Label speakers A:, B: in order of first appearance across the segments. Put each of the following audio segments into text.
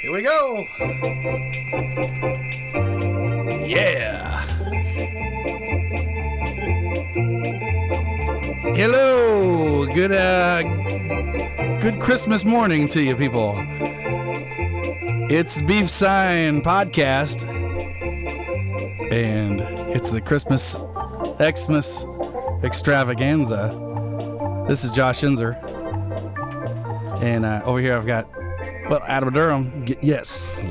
A: Here we go. Yeah.
B: Hello, good uh, good Christmas morning to you people. It's Beef Sign Podcast, and it's the Christmas Xmas extravaganza. This is Josh Enzer, and uh, over here I've got well Adam Durham.
C: Y- yes.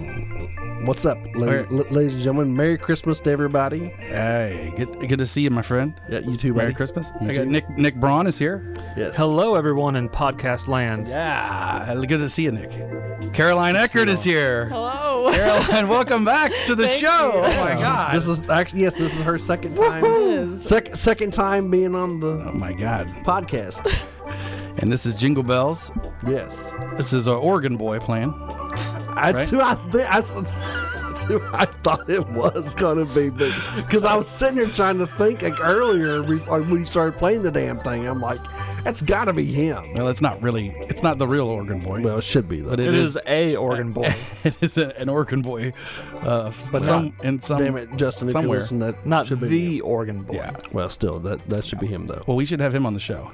C: What's up, ladies,
B: Where-
C: l- ladies and gentlemen? Merry Christmas to everybody.
B: Hey, good good to see you, my friend.
C: Yeah, you too,
B: Merry
C: buddy.
B: Christmas.
C: You
B: I got
C: too.
B: Nick Nick Braun is here.
C: Yes.
D: Hello, everyone in podcast land.
B: Yeah, good to see you, Nick. Caroline Eckert is here.
E: Hello.
B: Caroline, welcome back to the
E: Thank
B: show.
E: you.
B: Oh my god.
C: This is actually yes, this is her second time.
E: Liz.
C: Sec- second time being on the
B: oh my god.
C: podcast.
B: And this is Jingle Bells.
C: yes.
B: This is our Oregon boy playing.
C: That's
B: Right?
C: who I think. That's, that's who I thought it was gonna be, because I was sitting there trying to think like earlier we- like, when you started playing the damn thing. I'm like, that's gotta be him.
B: Well, it's not really it's not the real Oregon boy.
C: Well, it should be though.
B: but
D: It is a Oregon boy,
B: it is a- an Oregon boy. Uh but some in some
C: Damn it, Justin! If
B: somewhere.
C: you listen, that
D: not
C: should be him.
D: the Oregon boy.
B: Yeah.
C: Well, still, that that should be him though.
B: Well, we should have him on the show.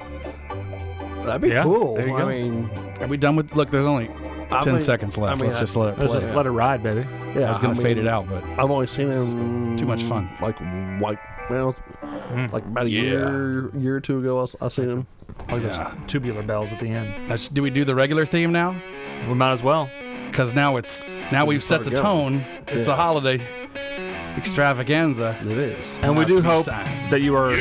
C: That'd be
D: Yeah,
C: cool.
D: there you
C: I
D: go.
C: mean,
B: Are we done with look, there's only
C: I
B: 10
C: mean-
B: seconds left.
C: I mean,
B: Let's
C: I-
B: just let it
D: Let's
B: play.
D: just let it ride, baby.
C: yeah,
B: I was gonna
C: I
B: fade
C: mean,
B: it out, but
C: I've only seen him
B: too much fun.
C: Like like well,
D: Mm.
C: like about a
B: Yeah.
C: year year or two ago, I, s- I seen him.
B: yeah.
D: Tubular bells at the end.
B: That's- do we do the regular theme now?
D: We might as well.
B: Because now it's now we've set the
C: started
B: tone. It's a
C: Yeah.
B: holiday extravaganza.
C: It is.
D: And we
B: That's
D: do
B: me
D: hope
B: sign.
D: that you are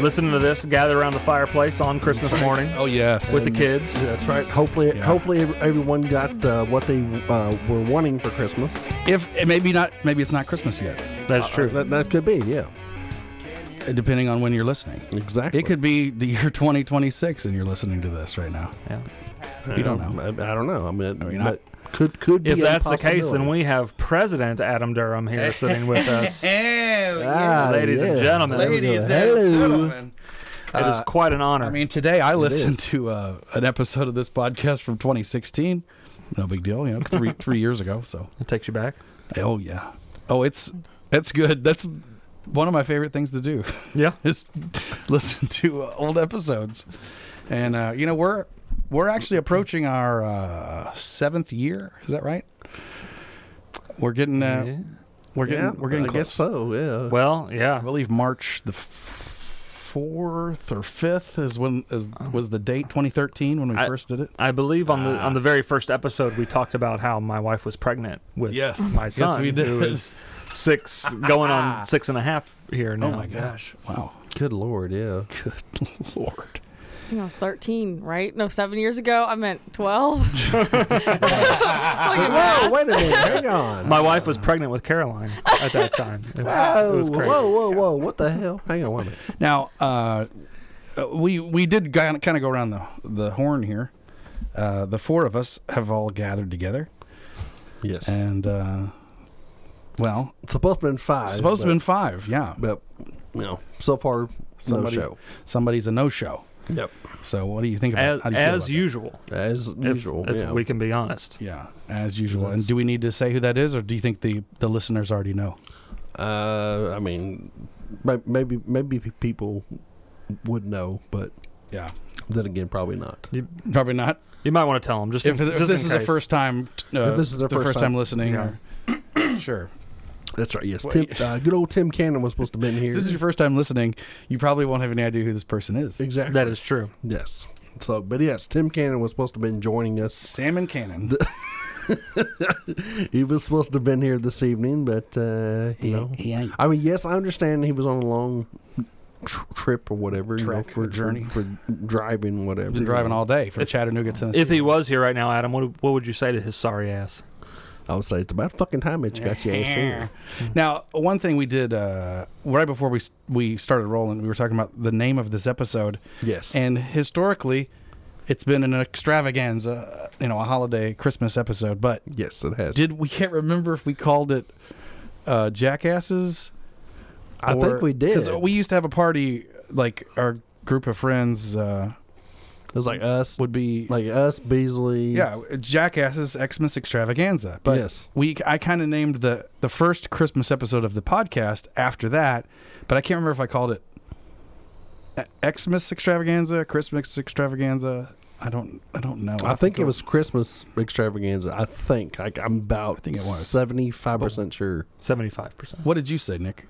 D: listening to this, gather around the fireplace on Christmas morning
B: Oh yes.
D: with the kids.
C: That's right. Hopefully,
B: Yeah.
C: hopefully ev- everyone got uh, what they uh, were wanting for Christmas.
B: If and maybe not, maybe it's not Christmas yet,
D: That's
B: Uh,
D: true.
C: That, that could be, yeah,
B: depending on when you're listening.
C: exactly.
B: It could be the year 2026, and you're listening to this right now.
D: Yeah.
B: We don't know.
C: I, I don't know. I mean, it,
B: I mean, I-
C: but could could be.
D: If
C: a
D: that's the case, then
C: possibility.
D: we have President Adam Durham here sitting with us. It
C: Ah,
D: Ladies and gentlemen.
C: There we go.
B: ladies and
C: Hello.
B: gentlemen.
D: is quite an honor.
B: Uh, I mean, today I listened
C: is.
B: to uh, an episode of this podcast from 2016. No big deal, you know, three three years ago. So,
D: it takes you back.
B: oh yeah, oh it's it's good. That's one of my favorite things to do.
D: Yeah.
B: is listen to uh, old episodes. And uh, you know we're we're actually approaching our uh, seventh year. Is that right? We're getting uh,
D: Yeah.
B: we're getting
C: Yeah,
B: we're getting
C: I
B: close.
C: guess so. Yeah.
D: Well,
B: I
D: yeah.
B: believe March the f- fourth or fifth is when is was the date 2013 when we
D: Uh-huh. I-
B: first did it.
D: I believe on the
B: Ah.
D: on the very first episode we talked about how my wife was pregnant with
B: Yes.
D: my
B: Yes,
D: son,
B: we did.
D: who is six, going on six and a half here now.
B: Ah. Oh my gosh! Wow,
C: Good lord, yeah.
B: good lord.
E: I think I was 13, right? No, seven years ago. I meant 12.
C: Whoa, wait a minute. Hang on.
D: My wife was pregnant with Caroline at that time. It,
C: Whoa,
D: was crazy.
C: whoa, whoa, whoa! What the hell? Hang on, one minute.
B: Now, uh, uh, we we did kind of go around the the horn here. Uh, the four of us have all gathered together,
C: Yes,
B: and uh, well,
C: it's supposed to have been five.
B: supposed to
C: but-
B: have been five. Yeah,
C: But you know, so far,
B: Somebody-
C: no show.
B: somebody's a no show.
C: Yep,
B: So, what do you think about
D: As,
B: how do you feel
D: as
B: about
D: usual,
C: as
D: if-
C: usual.
D: if,
C: yeah.
D: we can be honest.
B: that? Yeah, as usual. And do we need to say who that is, or do you think the the listeners already know?
C: uh, I mean, may- maybe maybe pe- people would know, but
B: Yeah,
C: then again, probably not.
D: You,
B: probably not.
D: you might want to tell them just
B: If,
D: in,
B: if
D: just
B: this
D: in
B: is
D: case.
B: the first time, uh,
C: If this is
B: the
C: their
B: first,
C: first
B: time,
C: time-
B: listening,
D: Yeah.
B: or- sure.
C: That's right. Yes, Tim,
B: Wait.
C: uh, good old Tim Cannon was supposed to have been here.
B: If this is your first time listening, you probably won't have any idea who this person is.
C: exactly
D: that is true.
C: yes. So, but yes, Tim Cannon was supposed to have been joining us.
B: Salmon Cannon.
C: He was supposed to have been here this evening, but uh, you know, I mean, yes, I understand he was on a long tr- trip or whatever, you know,
B: Trek,
C: for
B: journey.
C: for, for driving, whatever.
B: I've been driving all day from Chattanooga, Tennessee.
D: If he was here right now, Adam, what, what would you say to his sorry ass?
C: I would say it's about fucking time that you got your ass here.
B: now, one thing we did uh, right before we s- we started rolling, we were talking about the name of this episode,
C: Yes.
B: and historically, it's been an extravaganza, you know, a holiday Christmas episode. But
C: yes, it has.
B: did we can't remember if we called it uh, jackasses?
C: I think we did.
B: because we used to have a party like our group of friends. Uh,
C: It was like us,
B: would be
C: like us, Beasley.
B: yeah, Jackass's Xmas Extravaganza. But
C: Yes.
B: we I kind of named the the first Christmas episode of the podcast after that, but I can't remember if I called it E- Xmas Extravaganza, Christmas Extravaganza. I don't I don't know.
C: I think it was Christmas extravaganza. I think I, I'm about
B: think it was. Oh,
C: seventy-five percent sure.
D: Seventy-five percent.
B: What did you say, Nick?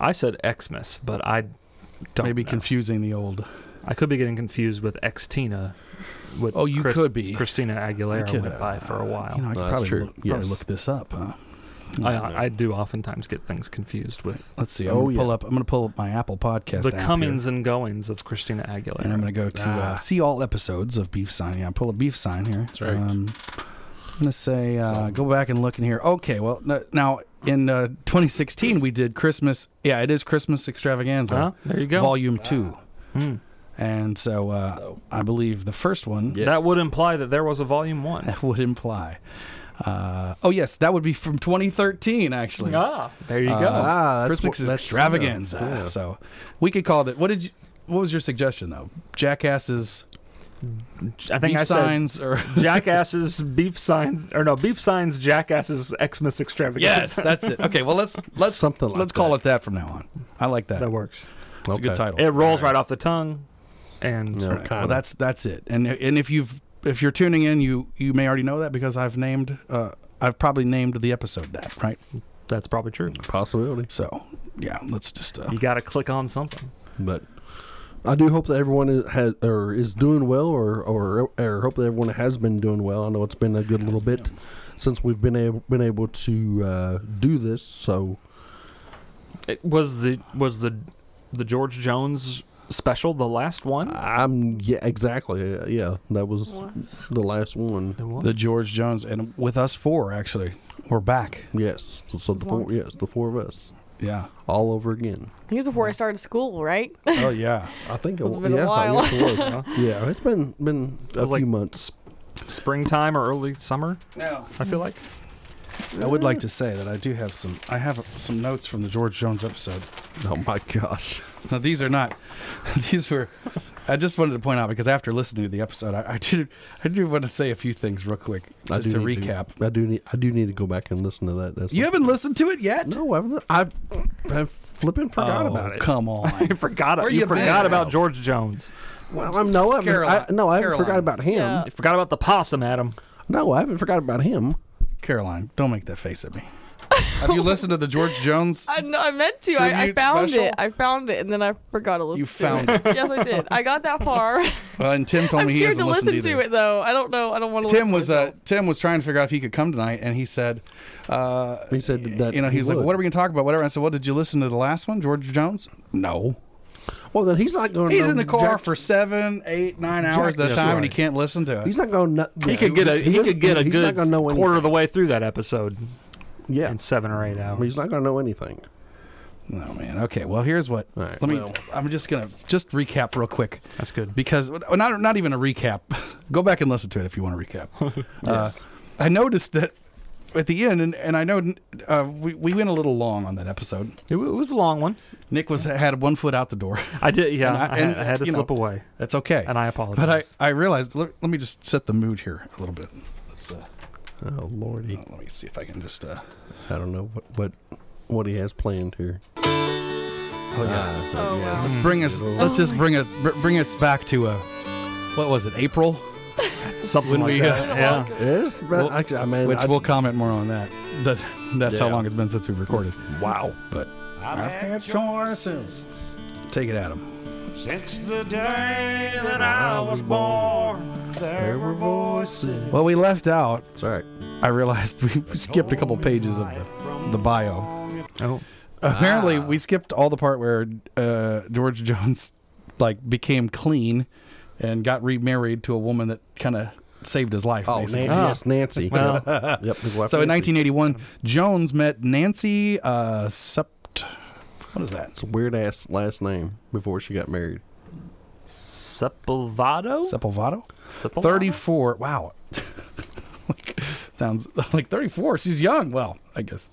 D: I said Xmas, but I don't.
B: Maybe
D: know.
B: confusing the old.
D: I could be getting confused with Xtina. With
B: Oh, you could be.
D: Christina Aguilera
B: could, uh,
D: went by for a while.
B: You know, I could
C: That's
B: probably,
C: true.
B: Look, probably
C: Yes.
B: look this up. Huh?
D: I, I do oftentimes get things confused with
B: Let's see. I'm
C: Oh,
B: gonna pull
C: yeah.
B: up. I'm gonna pull up my Apple Podcast.
D: the
B: app here,
D: comings and goings of Christina Aguilera.
B: and I'm gonna go to uh,
C: Ah.
B: see all episodes of Beef Sign. Yeah, pull a Beef Sign here. That's
C: right.
B: Um, I'm gonna say uh, go back and look in here. Okay. Well, n- now in uh, 2016 we did Christmas. Yeah, it is Christmas Extravaganza.
D: Huh? There you Uh-huh. go.
B: Volume two.
D: Hmm.
B: And so uh,
C: So-
B: I believe the first one
C: Yeah.
D: That
C: Yes.
D: would imply that there was a volume one.
B: that would imply. Uh, oh yes, that would be from 2013 actually.
D: ah, there you go.
B: Uh,
C: Ah, that's
B: Christmas
C: what- that's-
B: extravaganza.
C: yeah.
B: So we could call it. What did you? What was your suggestion though? Jackasses,
D: I think
B: beef
D: I said
B: signs, or
D: jackasses, beef signs, or no, beef signs, jackasses, Xmas extravaganza.
B: yes, that's it. Okay, well let's let's
C: Something like
B: let's
C: that.
B: call it that from now on. I like that.
D: that works.
B: It's a good
C: Okay.
B: title.
D: It rolls right off the tongue, and
C: Yeah,
B: Oh, All right, Well,
C: kinda.
B: that's that's it. And and if you've if you're tuning in, you you may already know that because I've named uh, I've probably named the episode that right.
D: that's probably true.
C: possibility.
B: So yeah, let's just uh,
D: You got to click on something.
C: But I do hope that everyone is, has or is doing well, or, or or hope that everyone has been doing well. I know it's been a good little bit since we've been able been able to uh, do this. So
D: It was the was the the George Jones special the last
C: Uh,
D: one?
C: I'm yeah exactly uh, yeah that was
E: Was.
C: the last one.
D: It was.
B: the George Jones and with us four actually we're back.
C: Yes, so the four yes the four of us
B: Yeah.
C: all over again.
E: I think it was before I started school, right?
B: Oh yeah.
C: I think it
E: It's
C: was
E: been a
C: yeah, I
E: while.
C: guess it was.
D: Huh?
C: yeah, it's been been a
D: was
C: few
D: like-
C: months.
D: Springtime or early summer?
B: No.
D: I feel like
B: I would like to say that I do have some. I have some notes from the George Jones episode.
C: Oh my gosh.
B: Now these are not. These were. I just wanted to point out because after listening to the episode, I, I did. I do want to say a few things real quick
C: I
B: just to
C: do need
B: recap.
C: I do need I do need to go back and listen to that. That's
B: You haven't listened to it yet.
C: No, I've li- I've, I've flipping forgot
B: Oh,
C: about it.
B: Come on.
D: you forgot.
B: Where
D: you
B: you
D: forgot
B: been?
D: about George Jones.
C: Well, I'm no, I haven't,
B: Caroline-
C: I, no, I haven't
B: Caroline.
C: forgot about him.
E: Yeah.
D: You forgot about the possum, Adam.
C: No, I haven't forgot about him.
B: Caroline, don't make that face at me. Have you listened to the George Jones?
E: I, kn- I meant to. I, I
B: Tribute
E: found
B: special?
E: it. I found it, and then I forgot to listen.
B: You
E: to
B: found
E: it. yes, I did. I got that far.
B: Well, uh, and Tim told
E: I'm
B: me he
E: scared to
B: hasn't listened
E: listen
B: either.
E: to it though. I don't know. I don't want to.
B: Tim was uh, Tim was trying to figure out if he could come tonight, and he said, uh,
C: He said that
B: you know, he was like,
C: would.
B: "What are we gonna talk about?" Whatever. I said, "Well, did you listen to the last one, George Jones?" No.
C: Well, then he's not going.
B: He's in the car for seven, eight, nine hours at a time,
C: Jack- that's
B: and he
C: right.
B: can't listen to it.
C: He's not going. to
D: He could get a he, could get a
C: he's not
D: good
C: gonna know any-
D: quarter of the way through that episode
C: Yeah,
D: in seven or eight hours.
C: he's not going to know anything.
B: oh man. Okay. Well, here's what.
C: All right,
B: let me.
C: well-
B: I'm just gonna just recap real quick
D: That's good.
B: because well, not not even a recap. Go back and listen to it if you want to recap. Uh,
C: Yes.
B: I noticed that at the end, and, and I know uh, we we went a little long on that episode.
D: It, wa- it was a long one.
B: Nick was had one foot out the door.
D: I did. Yeah,
B: And I-
D: I, had,
B: and,
D: I had to
B: you know,
D: slip away.
B: That's okay.
D: And I apologize.
B: But I I realized. Let, let me just set the mood here a little bit. Let's. Uh,
C: oh lordy,
B: let me see if I can just. Uh,
C: I don't know what what what he has planned here.
B: oh yeah.
E: Oh, wow.
B: Let's bring us.
C: Mm.
B: Let's just bring us br- bring us back to uh, what was it? April,
D: Something
B: When
D: like
B: we,
D: that.
B: uh,
D: yeah.
C: Yes, but
B: Well,
C: actually, I mean,
B: which
C: I,
B: we'll comment more on that. That that's how
C: Yeah.
B: long it's been since we recorded.
C: wow.
B: But
F: I've had choices
B: take it, Adam.
F: since the day that I was born. There were voices
B: Well, we left out.
C: It's all right.
B: I realized we skipped a couple pages of the the bio.
D: Oh,
B: Apparently,
F: Ah.
B: we skipped all the part where uh, George Jones like became clean and got remarried to a woman that kind of saved his life.
C: Oh,
B: basically.
C: Nan-
D: Ah.
C: yes, Nancy.
D: Well.
C: yep. his wife
B: So in
C: Nancy.
B: 1981, Jones met Nancy uh, Sept. What is that?
C: it's a weird ass last name before she got married.
D: Sepulvado.
B: Sepulvado?
D: Sepulvado?
B: 34. Wow. like, sounds like 34. She's young. Well, I guess.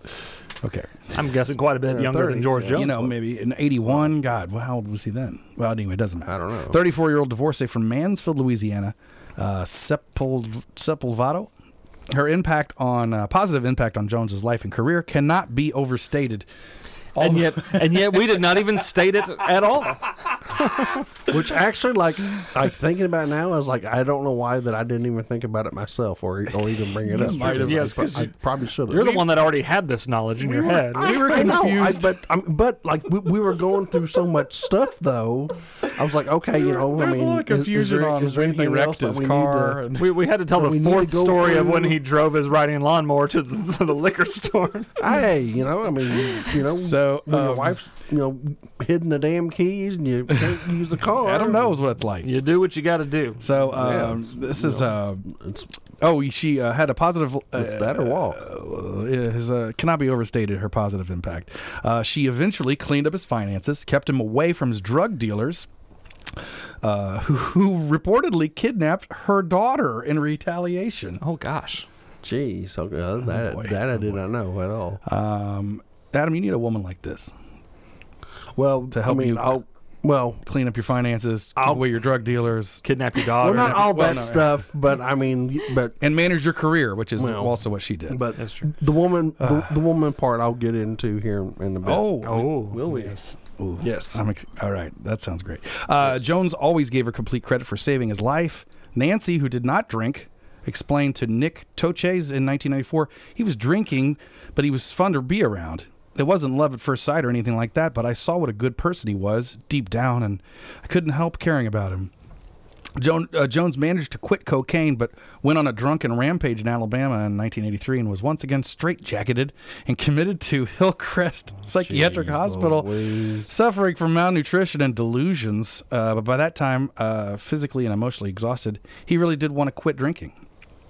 B: Okay.
D: I'm guessing quite a bit
C: Yeah,
D: younger
C: 30,
D: than George
C: yeah.
D: Jones.
B: you know,
D: was.
B: maybe in 81. God, well, how old was he then? Well, anyway, it doesn't matter.
C: I don't know.
B: 34 year old divorcee from Mansfield, Louisiana, uh, Sepul- Sepulvado. Her impact on, uh, positive impact on Jones's life and career cannot be overstated.
D: and yet, and yet, we did not even state it at all.
C: Which actually, like, like thinking about it now, I was like, I don't know why that I didn't even think about it myself or or even bring it up.
B: might have.
D: Yes,
C: Yes,
D: 'cause
C: I
D: you-
C: probably should have.
D: You're the one that already had this knowledge in your head.
B: We were
C: I know, I-
B: confused.
C: but I'm- but like we, we were going through so much stuff though. I was like, okay, you know,
B: There's
C: I mean,
B: a lot of
C: is- is
B: confusion
C: there-
B: on
C: is there
B: when he
C: anything
B: wrecked
C: else that
B: his
C: we need
B: car.
C: to-
B: and-
D: We, we had to tell
C: we
D: the
C: need to
D: fourth
C: go
D: story of when
C: through-
D: he drove his riding lawnmower to the, to the liquor store.
C: hey, you know, I mean, you know,
B: So,
C: when your
B: um,
C: wife's you know hidden the damn keys and you can't use the car.
B: Adam knows what it's like.
D: You do what you got to do.
B: So um,
C: it's-
B: this is uh,
C: It's
B: oh she uh, had a positive. Uh,
C: it's that or walk.
B: uh, his, uh, cannot be overstated her positive impact. Uh, she eventually cleaned up his finances, kept him away from his drug dealers, uh, who, who reportedly kidnapped her daughter in retaliation.
D: Oh gosh.
C: Jeez, okay, uh, that
B: Oh, boy.
C: that I did not know at all.
B: Um, Adam, you need a woman like this.
C: Well,
B: to help
C: I mean,
B: you-
C: I'll, well,
B: Clean up your finances, keep
C: I'll-
B: away your drug dealers,
D: Kidnap your
C: well,
D: daughter.
C: not all
B: well,
C: that
B: no, yeah.
C: stuff, but I mean, y- but
B: and manage your career, which is
C: Well,
B: also what she did.
C: but
D: That's true.
C: the woman, the, the woman part, I'll get into here in- in a bit.
B: Uh. oh,
D: Oh,
C: will we?
B: Ooh.
C: Yes.
B: I'm ex- all right. That sounds great. Uh, Jones always gave her complete credit for saving his life. Nancy, who did not drink, explained to Nick Toches in 1994 he was drinking, but he was fun to be around. It wasn't love at first sight or anything like that, but I saw what a good person he was deep down, and I couldn't help caring about him. Joan, uh, Jones managed to quit cocaine, but went on a drunken rampage in Alabama in 1983 and was once again straitjacketed and committed to Hillcrest Psychiatric
C: Jeez
B: Hospital,
C: Louise.
B: suffering from malnutrition and delusions. Uh, but by that time, uh, physically and emotionally exhausted, he really did want to quit drinking.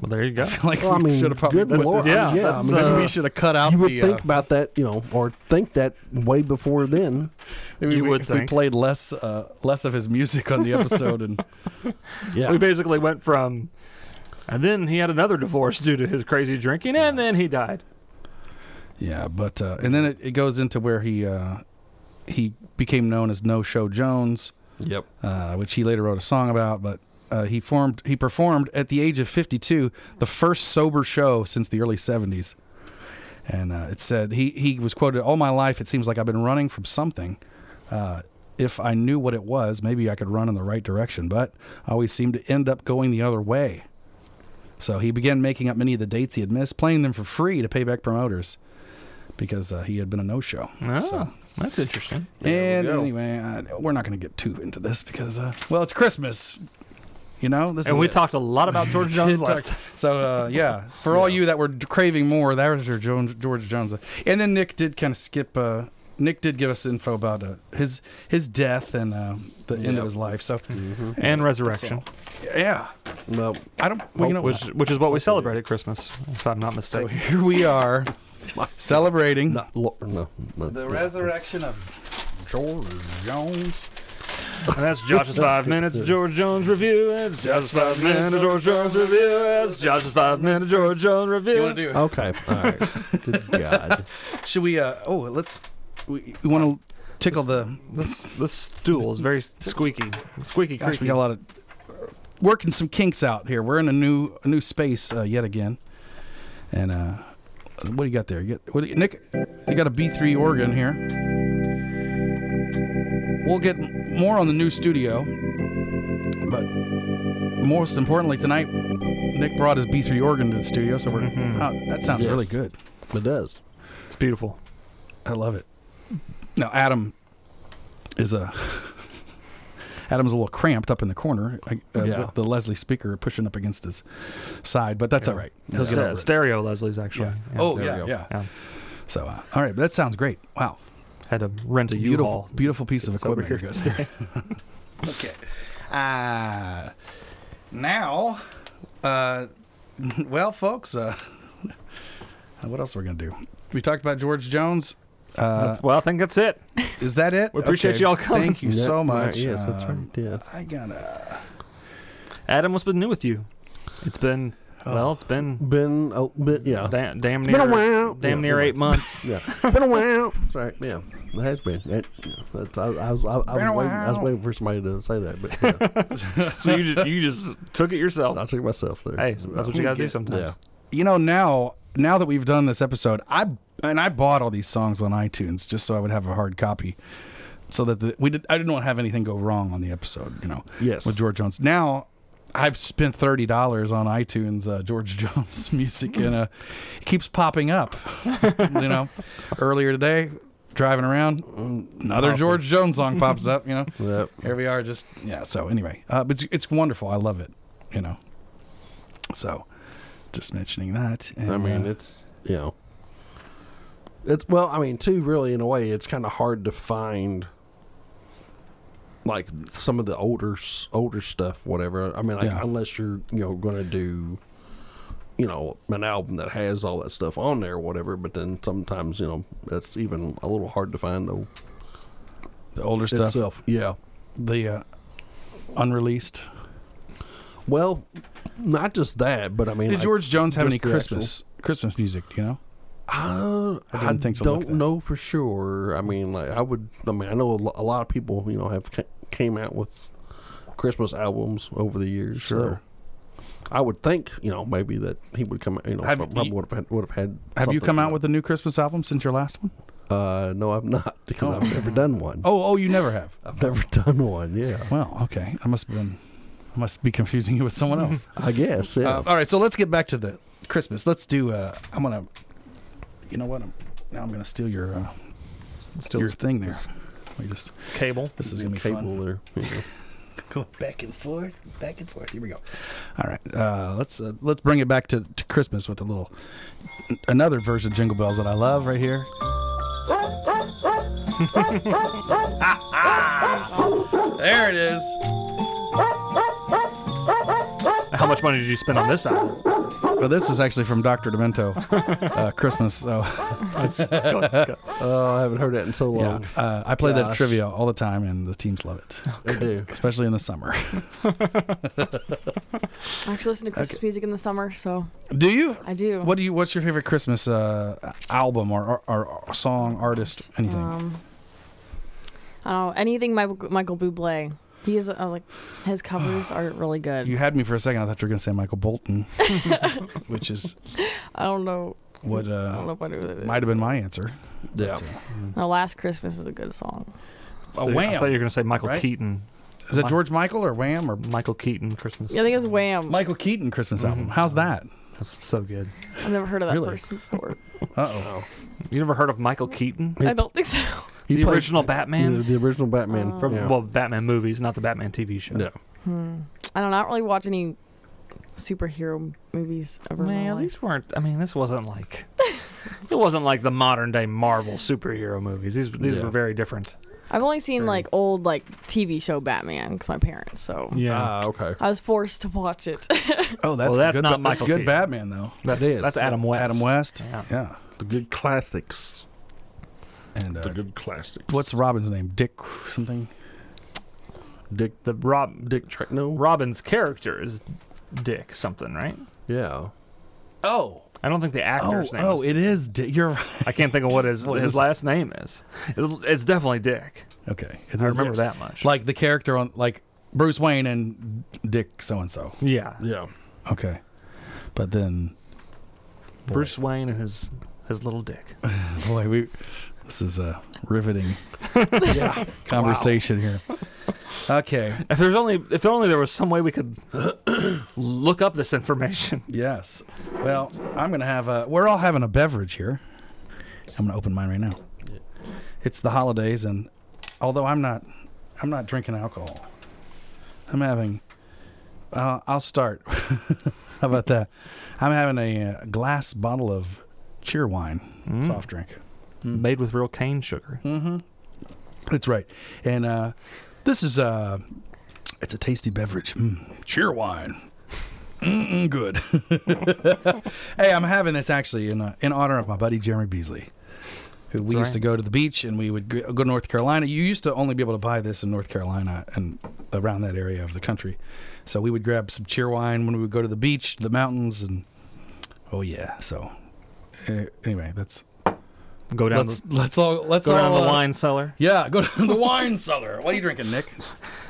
D: Well, there you go.
B: Like
C: Well, I
B: we
C: mean,
B: should have probably
C: good
B: put
C: lord.
B: this.
D: Yeah,
C: Yeah, I
D: that's,
C: mean,
B: Maybe
D: uh,
B: we should have cut out
C: you would
B: the.
C: think
B: uh,
C: about that, you know, or think that way before then.
B: maybe
D: You
B: we,
D: would
B: if we
D: think.
B: played less uh, less of his music on the episode, and
C: Yeah.
D: We basically went from, and then he had another divorce due to his crazy drinking, and then he died.
B: Yeah, but uh, and then it, it goes into where he uh, he became known as No Show Jones,
C: Yep.
B: uh, which he later wrote a song about. But uh, he formed he performed at the age of 52 the first sober show since the early 70s, and uh, it said he he was quoted all my life. It seems like I've been running from something. Uh, if I knew what it was, maybe I could run in the right direction, but I always seemed to end up going the other way. So he began making up many of the dates he had missed, playing them for free to pay back promoters because uh, he had been a no show.
D: Oh, that's interesting.
B: And
C: go.
B: anyway, uh, we're not going to get too into this because, uh, well, it's Christmas. You know, this
D: And
B: is
D: we
B: it.
D: talked a lot about George Jones last. time.
B: So uh, yeah, for all you that were craving more, that was your Jones, George Jones. And then Nick did kind of skip. Uh, Nick did give us info about uh, his his death and uh, the end of his life. So
D: Hmm. And resurrection,
B: yeah,
C: Mm-hmm. Well,
B: I don't. Well, you know,
D: which which is what we celebrate at Christmas, if I'm not
B: so
D: mistaken.
B: here we are celebrating
C: not lo- no, no.
B: the
C: no.
B: resurrection of George Jones.
D: And that's Josh's five minutes of George Jones review. It's Josh's five minutes of George Jones review. It's Josh's five minutes of George Jones review.
B: You want to do? it?
C: Okay. All right. Good God.
B: Should we? Uh, oh, let's. We, we want to tickle the.
D: This this stool is very squeaky, squeaky
B: Gosh, we
D: creaky.
B: got a lot of working some kinks out here. We're in a new a new space uh, yet again. And uh, what do you got there? You got, what do you, Nick, you got a B3 organ here. We'll get more on the new studio, but most importantly tonight, Nick brought his B3 organ to the studio, so we're wow, that sounds really
C: Yes.
B: good.
C: It does.
D: It's beautiful.
B: I love it. Now Adam is a Adam's a little cramped up in the corner. I- Uh,
C: Yeah.
B: with the Leslie speaker pushing up against his side, but that's all right. He'll get
D: Ste-
B: over it.
D: stereo Leslie's actually.
B: Yeah. Oh
C: there
B: yeah,
C: we
B: yeah.
C: go.
D: Yeah.
B: So uh, all right, that sounds great. Wow,
D: Had to rent a
B: beautiful,
D: U-Haul.
B: beautiful piece of
D: It's over
B: equipment. you got there. okay. Uh, now, uh, well, folks, uh, what else are we gonna do? We talked about George Jones. Uh,
D: Well, I think that's it.
B: Is that it?
D: We appreciate y'all coming.
B: Thank you
C: Yeah,
B: so
C: yeah,
B: much.
C: Yes, that's
B: Um,
C: right. Yes.
B: I gotta.
D: Adam, what's been new with you? It's been
B: Oh.
D: Well, it's been
C: Been a bit, yeah.
D: da- damn
C: been
D: near
C: a while.
D: damn
C: Yeah,
D: near
C: yeah.
D: eight months.
C: Yeah, it's been a while. Sorry, yeah, it has been. It- that's, I, I was, I, I was
B: a
C: waiting, I was
B: while.
C: waiting for somebody to say that, but yeah,
D: so you just you just took
C: I
D: it yourself.
C: took myself there.
D: Hey, that's what you gotta do
C: yeah,
D: sometimes.
B: You know, now now that we've done this episode, I and I bought all these songs on iTunes just so I would have a hard copy, so that the, we did. I didn't want to have anything go wrong on the episode. You know,
C: Yes.
B: with George Jones. Now I've spent thirty dollars on iTunes uh, George Jones music, and uh, it keeps popping up. you know, earlier today, driving around, another
C: Awesome.
B: George Jones song pops up. You know,
C: Yep.
B: here we are just yeah so anyway uh but it's, it's wonderful i love it you know so just mentioning that and,
C: I mean,
B: uh,
C: it's you know, it's well, I mean, too. Really, in a way, it's kind of hard to find like some of the older s- older stuff, whatever. I mean, like,
B: Yeah.
C: unless you're you know going to do you know an album that has all that stuff on there, or whatever. But then sometimes you know that's even a little hard to find though
B: the older stuff
C: itself. Yeah.
B: the uh unreleased
C: Well, not just that, but I mean,
B: did
C: like,
B: george jones have
C: just
B: any
C: the
B: christmas christmas music do you know
C: Uh, I,
B: didn't think to look
C: don't
B: that.
C: know for sure. I mean, like I would. I mean, I know a, lo- a lot of people. You know, have ca- came out with Christmas albums over the years.
B: Sure.
C: So I would think. You know, maybe that he would come. out, You know,
B: Have
C: probably
B: you-
C: would have had. Would have had.
B: have you
C: something,
B: come out
C: know.
B: with a new christmas album since your last one?
C: Uh, no, I've not because I've never done one.
B: Oh, oh you never have
C: I've never done one. Yeah,
B: well okay i must have been i must be confusing you with someone else
C: I guess. Yeah.
B: Uh, all right, so let's get back to the Christmas. Let's do. Uh, I'm gonna. You know what? I'm now. I'm gonna steal your uh,
C: Steal
B: your
C: his-
B: thing there. We just.
D: Cable.
B: This is
C: The
B: gonna be
C: cable
B: fun.
C: there. you know.
B: Go back and forth, back and forth. Here we go. All right, uh, let's uh, let's bring it back to, to Christmas with a little another version of Jingle Bells that I love right here. there it is.
D: How much money did you spend on this album?
B: Well, this is actually from Doctor Demento, uh, Christmas. So.
C: Oh, I haven't heard that in so
B: Yeah,
C: long.
B: uh, I play that at
C: Gosh.
B: trivia all the time, and the teams love it,
C: I do.
B: especially in the summer.
E: I actually listen to Christmas music in the summer, so
B: do you?
E: I do.
B: What do you? What's your favorite Christmas uh, album or, or, or song, artist, anything?
E: Um, I don't know anything Michael, Michael Bublé. He is uh, like his covers are really good.
B: you had me for a second. I thought you were going to say Michael Bolton, which is
E: I don't know.
B: what
E: I don't know
B: uh,
E: what it is.
B: might have been my answer.
C: Yeah.
E: No, Last Christmas is a good song.
B: Oh,
D: I thought you
B: Wham!
D: were gonna say Michael
B: right?
D: Keaton.
B: Is it George Michael or Wham or
D: Michael Keaton Christmas.
E: Yeah, I think it's Wham.
B: Michael Keaton Christmas
D: Mm-hmm.
B: album? How's that?
D: That's so good.
E: I've never heard of that
B: Really?
E: person before.
B: Uh oh.
D: You never heard of Michael Keaton?
E: I don't think so.
C: He
D: the
C: played-
D: original Batman Oh.
C: The, the original Batman.
D: from
C: yeah.
D: well, Batman movies, not the Batman TV show.
C: yeah.
E: Hmm. I don't. know, I don't really watch any superhero movies ever. in my
D: Man,
E: life.
D: these weren't. I mean, this wasn't like. it wasn't like the modern day Marvel superhero movies. These these
C: Yeah.
D: were very different.
E: I've only seen like old like TV show Batman because my parents. So
D: Yeah,
C: Ah, okay.
E: I was forced to watch it.
B: Oh, that's
D: Well,
B: the
D: that's
B: good,
D: not
B: that's
D: Michael
B: good
D: Keaton.
B: Batman though.
D: that's
C: it is.
D: that's Adam West.
B: Adam West.
D: Yeah.
B: Yeah.
C: The good classics.
B: And uh,
C: The good classics.
B: what's Robin's name? Dick something.
C: Dick
D: The Rob
C: Dick Tra- No.
D: Robin's character is Dick something, right?
C: Yeah.
B: Oh.
D: I don't think the
B: Oh,
D: actor's name.
B: oh,
D: is,
B: it is. Dick. You're right.
D: I can't think of what his
B: What
D: his
B: is-
D: last name is. It- it's definitely Dick.
B: Okay,
D: I remember that much.
B: Like the character on like Bruce Wayne and Dick so and so.
D: yeah,
C: Yeah.
B: Okay, but then
D: Bruce Wayne and his his little Dick.
B: boy, we this is a riveting conversation here. Okay,
D: If there's only if only there was some way we could look up this information.
B: yes. Well, I'm gonna have a. We're all having a beverage here. I'm gonna open mine right now. It's the holidays, and although I'm not, I'm not drinking alcohol. I'm having. Uh, I'll start. How about that? I'm having a uh, glass bottle of cheer wine, soft drink.
D: Made with real cane sugar.
B: Hmm. That's right. And uh, this is uh, it's a tasty beverage. Mm, cheer wine. Mm-mm, good. hey, I'm having this actually in uh, in honor of my buddy Jeremy Beasley, who we used to go to the beach and we would g- go to North Carolina. You used to only be able to buy this in North Carolina and around that area of the country. So we would grab some cheer wine when we would go to the beach, the mountains, and oh yeah. So eh, anyway, that's
D: Go down,
B: let's
D: the,
B: let's all let's
D: go
B: all
D: down the
B: uh,
D: wine cellar.
B: Yeah, go to the wine cellar. What are you drinking, Nick?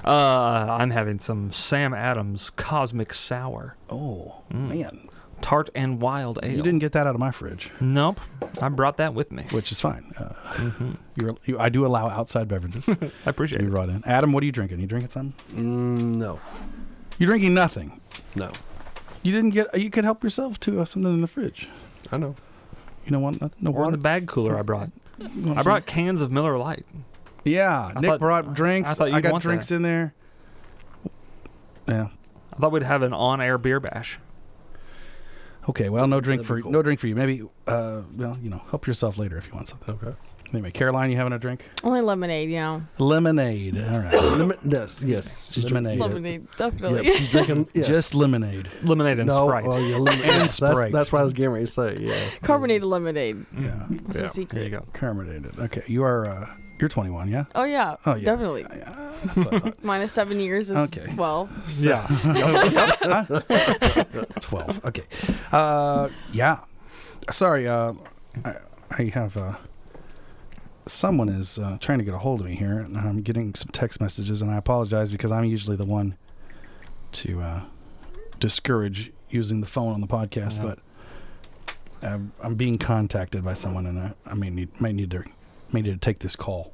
D: Uh, I'm having some Sam Adams Cosmic Sour.
B: Oh
D: Hmm.
B: man,
D: Tart and wild ale.
B: you didn't get that out of my fridge,
D: Nope. I brought that with me.
B: which is fine. Uh,
D: Mm-hmm.
B: you're, you, I do allow outside beverages to
D: I
B: be
D: appreciate it.
B: brought in. Adam, what are you drinking? You drinking something?
C: Mm, no,
B: You're drinking nothing.
C: no,
B: You didn't get. You could help yourself to uh, something in the fridge.
C: I know.
B: You know what? No
D: Or in
B: water.
D: the bag cooler I brought.
B: You want
D: I
B: some-
D: brought cans of Miller Lite.
B: Yeah,
D: I
B: Nick
D: thought-
B: brought drinks.
D: I
B: I,
D: thought you'd
B: got
D: want
B: drinks in there. Yeah.
D: I thought we'd have an on-air beer bash.
B: Okay. Well, no drink
C: That'd be
B: for
C: cool.
B: no drink for you. Maybe. Uh, well, you know, help yourself later if you want something.
C: Okay.
B: Anyway, Caroline, you having a drink?
E: Only lemonade, you know.
B: Lemonade. All right.
C: Lemon, yes, yes. She's
B: Lemonade. Yeah.
E: Lemonade, definitely.
C: Drinking, yeah, she's drinking. Yes.
B: Just lemonade.
D: Lemonade and
C: no,
B: uh,
D: Sprite.
C: well, yeah, lemon, that's,
B: Sprite.
C: That's what I was getting ready to say. Yeah,
E: Carbonated lemonade.
B: Yeah.
E: That's
C: Yeah.
E: a
D: There you
E: secret.
D: go.
B: Carbonated. Okay. You are. Uh, you're 21. Yeah.
E: Oh yeah,
B: Oh, yeah.
E: definitely.
B: That's what I thought.
E: Minus seven years is
B: Okay.
E: twelve.
D: Yeah.
B: 12. Okay. Uh, yeah. Sorry. Uh, I, I have. Uh, someone is uh, trying to get a hold of me here, and I'm getting some text messages, and I apologize because I'm usually the one to uh, discourage using the phone on the podcast,
D: Yeah.
B: but I'm, I'm being contacted by someone, and I, I may need may need to may need to take this call.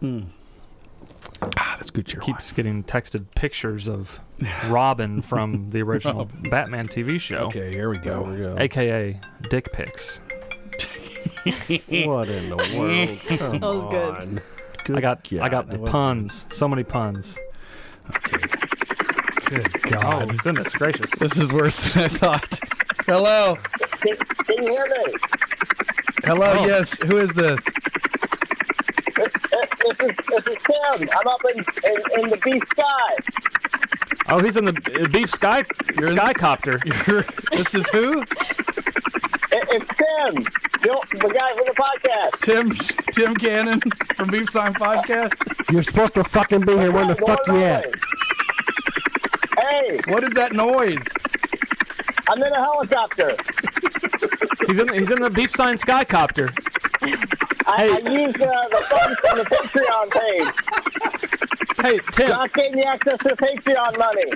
B: Mm. Ah, that's good cheer. wine.
D: Keeps getting texted pictures of Robin from the original Batman TV show, Oh,
B: Okay, here we
C: there we
B: go.
C: go.
D: aka Dick Pics.
C: What in the world? Come
E: That was good.
C: on.
D: I got I
C: God,
D: got
B: that was
D: puns. So many puns.
B: Good
D: Oh
B: God.
D: goodness gracious.
B: This is worse than I thought. Hello.
G: Can, can you hear me?
B: Hello.
C: Oh.
B: Yes. Who is this?
G: Uh, This is, this is Tim. I'm up in, in, in the B sky.
D: Oh, he's in the uh, beef sky
B: in-
D: skycopter.
B: this is who?
G: It, it's Tim, the, the guy from the podcast.
B: Tim Tim Cannon from Beef Sign Podcast.
C: You're supposed to fucking be here. Where the
G: What's
C: fuck you
G: going
C: at?
G: on? Hey,
B: What is that noise?
G: I'm in a helicopter.
D: He's in the, he's in the beef sign skycopter.
G: I, I used uh, the funds from the Patreon page.
D: Hey Tim,
G: Not getting access to Patreon money.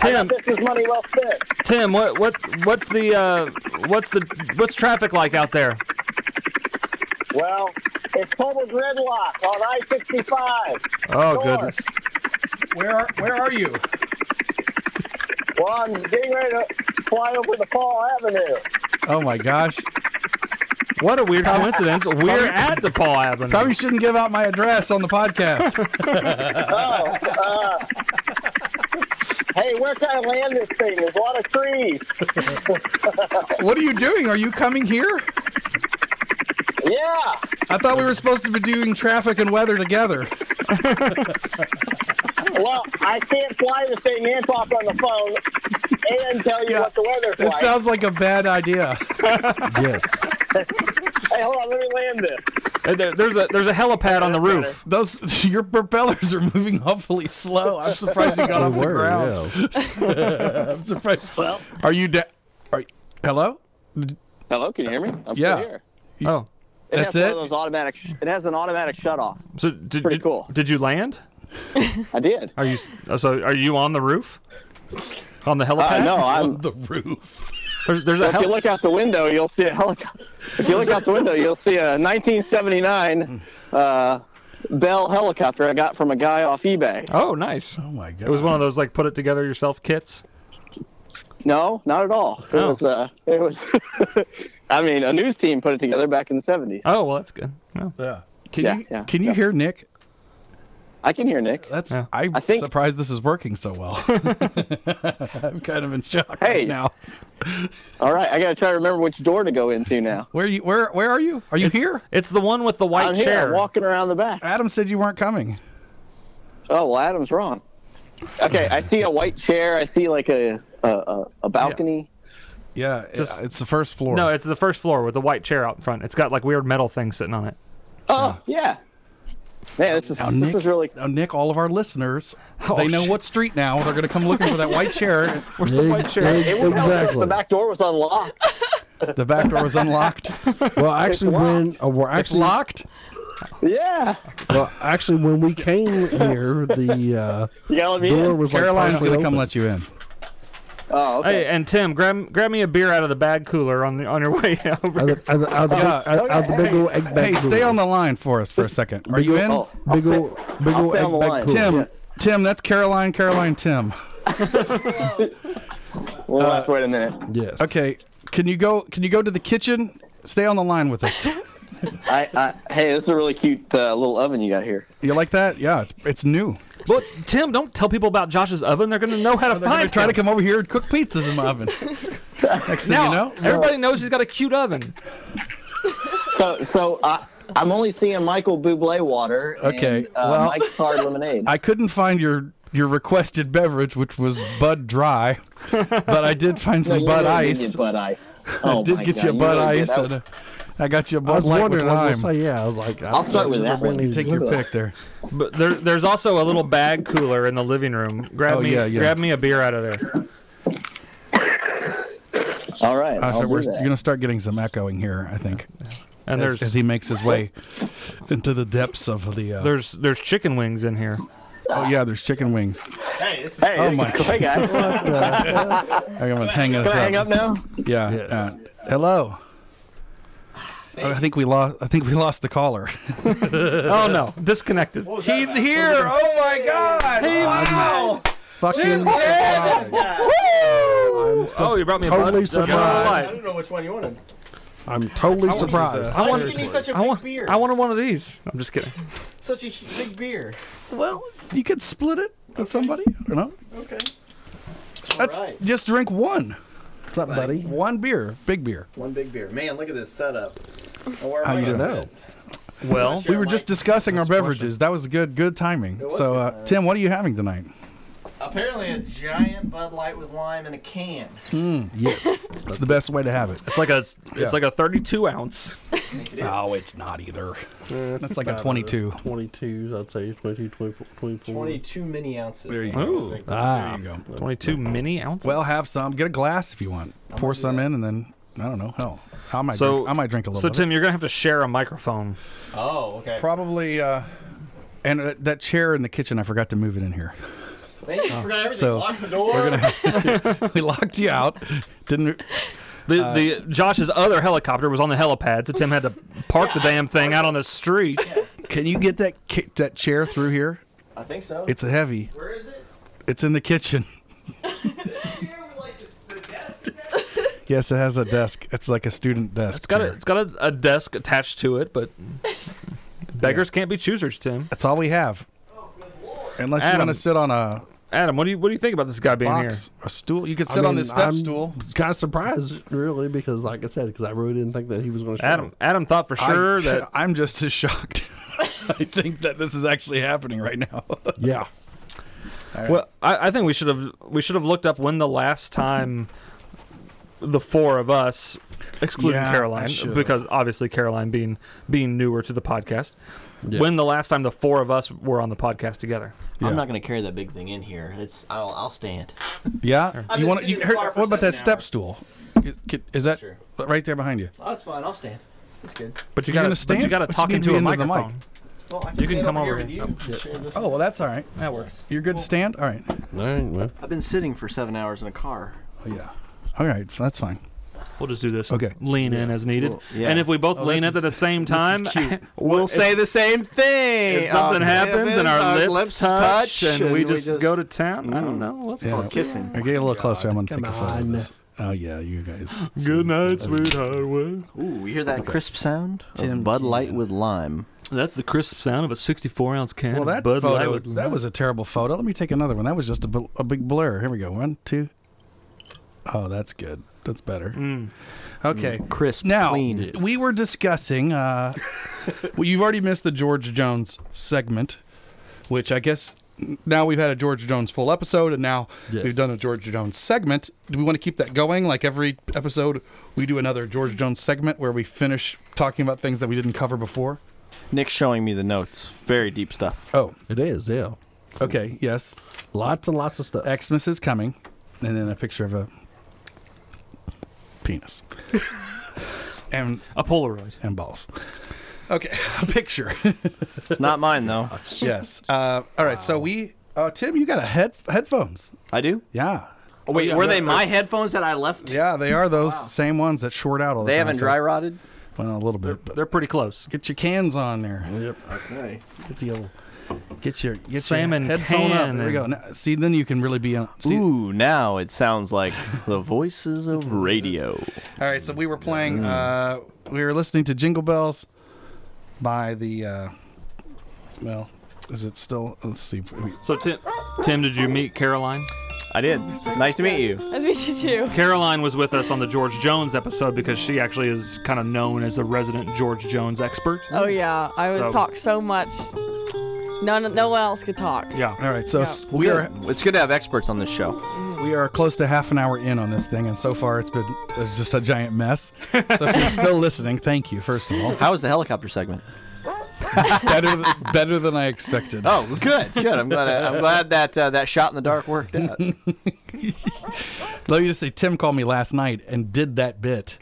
D: Tim,
G: This is money well spent.
D: Tim, what what what's the uh what's the what's traffic like out there?
G: Well, it's total gridlock on I-65.
D: Oh
G: Sure.
D: goodness.
B: Where are Where are you?
G: Well, I'm getting ready to fly over the Fall Avenue.
B: Oh my gosh!
D: What a weird coincidence. We're at the Paul Avenue.
B: Probably shouldn't give out my address on the podcast.
G: Oh, uh, Hey, where can I land this thing? There's a lot of trees.
B: what are you doing? Are you coming here?
G: Yeah.
B: I thought we were supposed to be doing traffic and weather together.
G: Well, I can't fly this thing and talk on the phone and tell you
B: Yeah.
G: what the weather's
B: This
G: like.
B: sounds like a bad idea.
C: Yes.
G: Hey, hold on, let me land this.
D: Uh, there- there's a there's a helipad on the roof.
B: Those your propellers are moving awfully slow. I'm surprised you got off the
C: Oh, Word,
B: ground.
C: yeah.
B: I'm surprised.
G: Well-
B: are you? Da- are hello?
G: Hello, can you hear me? I'm
B: Yeah. here.
D: Oh.
G: It
B: That's
G: has one
B: it?
G: of those automatic. Sh- it has an automatic shutoff.
D: So did,
G: Pretty
D: did-
G: cool.
D: Did you land?
G: I did.
D: Are you s- so are you on the roof? On the helipad?
G: Uh, no, I'm.
B: The roof.
D: There's, there's a
G: If you
D: heli-
G: look out the window, you'll see a helicopter. If you look out the window, you'll see a 1979 uh, Bell helicopter I got from a guy off eBay.
D: Oh, nice.
B: Oh my god!
D: It was one of those like put it together yourself kits.
G: No, not at all. It
D: Oh.
G: was. Uh, it was. I mean, a news team put it together back in the 70s.
D: Oh, well, that's good. No.
B: Yeah. Can
G: Yeah,
B: you
G: yeah,
B: can you
G: yeah.
B: hear Nick?
G: I can hear Nick.
B: That's
D: Yeah.
B: I'm
G: I think-
B: surprised this is working so well. I'm kind of in shock
G: Hey.
B: right now.
G: All right, I gotta try to remember which door to go into now.
B: Where you where where are you? Are you here?
D: It's the one with the white
G: I'm here,
D: chair.
G: I'm walking around the back.
B: Adam said you weren't coming.
G: Oh well, Adam's wrong. Okay, I see a white chair. I see like a a, a, a balcony.
B: Yeah,
D: Just-
B: it's the first floor.
D: No, it's the first floor with the white chair out in front. It's got like weird metal thing sitting on it.
G: Oh yeah. Man, this is
B: now,
G: this
B: Nick,
G: is really
B: now, Nick, all of our listeners,
D: Oh,
B: they know
D: shit.
B: what street now. They're going to come looking for that white chair.
D: Where's the white chair?
G: It was
C: Exactly.
G: The back door was unlocked.
B: The back door was unlocked.
C: Well, actually, when uh, we're
B: It's
C: actually
B: locked.
G: Yeah.
C: well, actually when we came here, the uh,
G: You gotta let me
C: door
G: in.
C: was
B: Caroline's
C: like
B: going to
C: partially
B: come
C: open.
B: let you in.
G: Oh, okay.
D: Hey, and Tim, grab grab me a beer out of the bag cooler on the on your way over.
C: Out
D: here.
C: of- out of- out of the big-
B: Yeah.
C: out- out of the big old egg bag.
B: Hey, stay
C: cooler.
B: on the line for us for a second. Are you in?
G: Oh, I'll
C: big
G: stay-
C: old big
G: I'll
C: old
G: stay
C: egg
G: on the
C: bag
G: line.
C: cooler.
B: Tim,
G: Yes.
B: Tim, that's Caroline, Caroline, Tim.
G: We'll have to wait a minute.
C: Yes.
B: Okay, can you go? Can you go to the kitchen? Stay on the line with us.
G: I, I hey, this is a really cute uh, little oven you got here.
B: You like that? Yeah, it's, it's new.
D: Well, Tim, don't tell people about Josh's oven. They're gonna know how to
B: I
D: find.
B: try to
D: him.
B: come over here and cook pizzas in my oven. Next thing you
D: now.
B: know,
D: Everybody knows he's got a cute oven.
G: So so I I'm only seeing Michael Bublé water.
B: Okay,
G: And, uh,
B: well-
G: Mike's hard lemonade.
B: I couldn't find your your requested beverage, which was Bud Dry, but I did find
G: No,
B: some
G: you
B: Bud
G: really did
B: Ice.
G: get Bud Ice. Oh
B: I did
G: my
B: get
G: God,
B: you a Bud
G: really did.
B: Ice.
G: That
B: and
G: was-
B: a- I got you a
C: I
B: Bud
C: was
B: Light with
C: wondering. I
B: lime.
C: was gonna say, yeah. I was like,
G: I'll start with that one.
B: Take your pick there.
D: But there, there's also a little bag cooler in the living room. Grab
B: Oh,
D: me,
B: yeah, yeah.
D: grab me a beer out of there.
G: All right.
B: Uh,
G: I'll
B: so
G: do
B: we're,
G: that.
B: you're gonna start getting some echoing here, I think,
D: And
B: as,
D: there's
B: as he makes his way into the depths of the. Uh,
D: there's there's chicken wings in here.
B: oh yeah, there's chicken wings.
G: Hey,
B: Oh
G: this
B: my-
G: is- Hey guys, can
B: I'm gonna hang
G: I
B: this
G: hang up now?
B: Yeah.
C: Yes.
B: uh, hello. Oh, I think we lost. I think we lost the caller.
D: Oh no, disconnected.
B: He's here. Oh my God. wow.
C: fucking
D: oh, you brought me a
C: totally
D: bud? You're
C: surprised.
D: alive.
H: don't know which one you wanted.
C: I'm totally
B: This is,
C: surprised.
B: uh,
D: I
H: You gave me
D: want,
H: such a
D: I
H: big
D: want,
H: beer.
D: I wanted one of these. I'm just kidding.
H: such a hu- big beer.
B: well, you could split it with somebody. I don't know.
H: Okay.
B: That's
H: right.
B: just drink one.
C: What's up, buddy?
B: One beer, big beer.
H: One big beer. Man, look at this setup. Now, where am
B: How
H: I
B: you
H: gonna
B: know?
H: sit?
D: Well,
B: We were just discussing our beverages. That was good, good timing.
H: was
B: So,
H: good
B: uh,
H: timing.
B: Tim, what are you having tonight?
H: Apparently, a giant Bud Light with lime in a can.
C: Yes.
B: It's the best way to have it.
D: it's like a it's
B: Yeah.
D: like a 32 ounce.
B: No, it's not either. That's like a 22.
C: 22, I'd say 22, 24, 24.
H: 22 mini ounces.
B: There you go.
D: Ooh,
C: Ah,
B: There you go.
D: 22 mini ounces.
B: Well, have some. Get a glass if you want. Pour some in, and then I don't know. Hell, I might.
D: So-
B: drink, I might drink a little.
D: so
B: of it.
D: Tim, you're gonna have to share a microphone.
H: Oh, okay.
B: probably. Uh, and uh, that chair in the kitchen, I forgot to move it in here.
H: Man,
I: Ah.
H: you forgot everything.
B: so,
H: Lock the door.
B: we locked you out. Didn't.
D: The
B: Uh,
D: the Josh's other helicopter was on the helipad, so Tim had to park the damn thing out on the street.
B: Can you get that ki- that chair through here?
H: I think so.
B: It's a heavy.
H: Where is it?
B: It's in the kitchen.
H: Here with like the, the desk.
B: Yes, it has a desk. It's like a student desk.
D: It's got a,
B: chair.
D: it's got a, a desk attached to it, but beggars can't be choosers, Tim.
B: That's all we have. Unless you
D: Oh, Adam.
B: want to sit on a
D: Adam, what do you what do you think about this guy being
B: box, a stool. You could
C: I
B: sit on
C: mean,
B: this step
C: I'm
B: stool.
C: Kind of surprised, really, because like I said, because I really didn't think that he was going to.
D: here? Adam Adam thought for sure
B: I,
D: that
B: I'm just as shocked. I think that this is actually happening right now.
C: Yeah.
D: well I, I think we should have we should have looked up when the last time the four of us excluding
B: Yeah, I
D: Caroline
B: should've.
D: because obviously Caroline being being newer to the podcast
C: Yeah.
D: when the last time the four of us were on the podcast together
B: Yeah.
H: I'm not gonna carry that big thing in here. It's I'll I'll stand.
B: Yeah.
H: I've
B: You
H: been
B: want?
H: sitting
B: You,
H: in the
B: heard-
H: car for
B: what about that
H: seven
B: step
H: hours.
B: stool? Could- could- Is that
H: Sure.
B: right there behind you?
H: Oh, that's fine. I'll stand. It's good.
D: but you
B: You're
D: got
B: gonna
D: to but you
B: stand?
D: got to
B: But you
D: talk
B: need to
D: into
B: be
D: a
B: into the mic.
D: microphone
H: Well, I can
D: You can
H: stand
D: come
H: over
D: over
H: here
D: and-
H: with you. Share this.
B: Oh well, that's all right.
D: that works
B: You're good to stand. All right.
C: All right. Well,
H: I've been sitting for seven hours in a car.
B: Oh, yeah. All right. That's fine.
D: we'll just do this
B: Okay.
D: lean in as needed
H: yeah.
D: and if we both
B: Oh,
D: lean in
B: this
D: at the
B: is-
D: same
B: this is
D: time
B: cute.
D: we'll say
H: the same thing.
D: if something happens and our, lips, touch, and, we, just, go to town, I don't
H: Mm.
D: know. Let's
B: Yeah.
H: kissing.
B: I get a little closer. I'm gonna take a
C: come
B: photo of
C: on.
B: this. Oh yeah, you guys.
D: Good night, sweet highway.
H: Ooh, you hear that crisp sound? Of
B: Tim
H: Bud Light with lime.
D: That's the crisp sound of a 64 ounce can.
B: Well,
D: of
B: that
D: Bud Light
B: photo.
D: with
B: That was a terrible photo. Let me take another one. That was just a, bl- a big blur. Here we go. One, two. Oh, that's good. That's better. Okay.
H: Crisp,
B: Now
H: clean.
B: we were discussing. Uh, well, you've already missed the George Jones segment, which I guess now we've had a George Jones full episode, and now
C: Yes.
B: we've done a George Jones segment. Do we want to keep that going? Like every episode, we do another George Jones segment where we finish talking about things that we didn't cover before.
I: Nick's showing me the notes. Very deep stuff.
B: Oh,
C: It is, yeah.
B: okay, yes.
C: Lots and lots of stuff.
B: Xmas is coming, and then a picture of a penis and
D: A Polaroid.
B: and balls. Okay, a picture.
I: It's not mine though.
B: yes. Uh, all right. So we, uh, Tim, you got a head headphones.
I: I do.
B: Yeah.
D: Oh,
I: Wait, were they my headphones that I left?
B: Yeah, they are those same ones that short out all the
I: They
B: time.
I: haven't
B: so-
I: dry rotted.
B: Well, a little bit. But
D: They're pretty close.
B: get your cans on there. Yep.
I: Okay.
B: Get the old. Get your get
D: Salmon
B: your headphone up.
D: can
B: There we go.
D: and-
B: Now, see, then you can really be on. See,
I: Ooh, now it sounds like the voices of radio.
B: All right, so we were playing. Uh, we were listening to Jingle Bells by the. Uh, well, is it still? Let's see.
D: So Tim, Tim, did you meet Caroline?
I: I did. Nice to meet you.
E: Nice to meet you too.
D: Caroline was with us on the George Jones episode because she actually is kind of known as a resident George Jones expert.
E: Oh yeah, I would
D: So-
E: talk so much. No, no, no one else could talk.
D: Yeah.
B: All right, so
E: Yeah.
B: s- we are
I: It's good to have experts on this show.
B: we are close to half an hour in on this thing, and so far it's been it's just a giant mess. So if you're still listening, thank you first of all.
I: How was the helicopter segment?
B: Better th- better than I expected.
I: Oh, good, good. I'm glad. I'm glad that uh, that shot in the dark worked out.
B: Let me just say, Tim called me last night and did that bit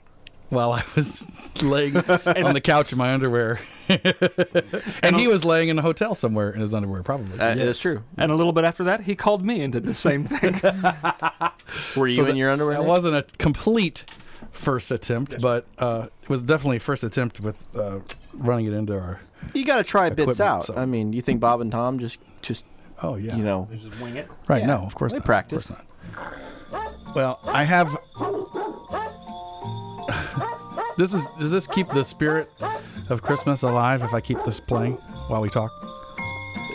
B: while I was laying on the couch in my underwear, and he was laying in a hotel somewhere in his underwear, probably.
I: Uh, It's true.
D: And a little bit after that, he called me and did the same thing.
I: Were you in your underwear?
B: That
I: Nick?
B: wasn't a complete first attempt, but uh, it was definitely a first attempt with uh, running it into our.
I: You got to try bits
B: Equipment,
I: out.
B: so-
I: I mean, you think Bob and Tom just just
B: Oh yeah,
I: you know?
B: right? No, of course
I: They
B: not.
I: practice.
B: Of course not. Well, I have. this is does this keep the spirit of Christmas alive if I keep this playing while we talk?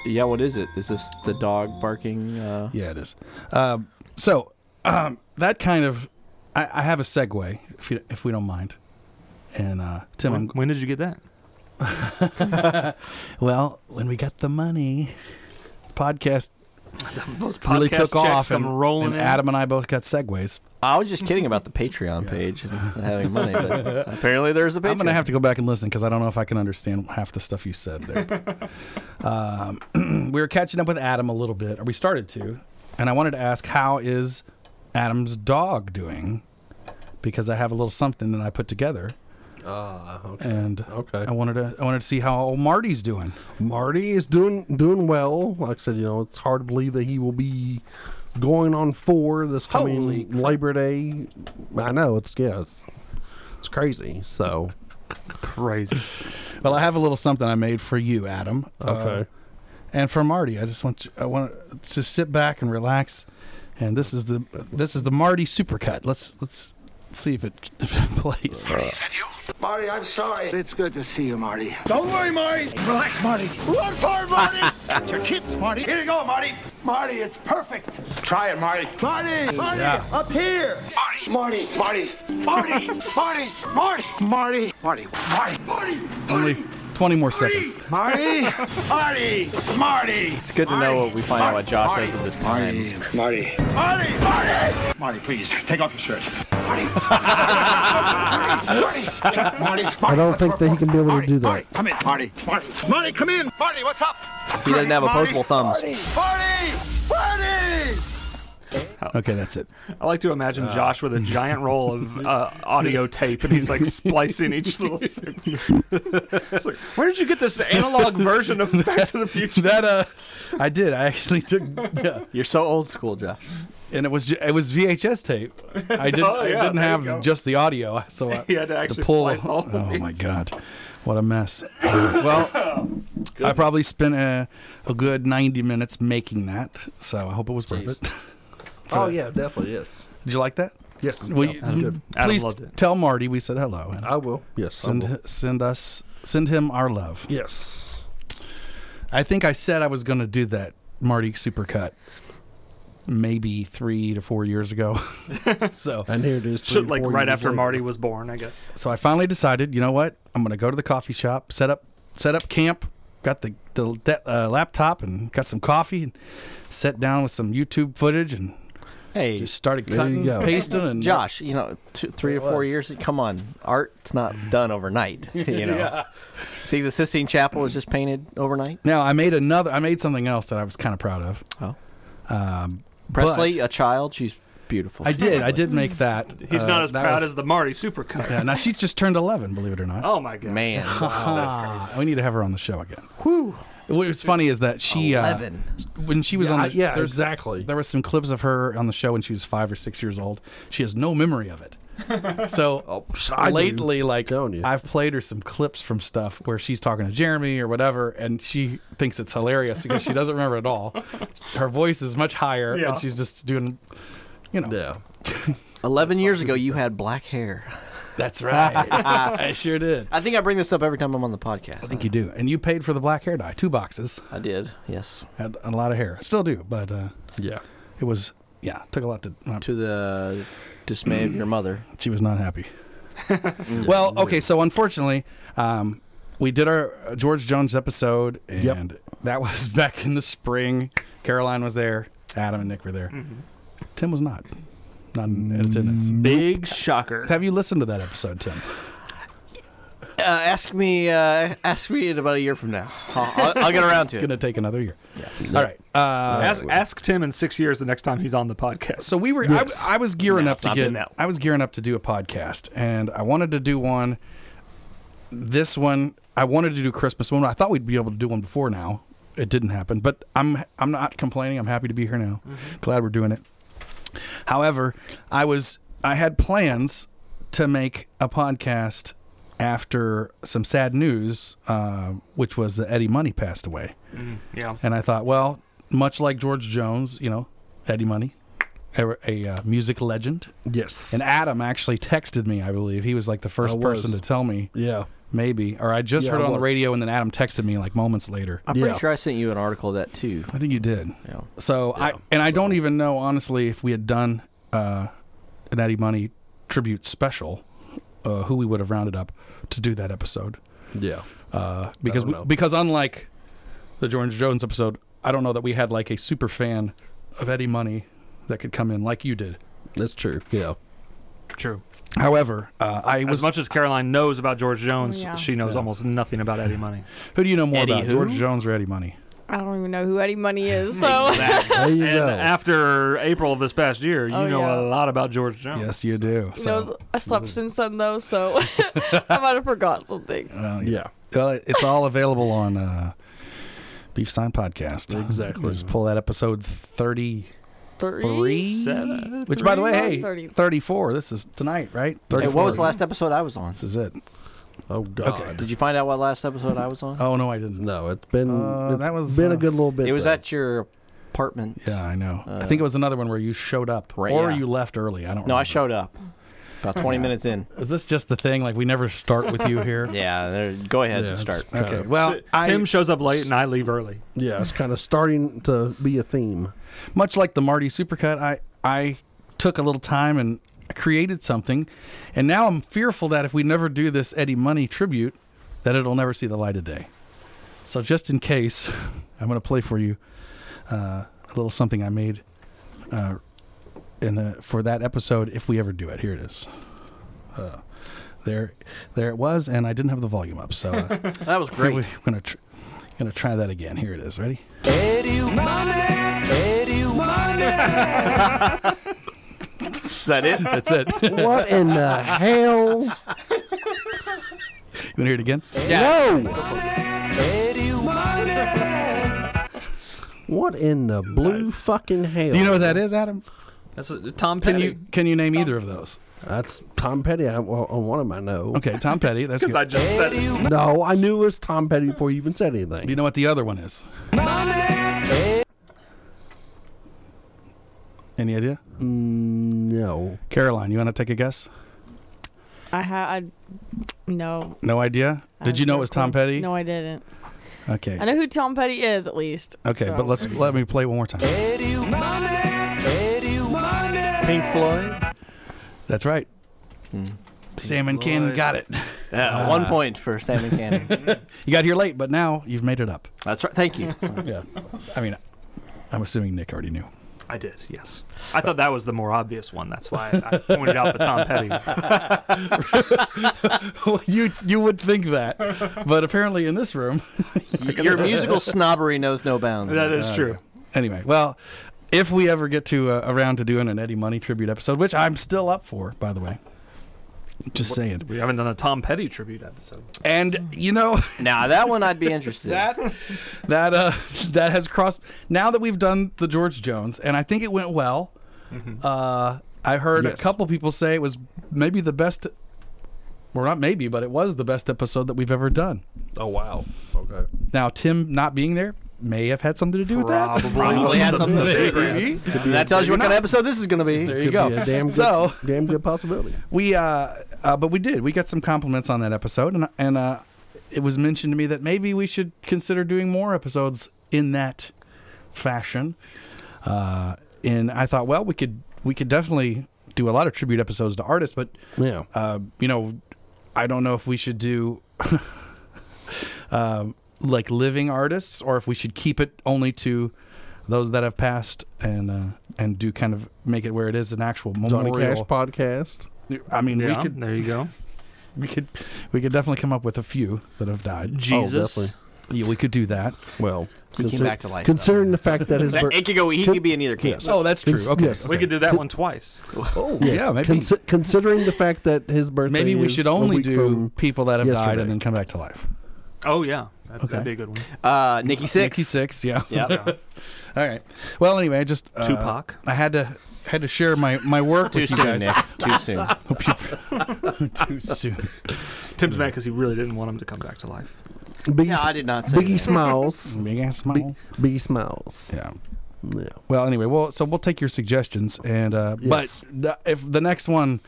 I: Yeah. What is it? Is this the dog barking? Uh,
B: Yeah, it is. Um, so um, that kind of, I, I have a segue if you, if we don't mind. And uh, Tim, I'm,
D: when did you get that?
B: well, when we got the money, podcast
D: Those
B: really
D: podcast
B: took
D: checks
B: off,
D: come
B: and,
D: rolling
B: and
D: in.
B: Adam and I both got segues.
I: I was just kidding about the Patreon page and having money, but apparently there's a Patreon.
B: I'm gonna have to go back and listen because I don't know if I can understand half the stuff you said there. um, we were catching up with Adam a little bit, or we started to, and I wanted to ask how is Adam's dog doing? Because I have a little something that I put together,
C: Ah, okay.
B: and
C: Okay.
B: I wanted to I wanted to see how old Marty's doing.
C: Marty is doing doing well. Like I said, you know, it's hard to believe that he will be going on four this coming
B: Holy
C: Labor Day. I know it's yeah, it's, it's crazy. So
D: Crazy.
B: Well, I have a little something I made for you, Adam. Uh,
C: okay,
B: and for Marty, I just want you, I want to sit back and relax. And this is the this is the Marty supercut. Let's let's see if it if it plays.
D: Uh.
F: Marty, I'm sorry.
J: It's good to see you, Marty.
F: Don't worry, Marty. Relax, Marty. Work hard, Marty. Get your chips, Marty. Here you go, Marty. Marty, it's perfect. Try it, Marty. Marty, Marty, up here. Marty, Marty, Marty, Marty, Marty, Marty, Marty, Marty, Marty,
B: Only twenty more seconds.
J: Marty?
F: Marty, Marty,
I: It's good to know what we find out what Josh has at this time.
J: Marty.
F: Marty, Marty. Marty, please take off your shirt. Marty, Marty, Check, Marty, Marty. I
C: don't think that he can be able to do that.
F: Marty, come in, Marty, Marty, Marty, come in, Marty. What's up?
I: He doesn't have
F: Marty,
I: opposable thumbs.
F: Marty, Marty.
B: Okay, that's it.
D: I like to imagine
B: Uh.
D: Josh with a giant roll of uh, audio tape, and he's like splicing each little. thing. it's like, where did you get this analog version of Back to the Future?
B: That uh, I did. I actually took, yeah.
I: You're so old school, Josh.
B: and it was ju- it was VHS tape. I didn't
D: Oh, yeah,
B: I didn't
D: there you go.
B: have just the audio, so I
D: He had to actually splice the whole
B: oh my
D: piece.
B: god, what a mess! Uh, well, I probably spent a, a good ninety minutes making that, so I hope it was worth it.
C: oh yeah, definitely yes,
B: Did you like that?
C: yes.
B: Well,
C: yeah,
B: you-
C: that's good.
D: Adam
B: please
D: loved it.
B: tell Marty we said hello and
C: I will. Yes, I will.
B: send send us send him our love.
C: yes.
B: I think I said I was going to do that Marty supercut maybe three to four years ago. so
C: And here it is. three
D: Should,
C: to
D: like
C: four
D: right
C: years
D: after
C: later.
D: Marty was born, I guess.
B: so I finally decided, you know what? I'm going to go to the coffee shop, set up set up camp got the the de- uh, laptop and got some coffee and sat down with some YouTube footage and
I: Hey,
B: just started
C: There you
B: cutting,
C: go.
B: pasting, and
I: Josh, you know, two, three or four
B: was.
I: years. Come on, art's not done overnight. You know, think the Sistine Chapel was just painted overnight.
B: Now I made another. I made something else that I was kind of proud of.
I: Oh,
B: Um,
I: Presley,
B: but
I: a child, she's beautiful.
B: I did. I did make that.
D: He's
B: Uh,
D: not as
B: that
D: proud
B: was-
D: as the Marty supercut.
B: Yeah, now she just turned 11, believe it or not.
D: Oh my god,
I: Man,
B: Ah, we need to have her on the show again. Whew. What was funny is that she uh,
I: 11.
B: when she was
C: Yeah,
B: on
C: I-
B: the
C: yeah,
B: there's-
C: exactly.
B: There was some clips of her on the show when she was five or six years old. She has no memory of it. So
C: Oh, I do.
B: lately, like
C: Telling you.
B: I've played her some clips from stuff where she's talking to Jeremy or whatever, and she thinks it's hilarious because she doesn't remember at all. Her voice is much higher,
D: Yeah.
B: and she's just doing, you know,
C: Yeah.
I: Eleven years ago, you had black hair.
B: that's right. I sure did.
I: I think I bring this up every time I'm on the podcast.
B: I think you do, and you paid for the black hair dye, two boxes.
I: I did. Yes,
B: had a lot of hair. Still do, but uh,
C: Yeah.
B: it was yeah, took a lot to. uh,
I: to the dismay of your mother.
B: she was not happy. well, okay, so unfortunately, um, we did our uh, George Jones episode, and
C: Yep.
B: that was back in the spring. Caroline was there, Adam and Nick were there. Tim was not, not in attendance.
D: big shocker.
B: Have you listened to that episode, Tim?
I: Uh, ask me. Uh, ask me in about a year from now. I'll, I'll, I'll get around
B: It's
I: to
B: going to
I: it.
B: take another year. All right. Uh,
D: Ask, ask Tim in six years the next time he's on the podcast.
B: so we were. I, I was gearing
D: No,
B: up
D: it's
B: to
D: not
B: get.
D: been that-
B: I was gearing up to do a podcast, and I wanted to do one. This one, I wanted to do Christmas one. I thought we'd be able to do one before now. It didn't happen, but I'm I'm not complaining. I'm happy to be here now. Glad we're doing it. However, I was I had plans to make a podcast after some sad news, uh, which was that Eddie Money passed away.
D: Yeah.
B: And I thought, well, much like George Jones, you know, Eddie Money, a, a uh, music legend.
C: Yes.
B: And Adam actually texted me, I believe. He was like the first
C: I was.
B: person to tell me,
C: yeah.
B: maybe. Or I just
C: Yeah,
B: heard
C: I
B: it on the
C: was.
B: radio, and then Adam texted me like moments later.
I: I'm pretty
C: Yeah.
I: sure I sent you an article of that too.
B: I think you did.
I: Yeah.
B: So I and I don't even know honestly if we had done uh, an Eddie Money tribute special, uh, who we would have rounded up to do that episode.
C: Yeah.
B: uh, because
C: don't
B: we,
C: know.
B: because unlike the George Jones episode, I don't know that we had like a super fan of Eddie Money that could come in like you did.
C: That's true. Yeah.
D: True.
B: However, uh, I
D: As
B: was.
D: much as Caroline knows about George Jones,
E: yeah.
D: she knows almost nothing about Eddie Money.
B: who do you know more
I: Eddie
B: about,
I: who?
B: George Jones or Eddie Money?
E: I don't even know who Eddie Money is. So
C: There you
D: And
C: go.
D: after April of this past year, you
E: Oh,
D: know
E: yeah.
D: a lot about George
I: Oh.
D: Jones.
B: Yes, you do. uh,
E: you know, I slept since then though, so I might have forgot some things.
B: Uh,
C: yeah.
B: Well, it- it's all available on uh, Beef Sign Podcast.
C: Exactly.
B: Let's pull that episode thirty-three,
E: Three.
D: Seven-
B: which by the way,
E: That was
B: hey,
E: 30.
B: thirty-four. This is tonight, right?
I: Hey,
B: Thirty-four.
I: what was the last episode I was on?
B: This is it.
C: Oh God.
I: Did you find out what last episode I was on?
B: Oh no, I didn't.
C: No, it's been
B: Uh,
C: it's
B: that was,
C: been
B: uh,
C: a good little bit.
I: it was
C: though.
I: at your apartment.
B: Yeah, I know. I think it was another one where you showed up
I: Uh, Right,
B: or
I: yeah.
B: you left early. I don't.
I: No, I
B: remember.
I: showed up about 20 minutes in.
B: Is this just the thing? Like we never start with you here.
I: Yeah, there, go ahead
C: Yeah, it's
I: and start.
C: kind
B: Okay.
C: of-
B: Well, I,
D: Tim shows up late and I leave early.
C: yeah, it's kind of starting to be a theme.
B: much like the Marty Supercut, I I took a little time and created something, and now I'm fearful that if we never do this Eddie Money tribute, that it'll never see the light of day. So just in case, I'm going to play for you uh, a little something I made uh, in uh for that episode if we ever do it. Here it is. Uh, there, there it was, and I didn't have the volume up, so uh,
I: That was
B: we're
I: great.
B: gonna tr- gonna try that again. Here it is. Ready?
I: Is that it?
B: That's it. you want
C: What in the uh, hell?
B: to hear it again?
C: No. What in the blue fucking hell?
B: Do you know what that is, Adam?
D: That's Tom
B: Can you can you name either of those?
C: that's Tom Petty. I, well, on one of my no.
B: Okay, Tom Petty. That's good.
D: I just said it.
C: No, I knew it was Tom Petty before you even said anything.
B: Do you know what the other one is? Any idea?
C: No.
B: Caroline, you want to take a guess?
E: I had I no.
B: No idea.
E: I
B: Did
E: have
B: you know
E: zero
B: it was Tom
E: clue.
B: Petty?
E: No, I didn't.
B: Okay.
E: I know who Tom Petty is at least.
B: Okay,
E: so.
B: but let's let me play one more time.
I: Pink Floyd.
E: Hmm.
B: That's right. Sam and Cannon got it.
I: Yeah, one point for Sam and Cannon.
B: You got here late, but now you've made it up.
I: That's right. Thank you.
B: Yeah. I mean, I'm assuming Nick already knew.
D: I did, yes. I thought that was the more obvious one. That's why I pointed out the Tom Petty. one.
B: you you would think that, but apparently in this room,
I: Your musical snobbery knows no bounds.
D: That is true.
B: anyway. Well, if we ever get to uh, around to doing an Eddie Money tribute episode, which I'm still up for, by the way. Just saying.
D: We haven't done a Tom Petty tribute episode.
B: And you know
I: Now that one I'd be interested. in.
B: that uh that has crossed. Now that we've done the George Jones, and I think it went well. Uh, I heard
C: Yes.
B: a couple people say it was maybe the best. Well, not maybe, but it was the best episode that we've ever done.
C: Oh wow. Okay.
B: Now, Tim not being there may have had something to do with that.
I: Probably had something to do with it. That tells you what kind of episode this is going to be.
B: There
C: Could
B: you go.
C: Be a damn good,
B: So-
C: damn good possibility.
B: We, uh, uh, but we did. We got some compliments on that episode, and and uh, it was mentioned to me that maybe we should consider doing more episodes in that fashion. Uh, and I thought, well, we could we could definitely do a lot of tribute episodes to artists, but
C: Yeah.
B: uh, you know, I don't know if we should do um, like living artists or if we should keep it only to those that have passed and uh, and do kind of make it where it is an actual
C: Johnny Cash
B: memorial.
C: podcast.
B: I mean,
D: Yeah,
B: we could Oh,
D: there you go.
B: we could we could definitely come up with a few that have died.
D: Jesus.
C: definitely.
B: Yeah, we could do that.
C: Well,
I: He came back to life, though.
C: Considering the fact that his
I: That-
C: bir-
I: it could go. He could be in either camp.
B: Oh, that's true.
C: Cons-
B: okay.
C: yes.
D: we could do that one twice.
B: Oh,
C: yes,
B: yeah, maybe
C: consi- considering the fact that his birthday.
B: maybe we
C: is
B: should
C: a
B: only
C: week
B: do
C: from-
B: people that have died
C: yesterday.
B: and then come back to life.
D: Oh, yeah. That,
B: Okay.
D: That'd be a good one.
I: Uh, Nikki six.
B: Nikki six, yeah.
I: Yeah.
B: All right. Well, anyway, I just uh,
D: Tupac.
B: I had to had to share my my work
I: Too
B: with you
I: soon,
B: guys.
I: Nick. Too soon.
B: Hope you- Too soon.
D: Tim's mad because he really didn't want him to come back to life.
C: Biggie,
I: No,
C: S-
I: I did not say.
C: Biggie
I: that.
C: Smiles.
B: Big ass
C: Big-
B: smile.
C: Biggie Smiles.
B: Yeah.
C: Yeah.
B: Well, anyway, well, so we'll take your suggestions, and uh,
C: Yes.
B: but the, if the next one,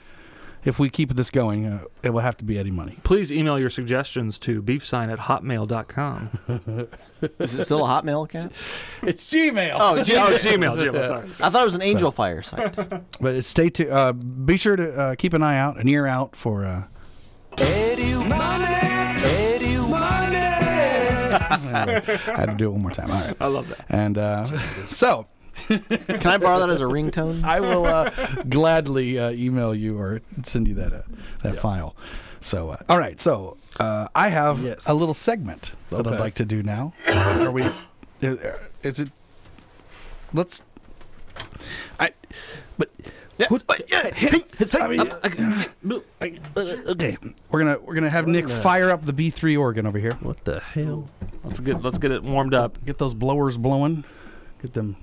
B: if we keep this going, uh, it will have to be Eddie Money.
D: Please email your suggestions to beefsign at hotmail.com.
I: Is it still a Hotmail account?
B: It's Gmail.
I: Oh, G-
D: oh, Gmail. Gmail, sorry.
I: I thought it was an Angel Fire site.
B: But stay to uh, be sure to uh, keep an eye out, an ear out for. Uh, Anyway, I had to do it one more time. All right.
D: I love that.
B: And uh, so
I: Can I borrow that as a ringtone?
B: I will uh, gladly uh, email you or send you that uh, that file. So uh, all right. So uh, I have
C: Yes.
B: a little segment that
C: Okay.
B: I'd like to do now. Are we? uh, Is it? Let's. I. But. What-
D: Oh,
B: I mean, Uh, okay, we're gonna we're gonna have Nick fire up the B three organ over here.
C: What the hell?
D: Let's get let's get it warmed up.
B: Get those blowers blowing. Get them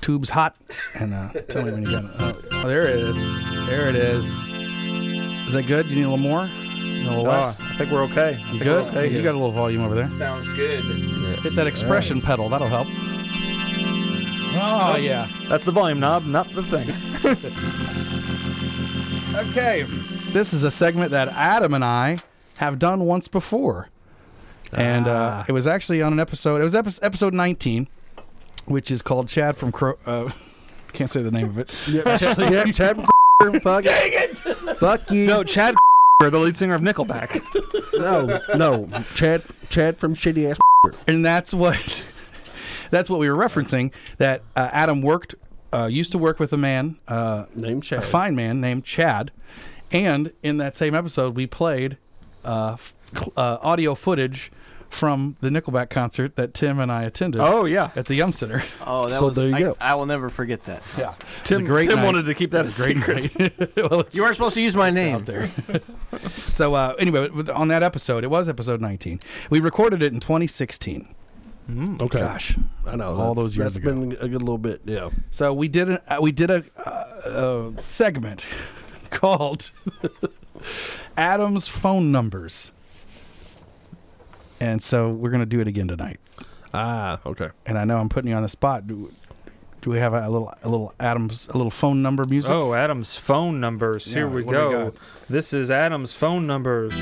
B: tubes hot. And uh, tell me when you got it. Oh, oh, there it is. There it is. Is that good? You need a little more? A little less?
D: Ah, I think we're okay.
B: You good? you got a little volume over there.
H: Sounds good.
B: Hit that expression pedal. That'll help. Oh, yeah.
D: That's the volume knob, not the thing.
B: Okay. This is a segment that Adam and I have done once before. And uh, it was actually on an episode. It was epi- episode 19, which is called Chad from Crow. Uh, can't say the name of it.
C: Yeah, Chad, yeah, Chad fuck, Dang it! Fuck you.
D: No, Chad, the lead singer of Nickelback.
C: No, no. Chad, Chad from Shitty Ass.
B: and that's what that's what we were referencing. That uh, Adam worked uh, used to work with a man, uh,
C: Name Chad.
B: a fine man named Chad, and in that same episode we played uh, f- cl- uh, audio footage from the Nickelback concert that Tim and I attended.
D: Oh yeah.
B: At the Yum Center,
I: Oh, that
C: So
I: was.
C: there you
I: I,
C: go.
I: I will never forget that.
B: yeah,
D: Tim,
B: great
D: Tim
B: night.
D: wanted to keep that a
B: great
D: secret.
B: night. well, it's
I: You weren't supposed to use my name.
B: out there. so uh, anyway, with- on that episode, it was episode 19. We recorded it in 2016.
C: Okay.
B: Gosh,
C: I know.
B: all
C: that's-
B: those years
C: That's
B: ago.
C: been a good little bit. Yeah.
B: So we did a we did a, uh, a segment called Adam's phone numbers, and so we're gonna do it again tonight.
C: Ah. Okay.
B: And I know I'm putting you on the spot. Do, do we have a, little a little Adam's a little phone number music?
D: Oh, Adam's phone numbers. Here
B: Yeah,
D: we
B: what do we
D: go.
B: got?
D: this is Adam's phone numbers.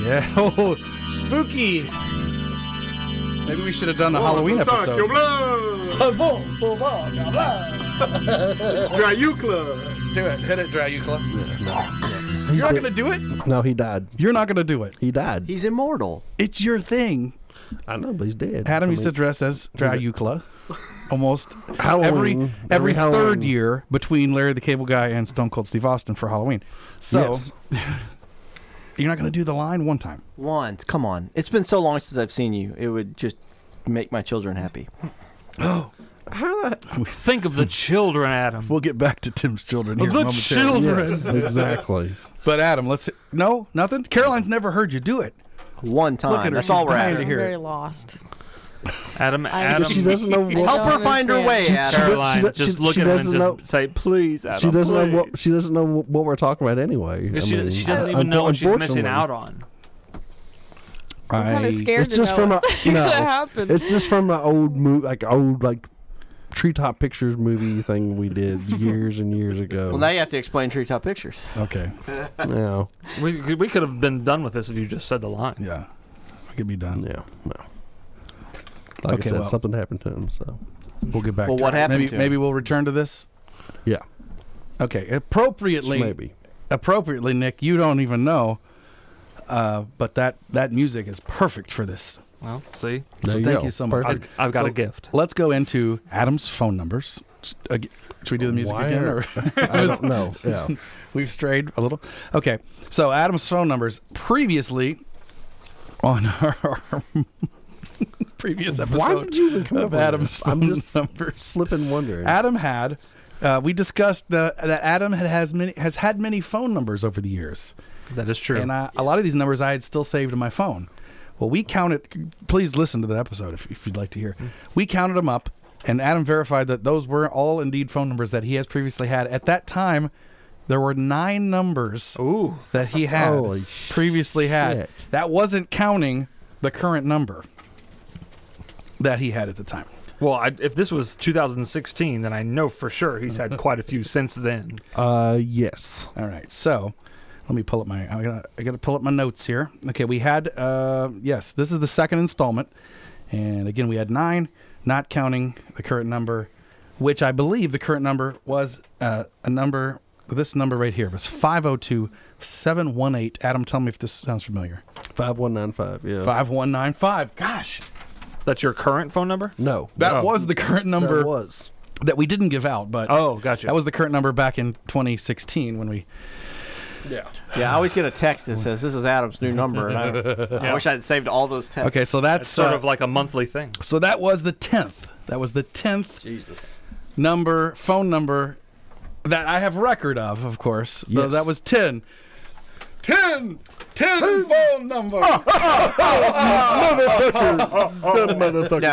B: yeah, oh, spooky. Maybe we should have done a Halloween episode. Do it. Hit it, Dry Euclid. You're not gonna do it.
C: No, he died.
B: You're not gonna do it.
C: He died.
I: He's immortal.
B: It's your thing.
C: I know, but he's dead.
B: Adam
C: I
B: used to
C: mean,
B: dress as Dracula almost
C: Halloween.
B: every every,
C: Every
B: third
C: Halloween.
B: year between Larry the Cable Guy and Stone Cold Steve Austin for Halloween. So
C: Yes.
B: you're not going to do the line one time.
I: Once, come on. It's been so long since I've seen you. It would just make my children happy.
D: Think of the children, Adam.
B: We'll get back to Tim's children here
D: the
B: momentarily.
D: children.
C: Yes, exactly.
B: But Adam, let's no nothing. Caroline's never heard you do it.
I: One time.
B: Look at her.
I: That's
B: She's
I: all we're
B: dying
E: I'm
B: to
I: after.
B: hear
E: very
B: it.
E: lost.
D: Adam, Adam,
C: she doesn't know what.
I: Help her find her way, Adam.
D: Caroline,
C: She do- she-
D: just
C: she
D: look at him and
C: doesn't
D: just
C: know-
D: say, please, Adam.
C: She doesn't know
D: please."
C: what she doesn't know wh- what we're talking about anyway. I
D: She,
C: mean,
D: she doesn't
C: uh,
D: even know what she's missing
C: unfortunately.
D: out on.
E: I'm kind
B: I-
E: of scared
C: It's
E: to
C: just
E: know
C: from a
E: what's
C: no.
E: gonna happen.
C: It's just from an old movie, like old like treetop pictures movie thing we did years and years ago.
I: Well, now you have to explain treetop pictures.
B: Okay,
C: yeah,
D: We could, we could have been done with this if you just said the line.
B: yeah, we could be done.
C: yeah, no. Like
B: Okay,
C: I said,
B: well-
C: something happened to him. So
B: We'll get back.
I: Well,
B: to
I: what
B: it.
I: happened
B: Maybe
I: to him?
B: maybe we'll return to this.
C: yeah,
B: Okay, appropriately,
C: maybe
B: appropriately, Nick, you don't even know, uh, but that that music is perfect for this.
D: Well, see,
C: There
B: so
C: you
B: thank
C: go.
B: you so much.
C: Perfect.
D: I've got
B: So-
D: a gift.
B: Let's go into Adam's phone numbers. Sh- ag- Should we do the music
C: Why
B: again?
C: are-
B: Or
C: I don't know. Yeah,
B: we've strayed a little. Okay, so Adam's phone numbers previously on our previous episode
C: why did you even come up
B: of
C: with
B: Adam's
C: this? I'm
B: phone
C: just
B: numbers.
C: flipping wondering.
B: Adam had. Uh, we discussed the, that Adam had has many has had many phone numbers over the years,
D: That is true.
B: and I, a lot of these numbers I had still saved in my phone. Well, we counted. Please listen to that episode if, if you'd like to hear.
C: Mm-hmm.
B: We counted them up, and Adam verified that those were all indeed phone numbers that he has previously had. At that time, there were nine numbers
D: Ooh,
B: that he had
C: Holy
B: previously had.
C: shit.
B: That wasn't counting the current number that he had at the time.
D: well, I, if this was 2016, then I know for sure he's had quite a few since then.
C: Uh, yes.
B: All right, so let me pull up my. I gotta, I gotta pull up my notes here. Okay, we had. Uh, yes, this is the second installment, and again we had nine, not counting the current number, which I believe the current number was uh, a number. This number right here was 502 718. Adam, tell me if this sounds familiar.
C: Five one nine five. Yeah.
B: 5195. Gosh,
D: That's your current phone number?
C: No,
B: that
C: no,
B: was the current
C: that
B: number that,
C: was.
B: we didn't give out, but
D: Oh, gotcha.
B: that was the current number back in 2016 when we.
C: Yeah.
I: Yeah, I always get a text that says, This is Adam's new number. And I, I wish I'd saved all those texts.
B: Okay, so that's
D: It's sort
B: uh,
D: of like a monthly thing.
B: So that was the tenth. That was the tenth
C: Jesus.
B: number, phone number that I have record of, of course. Though
C: Yes.
B: that was 10. 10! 10 phone numbers!
I: Now,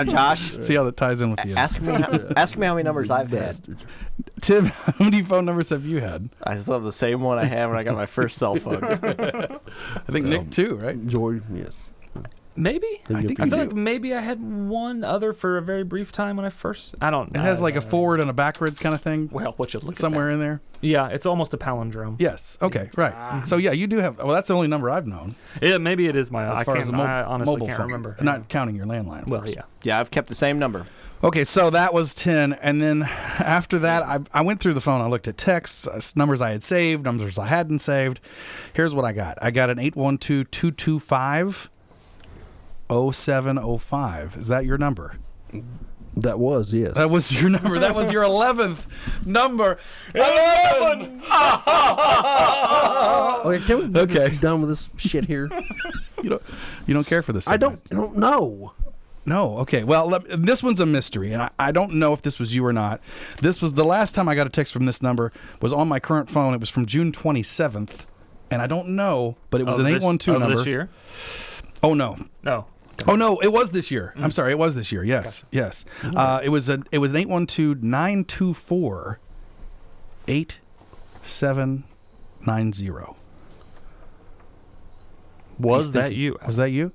I: Josh,
B: See how that ties in with you.
I: ask me, how, ask me how many numbers I've had.
B: Tim, how many phone numbers have you had?
I: I still have the same one I had when I got my first cell phone.
B: I think Nick too, right?
C: Joy. Yes.
D: Maybe?
B: I think
D: I
B: you
D: feel
B: do.
D: like maybe I had one other for a very brief time when I first. I don't
B: It
D: know.
B: has like a forward and a backwards kind of thing
D: Well, what you look at
B: somewhere in there.
D: that. Yeah, it's almost a palindrome.
B: Yes. Okay. Right. So yeah, you do have. Well, that's the only number I've known
D: Yeah, maybe it is my.
B: as
D: I
B: far
D: can't.
B: as a mo-
D: I honestly
B: mobile
D: can't
B: phone,
D: remember.
B: not counting your landline. of
D: Well,
B: course.
D: yeah.
I: Yeah, I've kept the same number.
B: Okay, so that was 10. And then after that, I, I went through the phone. I looked at texts, uh, numbers I had saved, numbers I hadn't saved. Here's what I got I got an 812 225 0705. Is that your number?
C: That was yes.
B: That was your number. That was your 11th number. 11!
C: Okay, can we
B: Okay.
C: get done with this shit here?
B: You don't, you don't care for this.
C: I
B: segment.
C: don't I don't know.
B: No. Okay. Well, let, this one's a mystery, and I, I don't know if this was you or not. This was the last time I got a text from this number was on my current phone. It was from June 27th, and I don't know, but it was
D: Of
B: an
D: this-
B: 812
D: of
B: number.
D: This year?
B: Oh no.
D: No.
B: Oh no, it was this year. I'm sorry, it was this year. Yes, yes. Uh, it was a it was an 812 924 8790.
D: Was that you?
B: Was that you?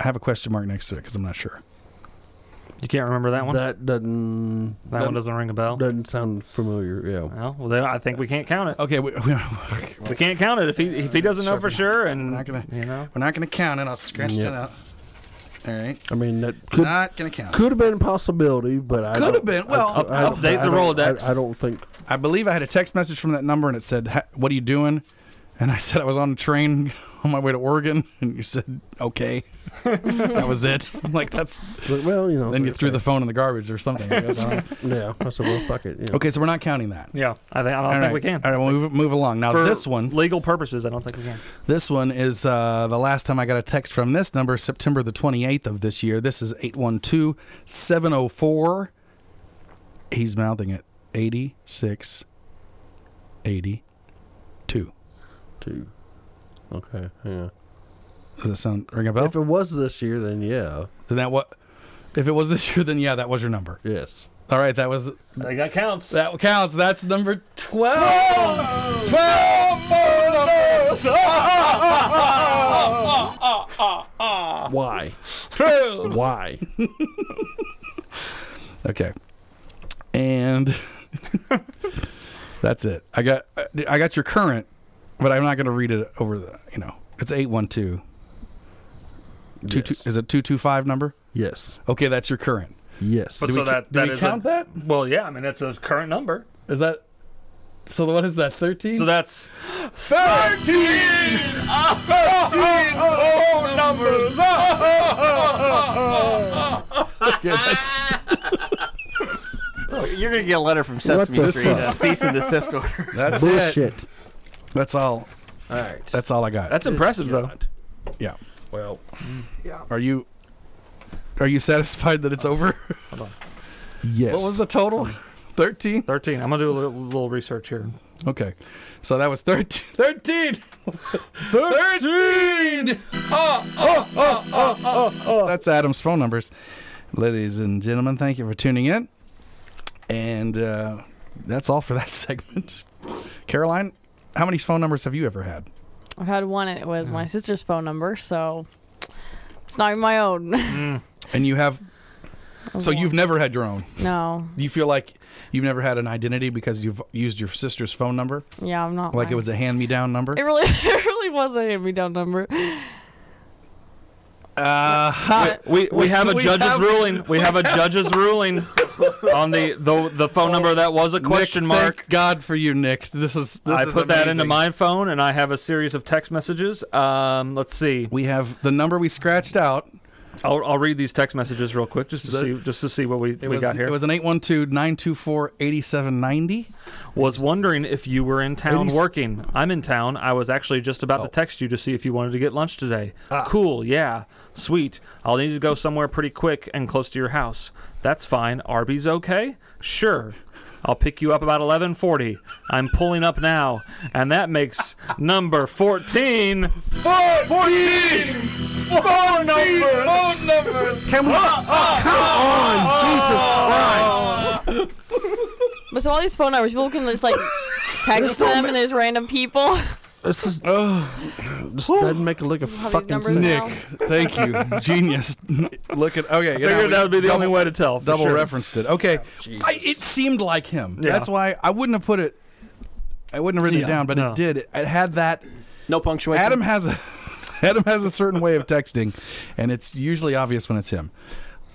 B: I have a question mark next to it because I'm not sure.
D: You can't remember that one? That,
C: That doesn't
D: one doesn't ring a bell.
C: doesn't sound familiar. Yeah.
D: well, well, then I think we can't count it.
B: Okay, we, we,
D: We can't count it if he if he doesn't know for sure. And
B: not gonna-
D: you know,
B: We're not going to count it. I'll scratch
C: Yep.
B: it out. All right.
C: I mean, that could
B: Not gonna count.
C: could have been a possibility, but I
B: Could have
C: don't-
B: been. Well,
C: I- I don't-
D: update
C: I
D: the
C: don't-
D: Rolodex.
C: I, I don't think.
B: I believe I had a text message from that number and it said, "Ha- "What are you doing?" And I said I was on a train on my way to Oregon, and you said, "Okay." that was it. I'm like, "That's."
C: But, well, you know.
B: Then you threw the phone in the garbage or something. I guess. I don't know.
C: Yeah, I said, well, fuck it. You know.
B: okay, so we're not counting that.
D: Yeah, I, think, I don't
B: All
D: think
B: right.
D: we can.
B: All right, we'll move, move along. Now
D: For
B: this one,
D: legal purposes, I don't think we can.
B: This one is uh, the last time I got a text from this number, September the 28th of this year. This is 812 704. He's mouthing it 8682.
C: Two. Okay. Yeah.
B: Does that sound ring a bell?
C: If it was this year, then yeah.
B: Then that what? If it was this year, then yeah, that was your number.
C: Yes.
B: All right, that was
D: I think that counts.
B: that counts. That's number twelve. Twelve. photos. Ah.
C: Why? Why?
B: Okay. And that's it. I got I got your current, but I'm not going to read it over the, you know. It's 812. Two, two,
C: Yes.
B: is Oh, it 225 number?
C: Yes.
B: Okay, that's your current.
C: Yes.
D: But so
B: we ca-
D: that,
B: do
D: that
B: we
D: is
B: count
D: a,
B: that?
D: Well, yeah, I mean that's a current number.
B: Is that So what is that? 13?
D: So that's
B: 13.
D: numbers.
B: Okay, that's
I: You're gonna get a letter from Sesame
C: the
I: Street, uh,
C: fuck?
I: cease and desist order.
B: that's it.
C: Bullshit.
B: That's all.
C: All right.
B: That's all I got.
D: That's impressive, though.
B: yeah.
C: well.
B: Are you Are you satisfied that it's over?
C: Yes.
B: what was the total? 13?
D: Thirteen. I'm gonna do a little, little research here.
B: Okay. So that was 13. 13! 13! Ah, That's Adam's phone numbers. Ladies and gentlemen, thank you for tuning in. And uh, that's all for that segment. Caroline, how many phone numbers have you ever had?
E: I've had one, and it was my sister's phone number, so it's not even my own.
B: And you have. Mm. So you've never had your own.
E: no,
B: Do you feel like you've never had an identity because you've used your sister's phone number?
E: yeah, I'm not.
B: Like it
E: lying.
B: was a hand me down number?
E: It really, it really was a hand-me-down number.
B: Uh,
D: We we have a
B: we
D: judge's
B: have-
D: ruling. We have a judge's ruling on the the the phone number that was a question mark.
B: Thank God for you, Nick. This is. This
D: I
B: is
D: put that into
B: amazing.
D: my phone, and I have a series of text messages. Um, let's see.
B: We have the number we scratched out.
D: I'll, I'll read these text messages real quick just to see just to see what we,
B: It
D: we
B: was,
D: got here.
B: It
D: Was,
B: was an 812-924-8790.
D: wondering if you were in town working. I'm in town. I was actually just about
B: Oh.
D: to text you to see if you wanted to get lunch today.
B: Ah.
D: Cool. Yeah. Sweet. I'll need to go somewhere pretty quick and close to your house. That's fine. Arby's okay? Sure. I'll pick you up about 11:40. I'm pulling up now, and that makes number 14. 14. 14 phone numbers.
E: But so all these phone numbers, people can just like text them, and there's random people.
C: This is. Oh. This doesn't make a look of
E: these
C: fucking
E: numbers
C: sense.
E: now.
B: Nick, thank you, genius. Look at okay. You know,
D: Figured
B: we
D: that would be the
B: double,
D: only way to tell. for
B: Double
D: sure.
B: referenced it. Okay, I, it seemed like him.
D: Yeah.
B: That's why I wouldn't have put it. I wouldn't have written
D: Yeah,
B: it down, but
D: no.
B: it did. It, it had that.
I: No punctuation.
B: Adam has a Adam has a certain way of texting, and it's usually obvious when it's him,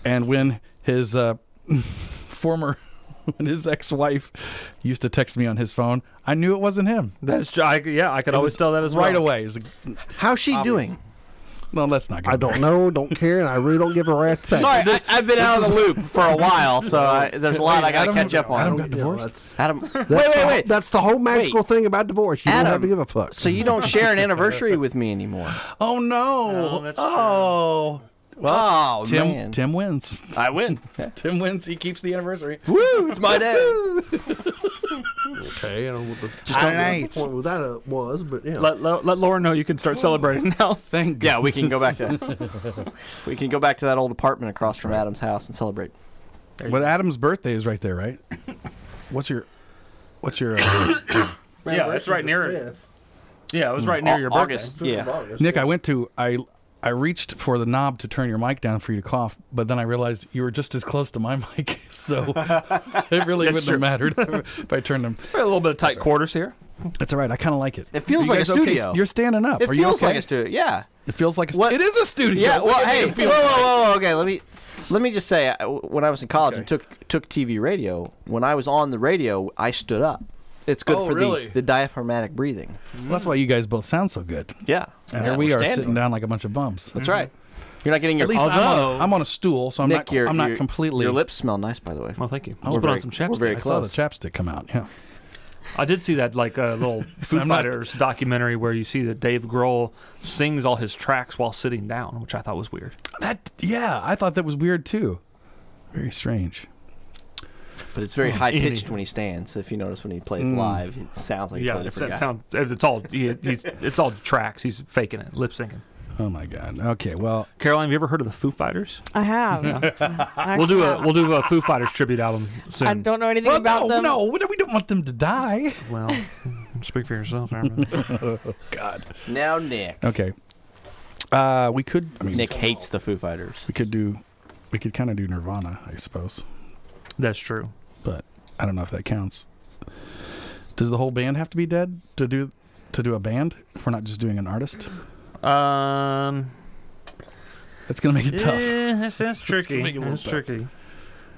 B: and when his uh, former when his ex wife used to text me on his phone, I knew it wasn't him.
D: That's I, yeah, I could always
B: was
D: tell Oh, that as
B: right
D: well.
B: away. It was like,
I: How's she doing?
B: no, let's not. Go
C: I don't know, don't care, and I really don't give a rat's ass.
I: Sorry, I, I've been out of the loop for a while, so I, there's a lot I gotta
B: Adam-
I: catch up
B: Adam
I: on.
B: got divorced.
I: Adam,
C: That's
I: wait,
C: the,
I: wait,
C: whole-
I: wait.
C: That's the whole magical
I: Wait.
C: thing about divorce. You don't have
I: Adam,
C: to give a fuck.
I: So you don't share an anniversary with me anymore?
B: oh no!
D: that's true.
B: oh,
I: Well, oh
B: Tim.
I: man,
B: Tim wins.
I: I win.
B: Tim wins. He keeps the anniversary.
I: Woo! It's my day.
C: okay, I don't know what the,
B: Just
C: I
B: don't
C: don't know
B: get
C: what the point with that uh, was, but yeah.
D: Let, let, let Lauren know you can start celebrating now.
B: Thank
I: Yeah, we can go back to we can go back to that old apartment across from Adam's house and celebrate.
B: But Adam's birthday is right there, right? What's your What's your uh,
D: yeah, it's right near it. Yeah, it was right near your birthday.
I: August. Yeah.
B: Nick? I went to I I reached for the knob to turn your mic down for you to cough, but then I realized you were just as close to my mic, so it really wouldn't have mattered if I turned them.
D: A little bit of tight quarters here.
B: That's all right. I kind of like it.
I: It feels
B: You
I: like a
B: guys okay?
I: studio.
B: You're standing up.
I: It
B: Are you
I: feels like
B: okay?
I: a studio. Yeah.
B: It feels like a
I: What-
B: studio. It is a studio.
I: Yeah.
B: What
I: Well,
B: do you
I: hey.
B: mean
I: Whoa,
B: it feels
I: whoa,
B: like?
I: whoa, whoa. Okay. Let me let me just say, I- when I was in college and took took TV radio, when I was on the radio, I stood up. It's good
B: Oh,
I: for
B: really?
I: the, the diaphragmatic breathing.
B: Well, that's why you guys both sound so good.
I: Yeah.
B: And
I: Yeah,
B: here we
I: we're
B: are
I: standing.
B: sitting down like a bunch of bums.
I: That's right. You're not getting your
B: At least I'm,
D: Although-
B: on, I'm on a stool, so I'm
I: Nick,
B: not.
I: your,
B: I'm not
I: your-
B: completely.
I: Your lips smell nice, by the way.
D: Well, thank you. I
I: We're
D: was put on
I: very-
D: some
I: we're
D: chapstick.
I: very
B: I saw the
I: close.
B: chapstick come out. Yeah.
D: I did see that like uh, little Foo
B: I'm not-
D: Fighters documentary where you see that Dave Grohl sings all his tracks while sitting down, which I thought was weird.
B: That. Yeah. I thought that was weird too. Very strange.
I: But it's very high pitched
D: Anywho.
I: when he stands. If you notice when he plays live, it sounds like a
D: yeah,
I: totally
D: it's,
I: different guy.
D: sound- it's all he, he's, it's all tracks. He's faking it, lip synging.
B: Oh my God. Okay. Well,
D: Caroline, have you ever heard of the Foo Fighters?
E: I have. I
D: We'll do a
E: have.
D: we'll do a Foo Fighters tribute album soon.
E: I don't know anything
B: well
E: about
B: no,
E: them.
B: no. We don't want them to die.
D: Well, speak for yourself. I don't know.
B: God.
I: Now Nick.
B: Okay. Uh, we could. I mean,
I: Nick hates the Foo Fighters.
B: we could do. We could kind of do Nirvana, I suppose.
D: That's true.
B: but I don't know if that counts. Does the whole band have to be dead to do to do a band? If we're not just doing an artist,
D: Um,
B: that's gonna make it tough.
D: eh, that's, that's tricky.
B: make it a little
D: That's
B: tough.
D: tricky.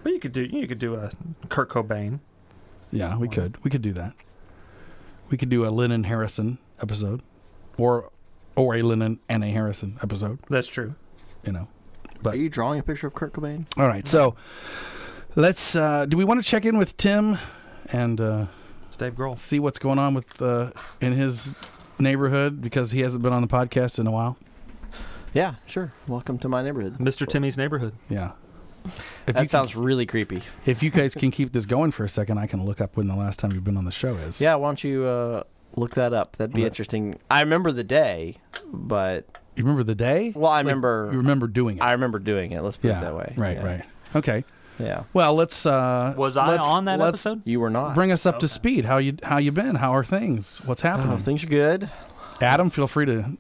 D: But you could do you could do a Kurt Cobain.
B: Yeah, we could we could do that. We could do a Lennon Harrison episode, or or a Lennon and a Harrison episode.
D: That's true.
B: You know.
I: Are you drawing a picture of Kurt Cobain?
B: All right, so let's. Uh, do we want to check in with Tim and uh,
D: It's Dave Grohl.
B: see what's going on with uh, in his neighborhood because he hasn't been on the podcast in a while?
I: Yeah, sure. Welcome to my neighborhood.
D: Mr. Timmy's neighborhood.
B: Yeah. If you
I: That
B: can-
I: sounds really creepy.
B: If you guys can keep this going for a second, I can look up when the last time you've been on the show is.
I: Yeah, why don't you uh, look that up? That'd be
B: Let-
I: interesting. I remember the day, but
B: You remember the day?
I: well, I
B: Like,
I: remember
B: You remember doing it.
I: I remember doing it. Let's put
B: yeah.
I: it that way.
B: Right,
I: Yeah.
B: right. Okay.
I: Yeah,
B: Well, let's. Uh,
D: Was I
B: let's-
D: on that
B: let's
D: episode?
I: you were not.
B: Bring us up to speed. How you how you been? How are things? What's
I: oh,
B: happening?
I: things are good.
B: Adam, feel free to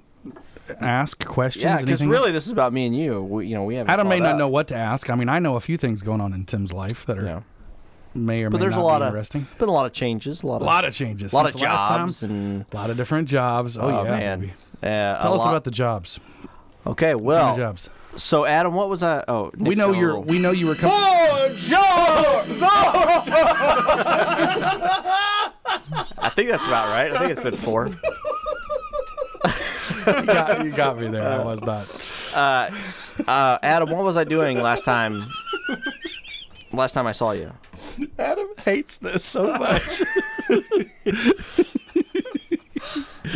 B: ask questions.
I: Yeah, because
B: anything.
I: really, this is about me and you. We, you know, we have.
B: Adam may not know what to ask. I mean, I know a few things going on in Tim's life that are
I: Yeah.
B: may or
I: But
B: may
I: there's
B: not
I: a lot
B: be
I: of
B: interesting.
I: Been a lot of changes. A lot
B: A
I: of
B: lot of changes.
I: lot
B: since
I: of
B: last time.
I: jobs and.
B: A lot of different jobs. Oh, yeah,
I: man.
B: baby.
I: Yeah, a
B: Tell us
I: lot-
B: about the jobs.
I: Okay,
B: Kind of
I: well,
B: jobs.
I: so Adam, what was I? Oh,
B: We
I: Nick's
B: know
I: got a
B: you're.
I: little-
B: We know you were coming.
I: I think that's about right. I think it's been four.
B: You got, you got me there. I was not.
I: uh, s- uh, Adam, what was I doing last time? Last time I saw you.
B: Adam hates this so much.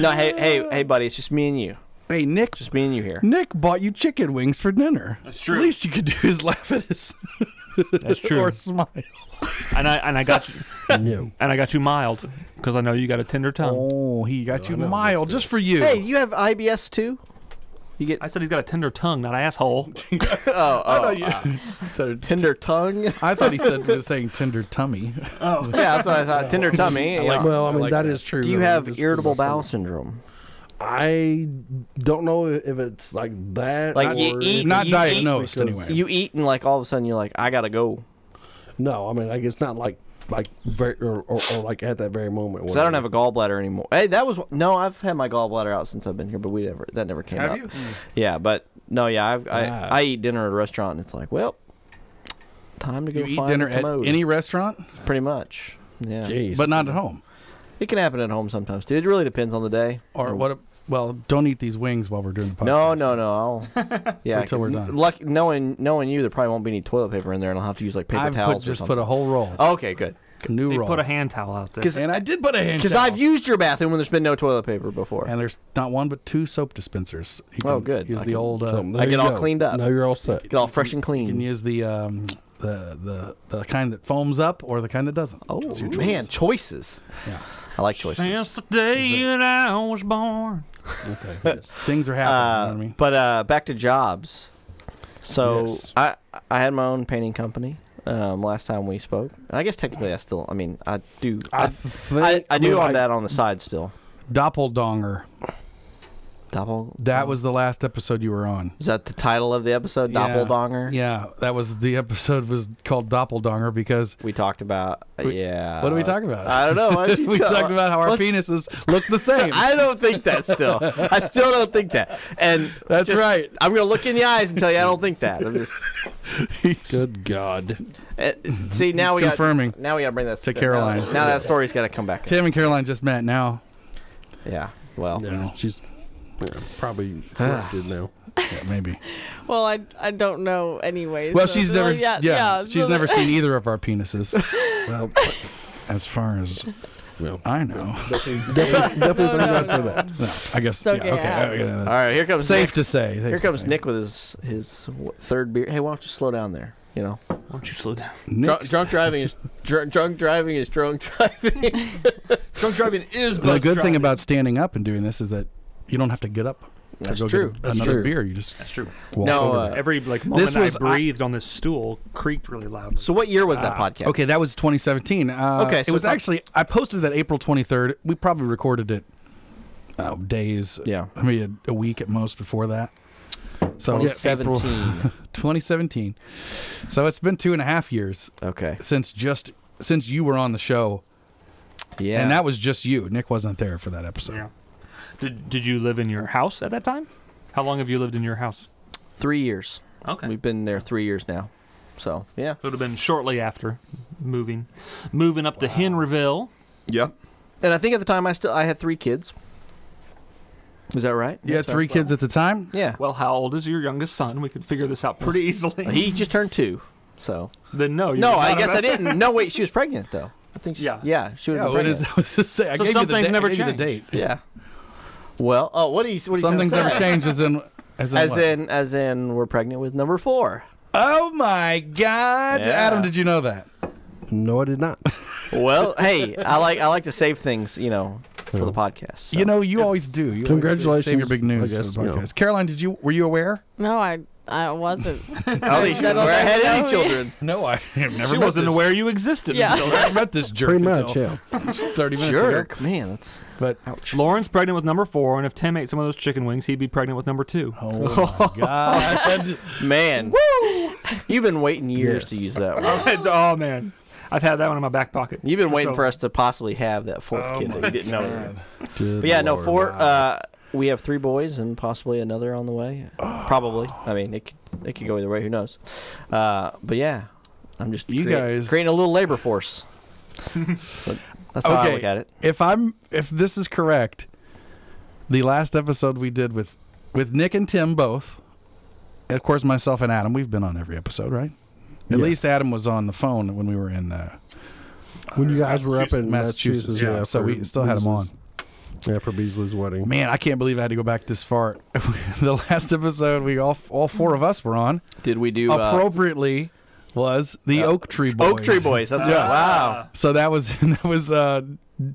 I: No, hey, hey, hey, buddy, it's just me and you.
B: hey, Nick.
I: Just me and you here.
B: Nick bought you chicken wings for dinner. That's true. At least you could do is laugh at his
D: That's true.
B: or smile.
D: And I and I got you
C: No.
D: and I got you mild because I know you got a tender tongue.
B: Oh, he got you mild just for you.
I: Hey, you have IBS too? You get oh,
D: I said he's got a tender tongue, not asshole.
B: So-
I: tender tongue? yeah,
B: I thought he said he was saying tender tummy.
I: that's what I thought. Tender tummy. you know.
C: well, I mean
B: like
C: that
B: that.
C: is true.
I: Do you
C: I mean,
I: have
C: just-
I: irritable bowel syndrome?
C: I don't know if it's like that.
I: Like,
C: or
I: you eat-
C: if-
B: Not
I: You-
B: diagnosed
C: because-
B: anyway.
I: You eat and like all of a sudden you're like, I gotta go.
C: No, I mean like it's not like like very or, or, or like at that very moment.
I: Because I don't have a gallbladder anymore. Hey, that was no. I've had my gallbladder out since I've been here, but we never that never came
B: Have
I: out.
B: you?
I: Yeah, but no, yeah. I've, I
C: Ah.
I: I eat dinner at a restaurant. and It's like, well, time to go
B: You eat
I: find
B: dinner
I: a
B: at
I: commode,
B: any restaurant,
I: pretty much. Yeah,
C: Jeez.
B: but not at home.
I: it can happen at home sometimes too. It really depends on the day.
B: Or what? a- well, don't eat these wings while we're doing the podcast.
I: No, no, no. I'll, yeah,
B: Until we're done.
I: Luck, knowing knowing you, there probably won't be any toilet paper in there, and I'll have to use like paper
B: I've put,
I: towels.
B: just
I: or
B: put
I: something. Oh,
B: a whole roll,
I: okay, good.
B: new
D: He
B: roll,
D: put a hand towel out there.
I: 'Cause-
B: and I did put a hand
I: Because
B: towel.
I: I've used your bathroom when there's been no toilet paper before.
B: and there's not one but two soap dispensers. You
I: Oh,
B: can
I: good.
B: Use
I: I
B: the
I: can-
B: old uh,
C: There
I: I
C: you
I: get all
C: go.
I: cleaned up.
C: Now you're all set.
I: Get all fresh and clean.
B: You can use the um, the the the kind that foams up or the kind that doesn't.
I: oh
B: It's your
I: man,
B: choice.
I: choices.
B: Yeah.
I: I like choices.
D: Since the day that I was born.
B: things are
I: Uh,
B: happening. you know
I: But uh, back to jobs. So
B: Yes.
I: I I had my own painting company um, last time we spoke. I guess technically I still. I mean I do. I,
C: think
I: I, I do
C: mean,
I: own that on the side still.
B: what I mean? Doppeldonger.
I: Doppel.
B: That was the last episode you were on.
I: Is that the title of the episode?
B: Yeah.
I: Doppeldonger.
B: Yeah, that was the episode was called Doppeldonger because
I: We talked about.
B: We-
I: yeah.
B: what are we talking about?
I: I don't know. Why don't you
B: we
I: tell-
B: talked about how our
I: Let's-
B: penises look the same.
I: I don't think that still. I still don't think that. And
B: That's
I: just-
B: right.
I: I'm gonna look in the eyes and tell you I don't think that. I'm just
C: Good God.
I: uh, see now we
B: confirming.
I: Gotta, now we gotta bring that
B: To
I: now-
B: Caroline.
I: Now, that story's gotta come back.
B: Tim and Caroline just met now.
I: Yeah. Well.
B: You know,
C: She's yeah, probably corrupted now.
B: yeah, maybe.
E: Well, I, I don't know anyways.
B: Well,
E: so
B: she's
E: it's
B: never.
E: like,
B: Yeah, she's
E: so-
B: never seen either of our penises,
C: Well,
B: as far as
C: well
B: I know.
C: definitely, definitely don't
E: No, no,
C: go for
E: no.
C: that.
B: No, I guess.
E: It's
B: Yeah,
E: okay,
B: okay.
E: I-
B: uh, yeah, that's
I: All right. Here comes
B: safe
I: Nick.
B: to say. safe
I: Here
B: to
I: comes
B: say.
I: Nick with his his w- third beer. Hey, why don't you slow down there? You know,
D: Why don't you slow down?
B: Nick.
I: drunk, drunk driving is drunk, drunk driving is drunk driving.
D: Drunk driving is
B: The
D: bus
B: good
D: driving.
B: thing about standing up and doing this is that you don't have to get up.
I: That's
B: to go
I: true.
B: Get
C: That's
B: another
C: true.
B: beer. You just
D: That's true.
B: walk
I: No,
B: over
I: uh,
B: there.
D: Every like moment
B: Oh, was-
D: I
B: I-
D: breathed on this stool creaked really loud.
I: so what year was that podcast?
B: Ah, Okay, that was 2017. Uh,
I: Okay, so
B: it was
I: talk-
B: actually I posted that April 23rd. We probably recorded it uh, days,
I: Yeah.
B: I mean a, a week at most before that. So yeah, April
I: 2017.
B: 2017. So it's been two and a half years
I: okay.
B: since just since you were on the show,
I: Yeah.
B: and that was just you. Nick wasn't there for that episode.
D: Yeah. Did Did you live in your house at that time? How long have you lived in your house?
I: three years.
D: Okay.
I: We've been there three years now. So yeah.
D: It would have been shortly after moving, moving up to Henryville.
I: Yep. And I think at the time I still I had three kids. Is that right?
B: You had
I: That's
B: three
I: right.
B: kids at the time.
I: Yeah.
D: Well, how old is your youngest son? We could figure this out pretty easily.
I: he just turned two. So
B: Oh,
D: then no, you
I: no,
D: forgot
I: I guess I
D: about-
I: didn't. No, wait, she was pregnant though. I think. She,
D: Yeah.
I: Yeah, she would
B: Yeah,
I: have
B: what
I: been
B: is?
I: pregnant.
B: I was just saying. I
D: So
B: gave
D: some
B: you the
D: things
B: da- I
D: never
B: gave you the
D: change.
B: date.
I: Yeah. Well, oh, what are you? What are you
B: Some
I: trying
B: things
I: to
B: never
I: say?
B: change. As in, as in,
I: As
B: what?
I: in, as in, we're pregnant with number four.
B: Oh my God,
I: Yeah.
B: Adam! Did you know that?
C: No, I did not.
I: Well, hey, I like I like to save things, you know, for the podcast. so.
B: You know, you always do. You always save your
C: Congratulations,
B: big news
C: I
B: for
C: guess,
B: the
C: you know.
B: podcast. Caroline, did you were you aware?
E: No, I I wasn't.
I: I don't think she
E: I
I: was
E: don't
I: aware I had
E: know.
I: any children.
B: No, I have never.
D: She wasn't aware you existed.
E: Yeah.
D: until-
B: I never met this jerk
C: Pretty much,
B: until
C: yeah.
B: thirty minutes ago.
I: Jerk, man, that's
B: But
D: Lauren's pregnant with number four, and if Tim ate some of those chicken wings, he'd be pregnant with number two.
B: oh my God,
I: man. You've been waiting years to use that one.
D: It's- oh man, I've had that one in my back pocket.
I: You've been waiting
D: So-
I: for us to possibly have that fourth kid that we didn't know. yet.
C: Good
I: But yeah, no,
C: Lord.
I: four. Uh, we have three boys and possibly another on the way. Probably. I mean, it could, it could go either way. Who knows? Uh, but yeah, I'm just
B: You
I: create-
B: guys-
I: creating a little labor force. So that's how I look at it.
B: If I'm if this is correct, the last episode we did with with Nick and Tim both, and of course myself and Adam, we've been on every episode, right? At
C: Yeah.
B: least Adam was on the phone when we were in uh,
C: when you guys were up in
B: Massachusetts.
C: Massachusetts,
B: yeah, so
C: for
B: we still had him on.
C: Beasley's- Yeah, for Beasley's wedding.
B: Man, I can't believe I had to go back this far. the last episode we all all four of us were on
I: Did we do
B: appropriately was the
I: uh,
B: Oak Tree Boys.
I: Oak Tree Boys? That's right. Wow.
B: So that was that was uh,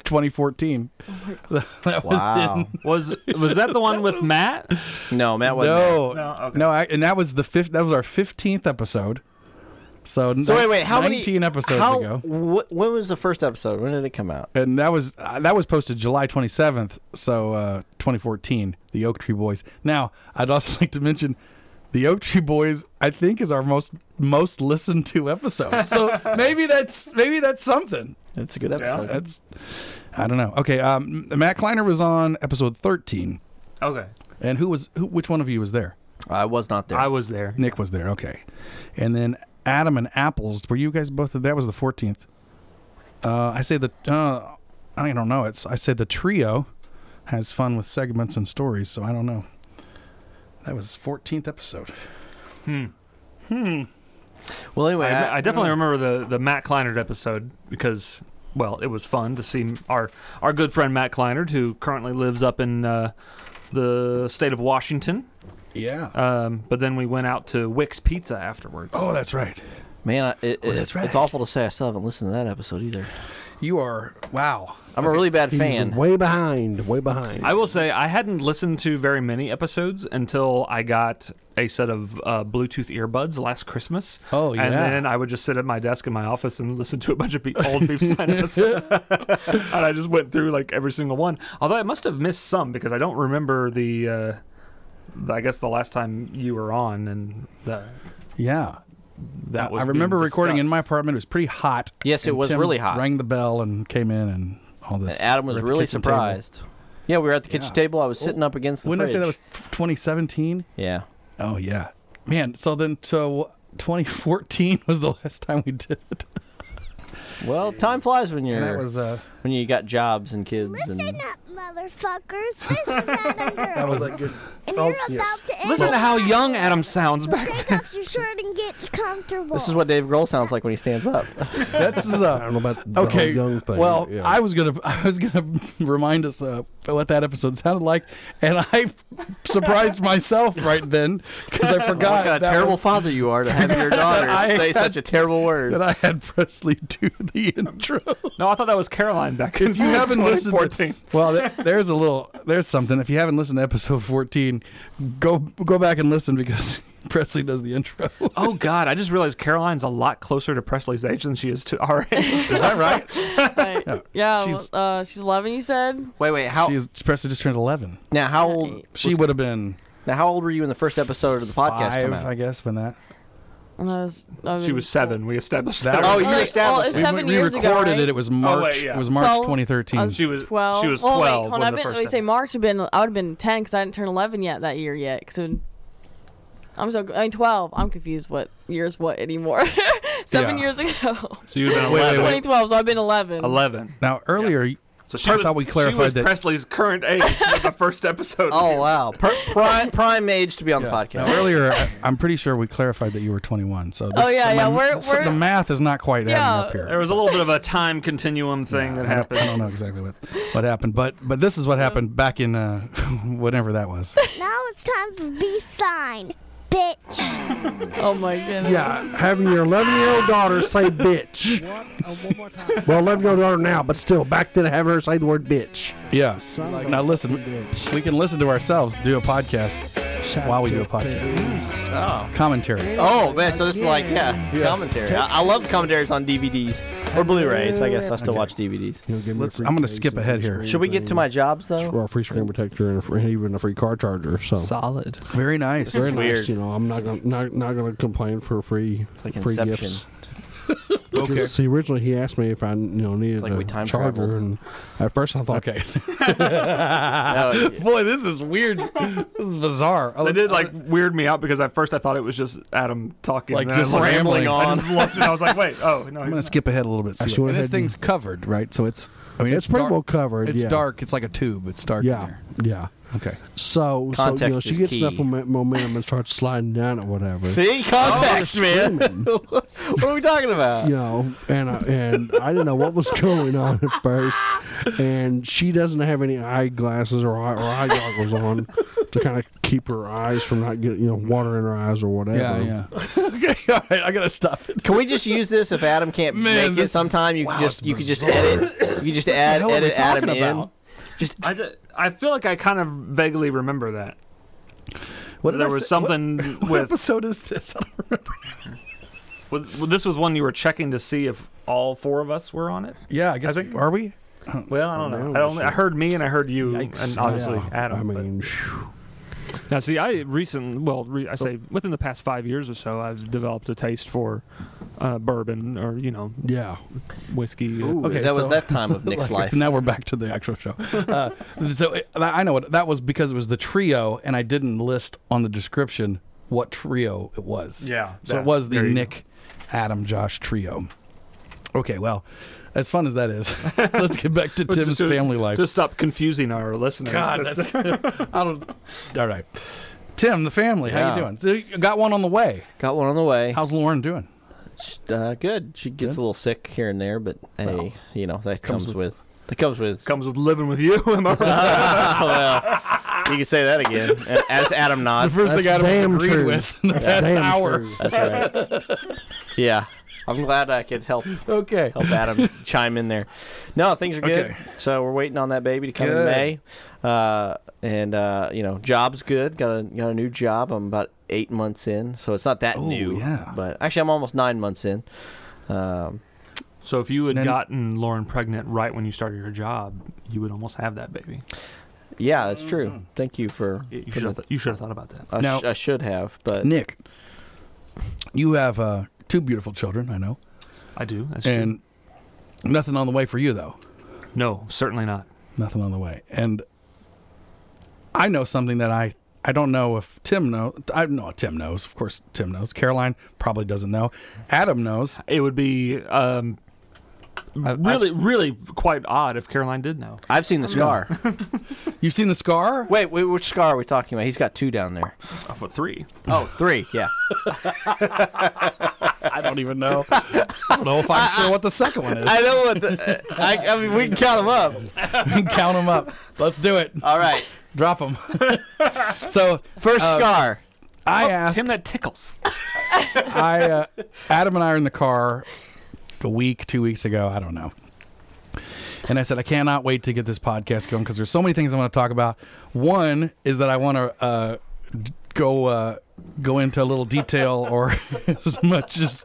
B: 2014. that was
I: Wow.
D: Was was that the one with Matt?
I: No, Matt wasn't. there.
B: no,
D: No,
B: no,
D: okay.
B: I, and that was the fifth. That was our fifteenth episode. So,
I: So wait, wait. How
B: 19
I: many
B: episodes
I: how-
B: ago,
I: wh- when was the first episode? When did it come out?
B: and that was uh, that was posted July twenty seventh, so uh, twenty fourteen. The Oak Tree Boys. Now, I'd also like to mention. The Oak Tree Boys, I think, is our most most listened to episode. So maybe that's maybe that's something.
I: It's a good episode.
B: That's I don't know. Okay, um, Matt Kleiner was on episode thirteen,
D: Okay,
B: and who was who, which one of you was there?
I: I was not there.
D: I was there.
B: Nick was there. Okay, and then Adam and Apples. Were you guys both? That was the fourteenth. Uh, I say the. Uh, I don't know. It's I say the trio has fun with segments and stories. So I don't know. That was fourteenth episode.
I: well, anyway,
D: I, I definitely remember the the Matt Kleinert episode because well, it was fun to see our our good friend Matt Kleinert, who currently lives up in uh, the state of Washington.
B: Yeah.
D: Um, but then we went out to Wick's Pizza afterwards.
B: oh, that's right.
I: man, I- it,
B: that's
I: it- It's
B: right.
I: awful to say I still haven't listened to that episode either.
B: You are wow.
I: I'm a really bad
C: He's
I: fan.
C: way behind, way behind.
D: I will say I hadn't listened to very many episodes until I got a set of uh, Bluetooth earbuds last Christmas.
B: Oh, yeah.
D: And then I would just sit at my desk in my office and listen to a bunch of pe- old Beef Sign episodes, and I just went through like every single one. Although I must have missed some because I don't remember the. Uh, the- I guess the last time you were on, and the,
B: Yeah.
D: that was.
B: I
D: being
B: remember recording in
D: discussed.
B: my apartment. It was pretty hot.
I: Yes, it
B: and
I: was
B: Tim
I: really hot.
B: Rang the bell and came in and all this.
I: And Adam
B: We're
I: was
B: at the
I: really
B: kitchen table.
I: surprised. Yeah, we were at the kitchen
B: Yeah.
I: table. I was sitting up against the
B: Wouldn't I say that was
I: fridge.
B: 2017?
I: Yeah.
B: Oh yeah, man. So then, so 2014 was the last time we did. it.
I: Well, time flies when you're
B: And that was uh,
I: when you got jobs and kids and
J: Listen up, motherfuckers. Listen, Adam
B: that
J: girl.
B: was
J: And
C: Oh,
J: you're about
C: yes.
J: to end
D: Listen to
J: up-
D: how young Adam sounds
J: So
D: back
J: take
D: then.
J: off your shirt and get comfortable.
I: this is what Dave Grohl sounds like when he stands up.
B: that's uh,
C: I don't know about the
B: okay.
C: whole young thing.
B: Well,
C: but yeah.
B: I was gonna I was gonna remind us uh, what that episode sounded like, and I surprised myself right then because I forgot
I: what kind of
B: that
I: terrible
B: was-
I: father you are to have your daughter
B: I
I: say
B: had-
I: such a terrible word.
B: that I had Presley do the intro.
D: No, I thought that was Caroline back.
B: if you haven't listened, to,
D: 2014.
B: well, th- there's a little, there's something. If you haven't listened to episode 14, go go back and listen because Presley does the intro.
D: Oh God! I just realized Caroline's a lot closer to Presley's age than she is to our age.
B: Is that right?
E: Right. yeah,
B: she's-
E: she's, uh, she's 11, you said?
I: wait, wait. How
B: She is, Presley just turned 11.
I: now? How old?
B: She would have been
I: Now, how old were you in the first episode of the podcast?
B: five,
I: Come out?
B: I guess, when that.
E: When I was, I was
D: She was seven. We established
B: That
D: that.
B: was-
I: Oh, you
E: Well, it- well,
I: established
E: it's
I: it.
E: seven
B: we, we
E: years ago,
B: recorded
E: right?
B: it. It was March.
D: yeah.
B: It was March
E: Twelve.
B: 2013.
E: I was
D: she was
E: 12.
D: She was
E: Oh, wait,
D: twelve.
E: hold on,
D: when
E: I've
D: the
E: been,
D: first
E: let me say
D: episode-
E: March. Have been I would have been 10 because I didn't turn 11 yet that year yet. So I'm so I mean 12. I'm confused. What years? What anymore? Seven
B: Yeah.
E: years ago.
D: so you've been
B: wait,
D: eleven.
B: wait.
E: 2012. So I've been 11.
D: Eleven.
B: now earlier,
D: So she
B: Part
D: was,
B: that we clarified
D: she was
B: that-
D: Presley's current age in the first episode.
I: Oh wow, per, prime prime age to be on the
B: now
I: podcast.
B: earlier, I, I'm pretty sure we clarified that you were 21. So this,
E: Oh, yeah,
B: my-
E: yeah, we're-
B: so
E: we're-
B: the math is not quite
E: Yeah.
B: adding up here.
D: There was a little bit of a time continuum thing that
B: I don't-
D: happened.
B: I don't know exactly what, what happened, but but this is what happened back in uh, whatever that was.
J: Now it's time for B sign, bitch.
E: Oh my goodness.
C: yeah, having your 11 year old daughter say bitch. well, 11 year old daughter now, but still, back then, having her say the word bitch.
B: Yeah. now listen, we can listen to ourselves do a podcast while we do a podcast commentary.
I: Oh man, so this is like yeah, commentary. I, I love commentaries on DVDs or Blu-rays. I guess I still watch DVDs.
B: Let's- I'm gonna skip ahead here.
I: Should we get to my jobs though?
C: Well, a free screen protector and, a free, even a free car charger. So
I: Solid.
B: Very nice.
C: very nice.
I: Weird.
C: You know, I'm not gonna not, not gonna complain for free.
I: It's like
C: free
I: Inception.
C: gifts. Okay. See, originally he asked me if I you know needed
I: like
C: a
I: we time
C: charger,
I: traveled.
C: and at first I thought,
B: Okay.
I: Oh,
B: Boy, this is weird. This is bizarre.
D: It did like weird me out because at first I thought it was just Adam talking,
B: Like,
D: and I
B: just
D: looked-
B: rambling
D: I just looked and I was like, wait, oh no.
B: I'm
D: he's
B: gonna
D: not.
B: skip ahead a little bit. see
C: I
B: what-
C: sure
B: and this
C: had-
B: thing's covered, right? So it's. I mean,
C: It's pretty
B: dark-
C: well covered,
B: It's
C: yeah.
B: dark. It's like a tube. It's dark in
C: yeah,
B: there.
C: yeah.
B: Okay.
C: So, so you
I: Context
C: know, she
I: is
C: gets
I: key.
C: enough momen- momentum and starts sliding down or whatever.
I: See
B: Oh,
I: context, man. what are we talking about?
C: you know, and I, and I didn't know what was going on at first. And she doesn't have any eyeglasses or eye, or eye goggles on to kind of keep her eyes from not getting you know water in her eyes or whatever.
B: Yeah, yeah. okay. All right. I gotta stop it.
I: Can we just use this if Adam can't
B: Man,
I: make it?
B: this is-
I: Sometime you
B: wow,
I: can just
B: it's
I: you can just
B: bizarre.
I: edit. You can just add
B: hell are we
I: edit Adam
B: talking
I: in.
B: about?
I: Just
D: I, d- I feel like I kind of vaguely remember that.
B: What did
D: There
B: I
D: was
B: say?
D: something
B: What, what
D: with
B: episode is this? I don't remember.
D: Was, well, this was one you were checking to see if all four of us were on it.
B: Yeah, I guess. are we?
D: Well, I don't know.
C: know.
D: I, don't, I heard me and I heard you, and obviously
C: Yeah,
D: Adam.
C: I
D: but-
C: mean, phew.
D: now see, I recent, well, re, I say within the past five years or so, I've developed a taste for uh, bourbon or you know
C: yeah.
D: whiskey. Uh,
B: Okay,
I: that
B: so-
I: was that time of Nick's life.
B: Now we're back to the actual show. Uh, so it, I know what that was because it was the trio, and I didn't list on the description what trio it was.
D: Yeah,
B: So
D: that-
B: it was the
D: there you
B: Nick, Adam, Josh trio. Okay, well, as fun as that is, let's get back to Tim's
D: Just to-
B: family life.
D: To stop confusing our listeners.
B: God,
D: That's-
B: that's I don't. All right, Tim, the family. How
I: Yeah.
B: you doing? So you got one on the way.
I: Got one on the way.
B: How's Lauren doing?
I: Uh, good. She gets a little sick here and there, but hey, you know that
B: comes
I: comes, with, that comes with.
D: comes with living with you. Am I right?
I: well, you can say that again. A- As Adam nods.
B: the first thing
C: that's
B: Adam
C: damn
B: agreed
C: true.
B: with in the past
C: damn
B: hour.
C: true.
I: That's right. yeah. I'm glad I could help.
B: Okay.
I: Help Adam chime in there. No, things are good.
B: Okay.
I: So we're waiting on that baby to come
B: Good.
I: in May, uh, and uh, you know, job's good. Got a got a new job. I'm about eight months in, so it's not that
B: Oh,
I: new.
B: yeah.
I: But actually, I'm almost nine months in. Um,
D: So if you had
I: Then-
D: gotten Lauren pregnant right when you started your job, you would almost have that baby.
I: yeah, that's
B: Mm-hmm.
I: true. Thank you for.
D: You
I: putting
D: should have
I: it-
D: th- you should have thought about that.
I: I,
B: Now-
I: sh- I should have, but
B: Nick, you have uh, two beautiful children, I know.
D: I do. That's
B: and nothing on the way for you, though.
D: true. No, certainly not.
B: Nothing on the way. And I know something that I I don't know if Tim knows. I know Tim knows. Of course, Tim knows. Caroline probably doesn't know. Adam knows.
D: It would be um, really, really quite odd if Caroline did know.
I: I've seen the scar.
B: You've seen the scar?
I: Wait, wait, which scar are we talking about? He's got two down there.
D: I put three.
I: Oh, three. Yeah.
B: I don't even know. I don't know if I'm sure what the second one is.
I: I know what. The, uh, I, I mean, we can count them up.
B: Count them up. Let's do it.
I: All right.
B: Drop them. so
I: First
B: uh,
I: scar.
B: I asked.
D: Tim, that tickles.
B: I uh, Adam and I are in the car a week, two weeks ago. I don't know. And I said, I cannot wait to get this podcast going because there's so many things I want to talk about. One is that I want to uh, d- go uh, go into a little detail or as much as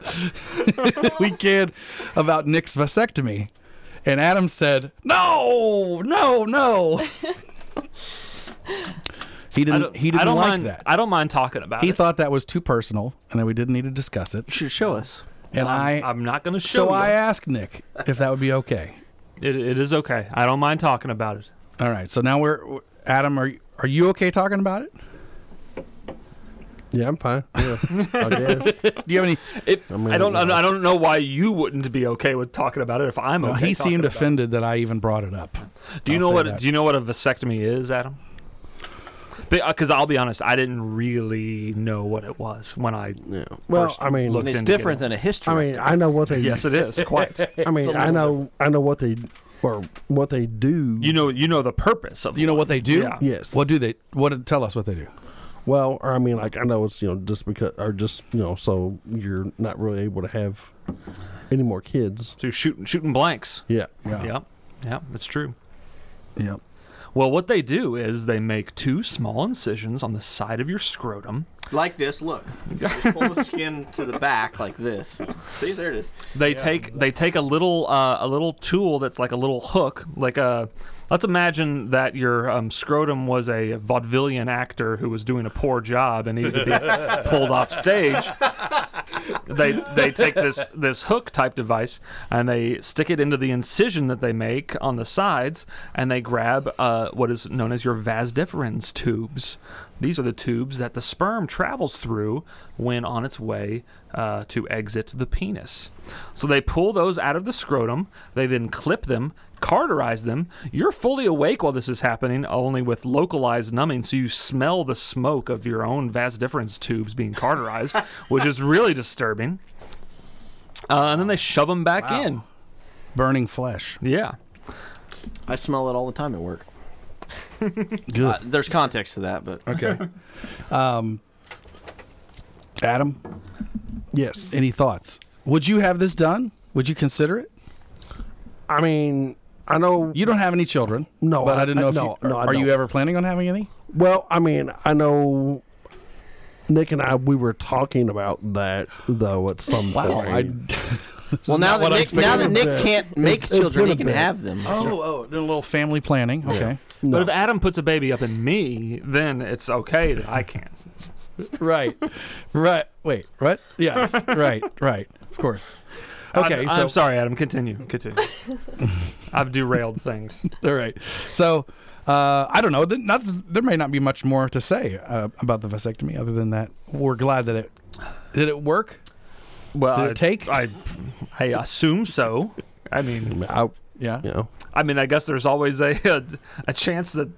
B: we can about Nick's vasectomy. And Adam said, No, no, no. he
D: I
B: didn't.
D: don't,
B: He didn't
D: I don't
B: like
D: mind,
B: that.
D: I don't mind talking about
B: He
D: it.
B: thought that was too personal, and that we didn't need to discuss it.
I: You should show us.
B: And I,
D: I'm, I'm not going to show
B: so
D: you.
B: I asked Nick if that would be okay.
D: it, it is okay. I don't mind talking about it.
B: All right. So now we're Adam. Are are you okay talking about it?
C: Yeah, I'm fine. Yeah, I guess.
B: Do you have any?
D: It,
C: I mean,
D: I don't. I don't know why you wouldn't be okay with talking about it if I'm okay.
B: Well, he
D: talking
B: seemed
D: about it.
B: offended that I even brought it up.
D: Do you
B: I'll
D: know
B: say
D: what?
B: that.
D: Do you know what a vasectomy is, Adam? Because I'll be honest, I didn't really know what it was when I.
C: Yeah. Well,
D: First
C: I mean,
D: look.
I: And it's
D: Didn't get
I: different
D: it.
I: than a history.
C: I mean, I know what they.
D: Yes, it is quite.
C: I mean, I know, I know what they or what they do.
D: You know, you know the purpose of.
B: You know what they do?
D: Yeah.
C: Yes.
B: What do they? What tell us what they do?
C: Well, or I mean, like I know it's you know just because or just you know so you're not really able to have any more kids.
D: So you're shooting shooting blanks.
C: Yeah.
D: Yeah, yeah, that's true.
B: Yeah.
D: Well, what they do is they make two small incisions on the side of your scrotum.
I: Like this, look. Just pull the skin to the back like this. See, there it is.
D: They take they take a little uh, a little tool that's like a little hook, like a. Let's imagine that your um, scrotum was a vaudevillian actor who was doing a poor job and needed to be pulled off stage. They they take this this hook type device and they stick it into the incision that they make on the sides and they grab uh, what is known as your vas deferens tubes. These are the tubes that the sperm travels through when on its way uh, to exit the penis. So they pull those out of the scrotum. They then clip them, carterize them. You're fully awake while this is happening, only with localized numbing. So you smell the smoke of your own vas deferens tubes being carterized, which is really disturbing. Uh, and then they shove them back in.
B: Burning flesh.
D: Yeah.
I: I smell it all the time at work. Uh, there's context to that, but
B: Okay. um. Adam,
C: Yes.
B: any thoughts? Would you have this done? Would you consider it?
C: I mean, I know.
B: You don't have any children.
C: No,
B: but I,
C: I-
B: didn't know
C: I-
B: if
C: no,
B: you
C: no, I
B: are you
C: don't.
B: ever planning on having any?
C: Well, I mean, I know. Nick and I, we were talking about that though at some point.
I: well, now that
B: I
I: Nick, now
C: expected.
I: that Nick
C: Yeah.
I: can't make
C: It's- it's
I: children,
C: been
I: he
C: a
I: can
C: bit.
I: have them.
B: Oh, oh, doing a little family planning. Okay.
D: But if Adam puts a baby up in me, then it's okay that I can't.
B: right. Right. Wait, what? Yes. Right. Right. Of course. Okay.
D: I'm,
B: so,
D: I'm sorry, Adam. Continue. Continue. I've derailed things.
B: All right. So, uh, I don't know. Th- Not, there may not be much more to say uh, about the vasectomy other than that we're glad that it did it work.
D: Well,
B: Did it
D: I-
B: take?
D: I, I assume so. I mean,
C: I,
B: Yeah.
C: you know,
D: I mean, I guess there's always a a, a chance that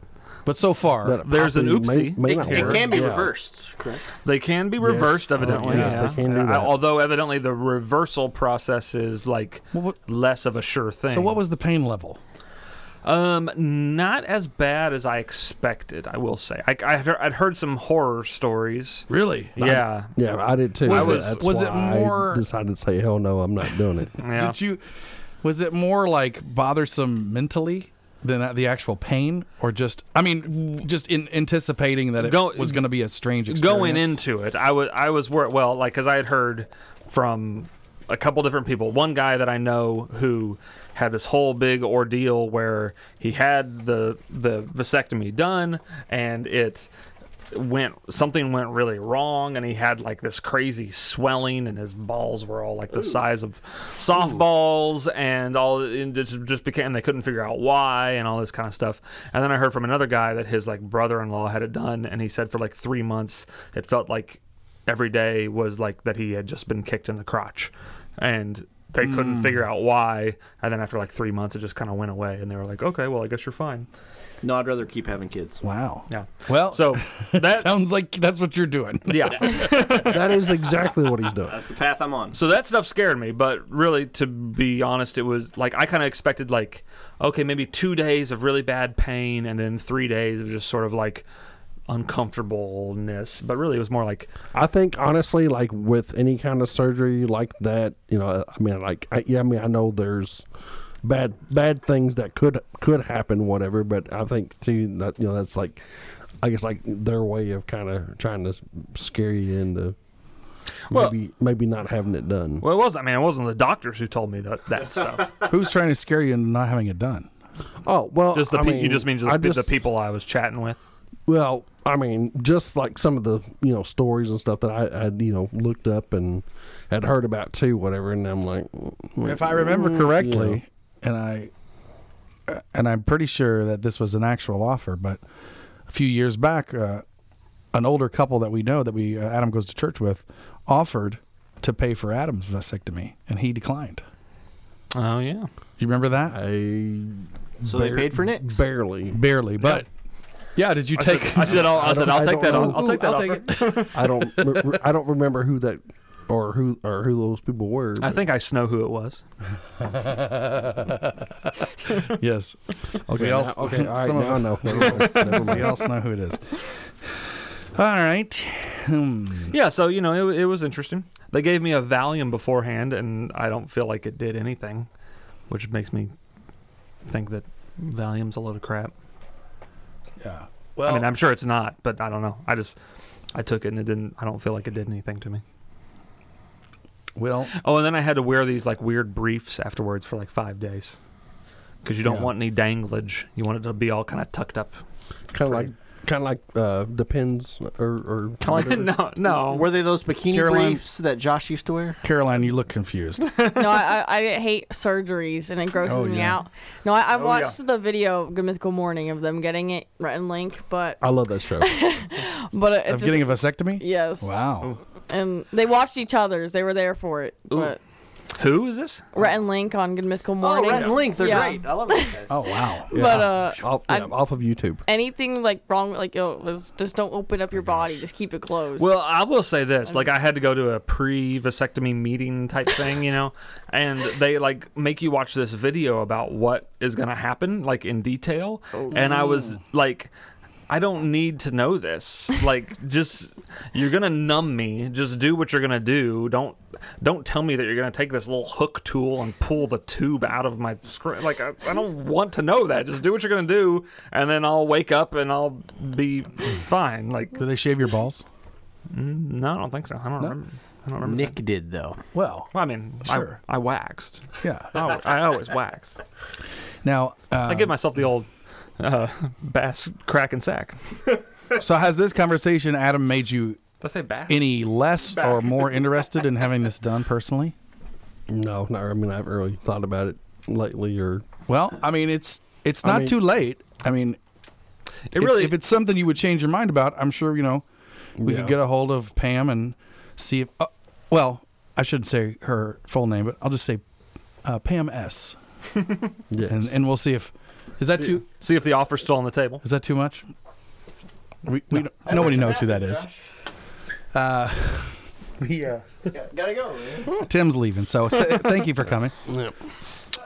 B: But so far,
C: that it
D: There's an
C: possibly
D: oopsie.
C: May, may
I: It,
C: not
I: it
C: work.
I: can be
C: Yeah.
I: reversed, correct?
D: they can be reversed,
C: Oh,
D: evidently.
C: yes, they can do
D: I-
C: that.
D: although evidently the reversal process is like
B: Well, what-
D: less of a sure thing.
B: so what was the pain level?
D: Um, not as bad as I expected. I will say, I, I heard, I'd heard some horror stories.
B: Really?
D: Yeah.
C: Yeah, I did too.
D: Was
C: so
D: it-
C: that's
B: was it
C: why I
B: more-
C: decided to say, hell no, I'm not doing it.
B: Did you? Was it more like bothersome mentally than the actual pain, or just? I mean, w- just in anticipating that it
D: Go-
B: was going to be a strange experience.
D: Going into it, I was I was wor- well, like because I had heard from a couple different people. One guy that I know who had this whole big ordeal where he had the the vasectomy done and it went something went really wrong and he had like this crazy swelling and his balls were all like the size of softballs and all and it just became they couldn't figure out why and all this kind of stuff and then i heard from another guy that his like brother-in-law had it done and he said for like three months it felt like every day was like that he had just been kicked in the crotch and they couldn't
K: Mm.
D: figure out why and then after like three months it just kind of went away and they were like okay well i guess you're fine
K: No, I'd rather keep having kids.
B: Wow.
D: yeah
B: Well,
D: so that
B: sounds like that's what you're doing.
D: yeah
C: that is exactly what he's doing.
K: That's the path I'm on.
D: So that stuff scared me, but really, to be honest, it was like I kind of expected like, okay, maybe two days of really bad pain and then three days of just sort of like uncomfortableness. But really, it was more like
C: I think honestly, like with any kind of surgery like that, you know, I mean, like, I, yeah, I mean, I know there's bad bad things that could could happen, whatever. But I think too that you know that's like, I guess like their way of kind of trying to scare you into
D: Well-
C: maybe maybe not having it done.
D: well, it was. I mean, it wasn't the doctors who told me that that stuff.
B: Who's trying to scare you into not having it done?
C: Oh well,
D: just the
C: I
D: pe- you
C: mean,
D: just mean the,
C: I
D: pe- the
C: just-
D: people I was chatting with.
C: Well, I mean, just like some of the you know stories and stuff that I, I you know looked up and had heard about too, whatever. And I'm like,
B: If I remember
C: mm,
B: correctly,
C: you
B: and
C: know.
B: I uh, and I'm pretty sure that this was an actual offer, but a few years back, uh, an older couple that we know that we uh, Adam goes to church with offered to pay for Adam's vasectomy, and he declined.
D: Oh yeah,
B: you remember that?
C: I
K: So they paid for Nick's?
C: "Mm, barely,
B: barely, but yeah. Did you
D: I said-
B: take?
D: I said I'll- I said
C: don't-
D: I'll
C: I
D: take
C: don't
D: that.
C: know.
D: I'll, I'll take
B: Ooh,
D: that.
B: I'll
D: offer.
C: I don't re- re- I don't remember who that or who or who those people were.
D: I
C: but-
D: think I know who it was.
B: yes.
C: Okay,
B: We
C: now-
B: also-
C: okay, all right,
B: some of
C: now I
B: us-
C: know. Never mind, never mind.
B: we also know who it is. All right. Hmm.
D: Yeah, so you know it, it was interesting. They gave me a Valium beforehand, and I don't feel like it did anything, which makes me think that Valium's a load of crap.
B: Yeah.
D: I mean, I'm sure it's not, but I don't know. I just I took it and it didn't. I don't feel like it did anything to me.
B: Well,
D: Oh, and then I had to wear these like weird briefs afterwards for like five days because you don't
C: Yeah.
D: want any danglage. You want it to be all kind of tucked up.
C: kind of like kind of like uh, depends or or
D: no, no.
I: Were they those bikini
B: Caroline-
I: briefs that Josh used to wear?
B: Caroline, you look confused.
E: no, I, I, I hate surgeries and it grosses
B: Oh,
E: me
B: yeah.
E: out. No, I, I
B: Oh,
E: watched the video of Good Mythical Morning of them getting it right in link, but
C: I love that show.
E: but it, it
B: Oh, of
E: just-
B: getting a vasectomy?
E: Yes.
B: Wow.
E: and they watched each other's. They were there for it. But
D: Who is this?
E: Rhett and Link on Good Mythical Morning.
I: Rhett and Oh, Link, they're
E: Yeah.
I: great. I love those guys.
B: Oh wow!
E: But, uh,
C: off, yeah, off of YouTube.
E: Anything like wrong, with- like yo, was- just don't open
I: Oh
E: up your body. Just keep it closed.
D: Well, I will say this: like, I had to go to a pre-vasectomy meeting type thing, you know, and they like make you watch this video about what is going to happen, like in detail. and I was like, I don't need to know this. Like, just you're going to numb me. Just do what you're going to do. Don't don't tell me that you're going to take this little hook tool and pull the tube out of my screen. Like, I, I don't want to know that. Just do what you're going to do, and then I'll wake up and I'll be fine. Like.
B: Did they shave your balls?
D: Mm, No, I don't think so. I don't remember. I don't remember.
I: Nick did though.
B: Well,
D: I mean,
B: sure.
D: I, I waxed.
B: Yeah.
D: I, al- I always wax.
B: Now,
D: I
B: uh,
D: give myself the old uh, bass crack and sack.
B: so has this conversation, Adam, made you
D: Did I say bass?
B: any less or more interested in having this done personally?
C: No, not. I mean, I haven't really thought about it lately. Or
B: Well, I mean, it's it's
C: I
B: not
C: mean-
B: too late. I mean,
D: It
B: if-
D: really-
B: if it's something you would change your mind about, I'm sure you know we
C: Yeah.
B: could get a hold of Pam and see if. Uh, well, I shouldn't say her full name, but I'll just say uh, Pam S.
C: Yes.
B: and and we'll see if is that too
D: See if the offer's still on the table.
B: Is that too much? We, we don't, nobody knows who that is. Uh,
H: Yeah. Gotta go. man.
B: Tim's leaving, so s- thank you for coming.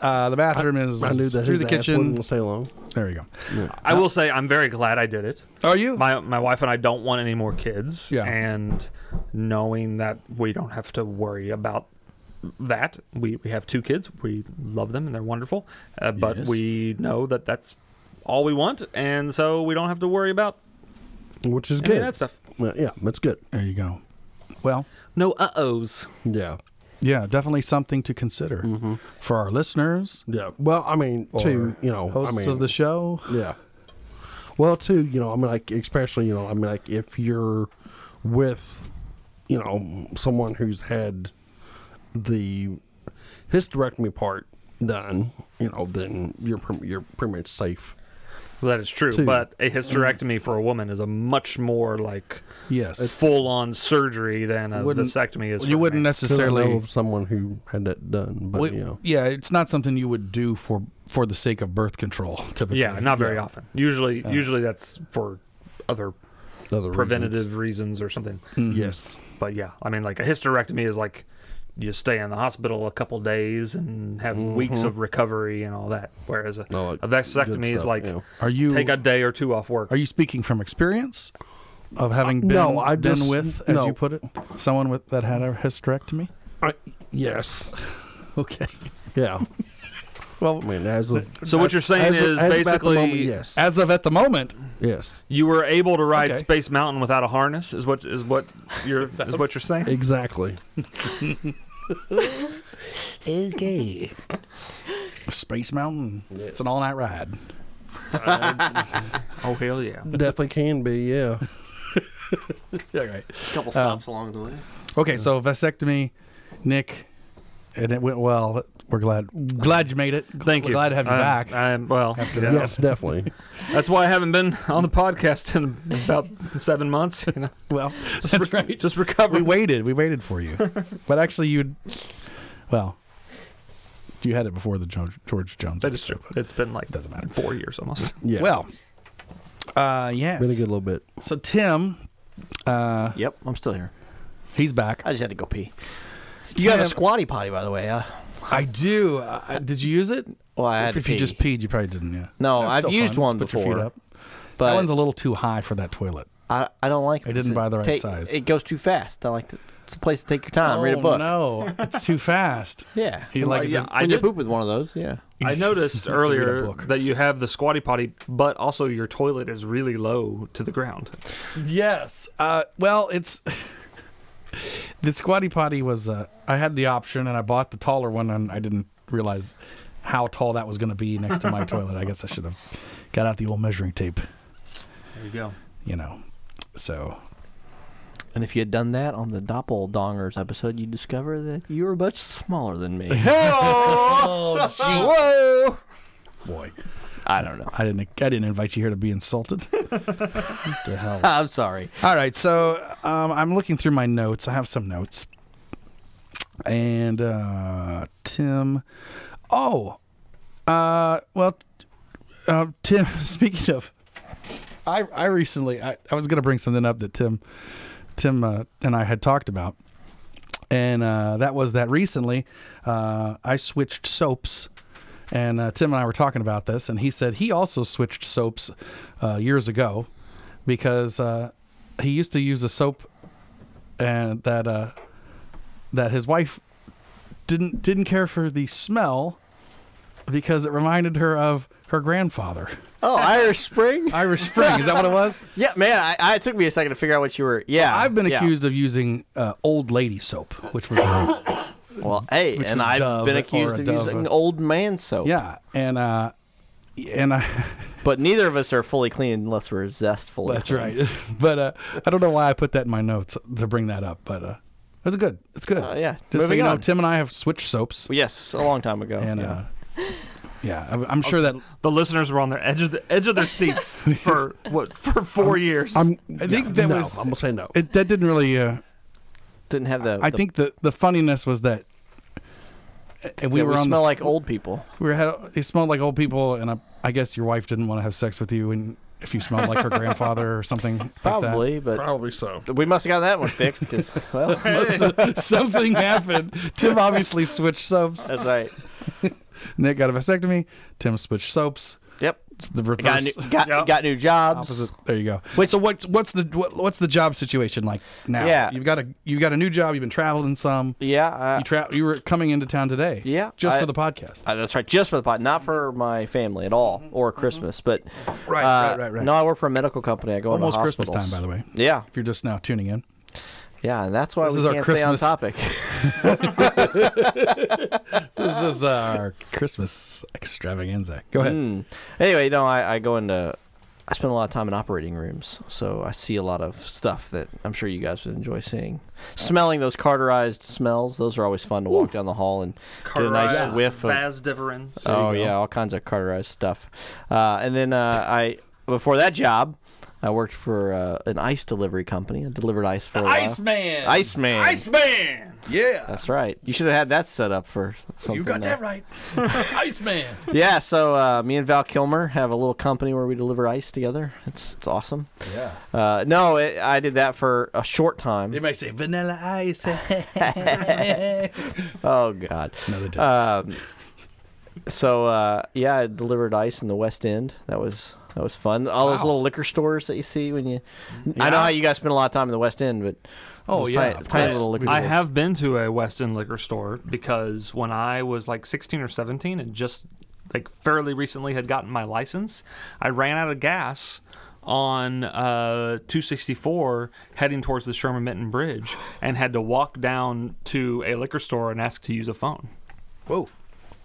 B: Uh, the bathroom is
C: I knew that
B: through
C: his
B: the
C: ass
B: kitchen.
C: wouldn't stay long.
B: There you go.
D: I will say I'm very glad I did it.
B: Are you?
D: My my wife and I don't want any more kids.
B: Yeah.
D: And knowing that we don't have to worry about that, we we have two kids. We love them and they're wonderful. Uh, but
C: Yes.
D: we know that that's all we want, and so we don't have to worry about
C: Which is
D: any
C: good.
D: of that stuff.
C: Well, yeah, that's good.
B: There you go. Well,
D: no uh ohs.
C: Yeah.
B: Yeah, definitely something to consider
D: Mm-hmm.
B: for our listeners.
C: Yeah. Well, I mean,
B: or
C: to you know,
B: hosts
C: I mean,
B: of the show.
C: Yeah. Well, too, you know, I mean, like, especially, you know, I mean, like, if you're with, you know, someone who's had the hysterectomy part done, you know, then you're pre- you're pretty much safe.
D: Well, that is true,
C: Two.
D: but a hysterectomy for a woman is a much more like
B: Yes.
D: full-on surgery than a
B: Wouldn't-
D: vasectomy is.
B: you
D: for
B: wouldn't
D: me.
B: necessarily
C: I know of someone who had that done, but
B: Wait,
C: you know,
B: yeah, it's not something you would do for for the sake of birth control. Typically,
D: Yeah, not very
B: Yeah.
D: often. Usually,
B: Yeah.
D: usually that's for other,
C: Other
D: preventative reasons. or something.
B: Mhm.
C: Yes,
D: but yeah, I mean, like a hysterectomy is like you stay in the hospital a couple days and have weeks
B: Mhm.
D: of recovery and all that. Whereas a,
B: No, like,
D: a vasectomy
B: good
D: is
B: stuff,
D: like
B: yeah. Are you-
D: take a day or two off work.
B: Are you speaking from experience of having been
D: no, I
B: been
D: just-
B: with, as
D: no.
B: you put it, someone with that had a hysterectomy?
C: I, yes.
B: okay.
C: Yeah. well, I mean, as of,
D: So what you're saying
C: as of-
D: is
C: as of at the
D: basically
C: moment, yes,
B: As of at the moment,
C: yes.
D: You were able to ride
C: Okay.
D: Space Mountain without a harness, is what is what you're is what you're saying?
C: Exactly.
B: okay. Space Mountain. It's an all night ride.
D: oh hell yeah!
C: Definitely can be. Yeah.
B: yeah. Right.
K: Couple
B: Um,
K: stops along the way.
B: Okay, so vasectomy, Nick, and it went well. We're glad glad you made it.
D: Thank
B: We're
D: you.
B: Glad to have you
D: I'm-
B: back.
D: I'm well.
B: After
D: yeah.
B: that.
C: Yes, definitely.
D: That's why I haven't been on the podcast in about seven months. You know?
B: Well,
D: just that's right. Just recover.
B: We waited. We waited for you. but actually, you, well, you had it before the George, George Jones.
D: That is true. It's been like
B: doesn't matter
D: four years almost.
B: Well, uh, yes.
C: Been a good little bit.
B: So Tim. Uh,
I: yep, I'm still here.
B: He's back.
I: I just had to go pee. You have a
B: Tim-
I: squatty potty, by the way. Uh,
B: I do. Uh, did you use it?
I: Well, I had
B: if
I: to
B: if you
I: pee.
B: just peed, you probably didn't. Yeah.
I: No,
B: That's
I: I've
B: still
I: used
B: fun.
I: one
B: Just Put
I: before,
B: your feet up.
I: but-
B: that one's a little too high for that toilet.
I: I, I don't like.
B: I didn't buy the right
I: take-
B: size.
I: It goes too fast. I like to. It's a place to take your time,
B: oh,
I: read a book.
B: No, it's too fast.
I: Yeah.
B: You
I: Well,
B: like it
I: yeah,
B: to-
I: I
D: When you
I: did poop with one of those. Yeah.
D: I noticed earlier that you have the squatty potty, but also your toilet is really low to the ground.
B: Yes. Uh, well, it's the squatty potty was. Uh, I had the option, and I bought the taller one, and I didn't realize how tall that was going to be next to my toilet. I guess I should have got out the old measuring tape,
D: There you go.
B: you know. So
I: And if you had done that on the Doppeldongers episode, you'd discover that you were much smaller than me.
F: Oh,
I: Whoa!
B: Boy,
I: I don't know.
B: I didn't. I didn't invite you here to be insulted. what the hell?
I: I'm sorry.
B: All right, so um, I'm looking through my notes. I have some notes, and uh, Tim. Oh, uh, well, uh, Tim. Speaking of, I I recently I, I was gonna bring something up that Tim Tim uh, and I had talked about, and uh, that was that recently uh, I switched soaps. And uh, Tim and I were talking about this, and he said he also switched soaps uh, years ago because uh, he used to use a soap and that uh, that his wife didn't didn't care for the smell because it reminded her of her grandfather.
I: Oh, Irish Spring.
B: Irish Spring. Is that what it was?
I: yeah, man. I, I it took me a second to figure out what you were. Yeah.
B: I've been
I: yeah.
B: accused of using uh, old lady soap, which was
I: Well, hey,
B: which
I: and
B: was
I: I've
B: Dove
I: been
B: or
I: accused
B: a
I: of
B: Dove.
I: using old man soap.
B: yeah, and uh, and I.
I: But neither of us are fully clean unless we're zestful.
B: That's right. but uh, I don't know why I put that in my notes to bring that up, but uh, it's good. It's good.
I: Uh, yeah.
B: Just so
I: Moving
B: you know,
I: on.
B: Tim and I have switched soaps.
I: Yes, a long time ago.
B: And
I: yeah.
B: uh, yeah, I'm- I'm sure that
D: The listeners were on their edge of the edge of their seats for what for 4 years.
B: I think that
C: no,
B: was.
C: I'm gonna say no.
B: It, that didn't really. Uh,
I: Didn't have the.
B: I
I: the-
B: think the the funniness was that.
I: that
B: And we were on
I: smell
B: the,
I: like old people.
B: we were had it smelled like old people, and I, I guess your wife didn't want to have sex with you, and if you smelled like her grandfather or something,
I: Probably, but
C: Probably so.
I: we must have got that one fixed because well, Uh,
B: like that. something happened. Tim obviously switched soaps.
I: that's right.
B: Nick got a vasectomy. Tim switched soaps.
I: Yep.
B: It's the
I: I got
B: reverse.
I: new- got- Yep. got new jobs.
B: Opposite. There you go. so what's what's the what, what's the job situation like now?
I: Yeah.
B: You've got a you have got a new job. You've been traveling some.
I: Yeah. Uh,
B: you tra- you were coming into town today.
I: Yeah,
B: Just
I: I-
B: for the podcast.
I: Uh, that's right, just for the pot, not for my family at all or Christmas. But
B: Mm-hmm. Right,
I: uh,
B: right, right, right.
I: No, I work for a medical company. I go into
B: Almost Christmas
I: hospitals.
B: time, by the way.
I: Yeah,
B: If you're just now tuning in.
I: yeah, and that's why
B: This
I: we
B: is our
I: can't
B: Christmas-
I: stay on topic.
B: This is our Christmas extravaganza. Go ahead.
I: Mm. Anyway, no, I, I go into. I spend a lot of time in operating rooms, so I see a lot of stuff that I'm sure you guys would enjoy seeing. Smelling those carterized smells; those are always fun to walk down the hall and get a nice
D: Carterized
I: whiff of.
D: Vasdiverins. There you go.
I: Oh yeah, all kinds of carterized stuff. Uh, and then uh, I, before that job, I worked for uh, an ice delivery company. I delivered ice for a while.
A: Iceman.
I: Iceman.
A: Iceman. Yeah.
I: That's right. You should have had that set up for something.
A: You got
I: there.
A: that right. Iceman.
I: yeah, so uh, me and Val Kilmer have a little company where we deliver ice together. It's it's awesome.
A: Yeah.
I: Uh, no, it, I did that for a short time.
B: They might say vanilla ice.
I: oh God.
B: No, they
D: Uh,
I: Um, so uh, yeah, I delivered ice in the West End. That was that was fun. All those
B: Wow.
I: little liquor stores that you see when you. I know
D: Yeah.
I: how you guys spend a lot of time in the West End, but
D: Oh
I: those
D: yeah,
I: tiny,
D: of
I: tiny
D: course.
I: little liquor
D: I
I: stores.
D: have been to a West End liquor store because when I was like 16 or 17 and just like fairly recently had gotten my license, I ran out of gas on uh, 264 heading towards the Sherman Minton Bridge and had to walk down to a liquor store and ask to use a phone.
B: Whoa.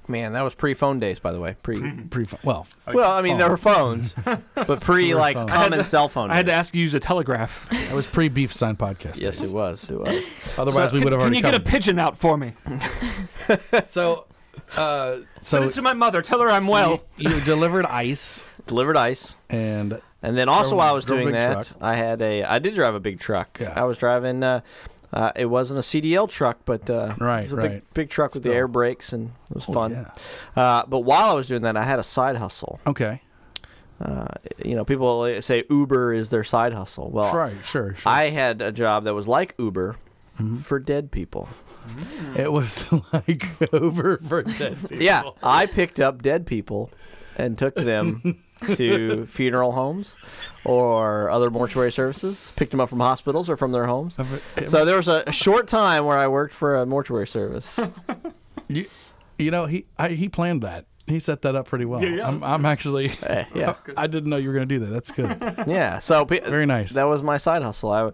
I: Man, that was pre-phone days, by the way. Pre,
D: Mm-hmm.
B: pre well,
D: Oh,
I: well, I mean there were phones, but pre
B: There were
I: like
B: phones.
I: common
D: I had to-
I: cell phone.
D: I had to ask you to use a telegraph.
B: That was pre beef sign podcast.
I: Yes, it was. It was.
B: Otherwise, we would have
D: Can
B: already.
D: you get a
B: covered
D: pigeon out for me?
B: it. so, uh,
D: Send
B: so
D: it to my mother. Tell her I'm
B: so
D: well.
B: You, you delivered ice
I: delivered ice.
B: and
I: And then also
B: Drove-
I: while I was
B: drove a
I: doing
B: big
I: that, I had a I did drive a big truck.
B: Yeah.
I: I was driving. Uh, uh, it wasn't a CDL truck, but uh,
B: Right,
I: it was a
B: right.
I: big, big truck with the
B: Still. Oh,
I: air brakes, and it was fun. Uh, but while I was doing that, I had a side hustle.
B: okay,
I: Uh, you know, people say Uber is their side hustle.
D: Oh.
I: Well,
B: sure, sure, sure.
I: I had a job that was like Uber
B: Mm-hmm.
I: for dead people.
B: it was like over for dead people.
I: Yeah, I picked up dead people and took them to funeral homes or other mortuary services. Picked them up from hospitals or from their homes. So there was a a short time where I worked for a mortuary service.
B: You, you know, he I, he planned that. He set that up pretty well.
D: Yeah, yeah,
B: I'm,
D: that's
B: I'm actually.
I: yeah.
B: I didn't know you were going to do that. That's good. Good
I: Yeah, so pe-
B: Very nice.
I: That was my side hustle. I,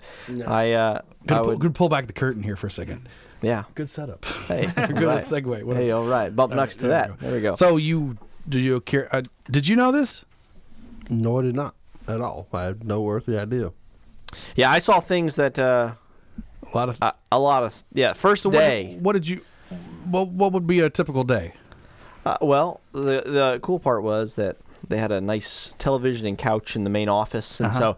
I: I, uh, I
B: pull,
I: would,
B: good pull back the curtain here for a second.
I: yeah.
B: Good setup.
I: Hey,
B: Good
I: right.
B: segue. Whatever.
I: Hey, all right. Bump
B: All
I: next
B: right,
I: to
B: there
I: that.
B: we go.
I: There we go.
B: So you do you care? Uh, did you know this?
C: No, I did not at all. I had no earthly idea.
I: yeah, I saw things that uh,
B: A lot of
I: a, a lot of yeah. First
B: So what
I: day.
B: did- What, did you? What what would be a typical day?
I: Uh, well, the the cool part was that they had a nice television and couch in the main office,
B: Uh-huh.
I: and so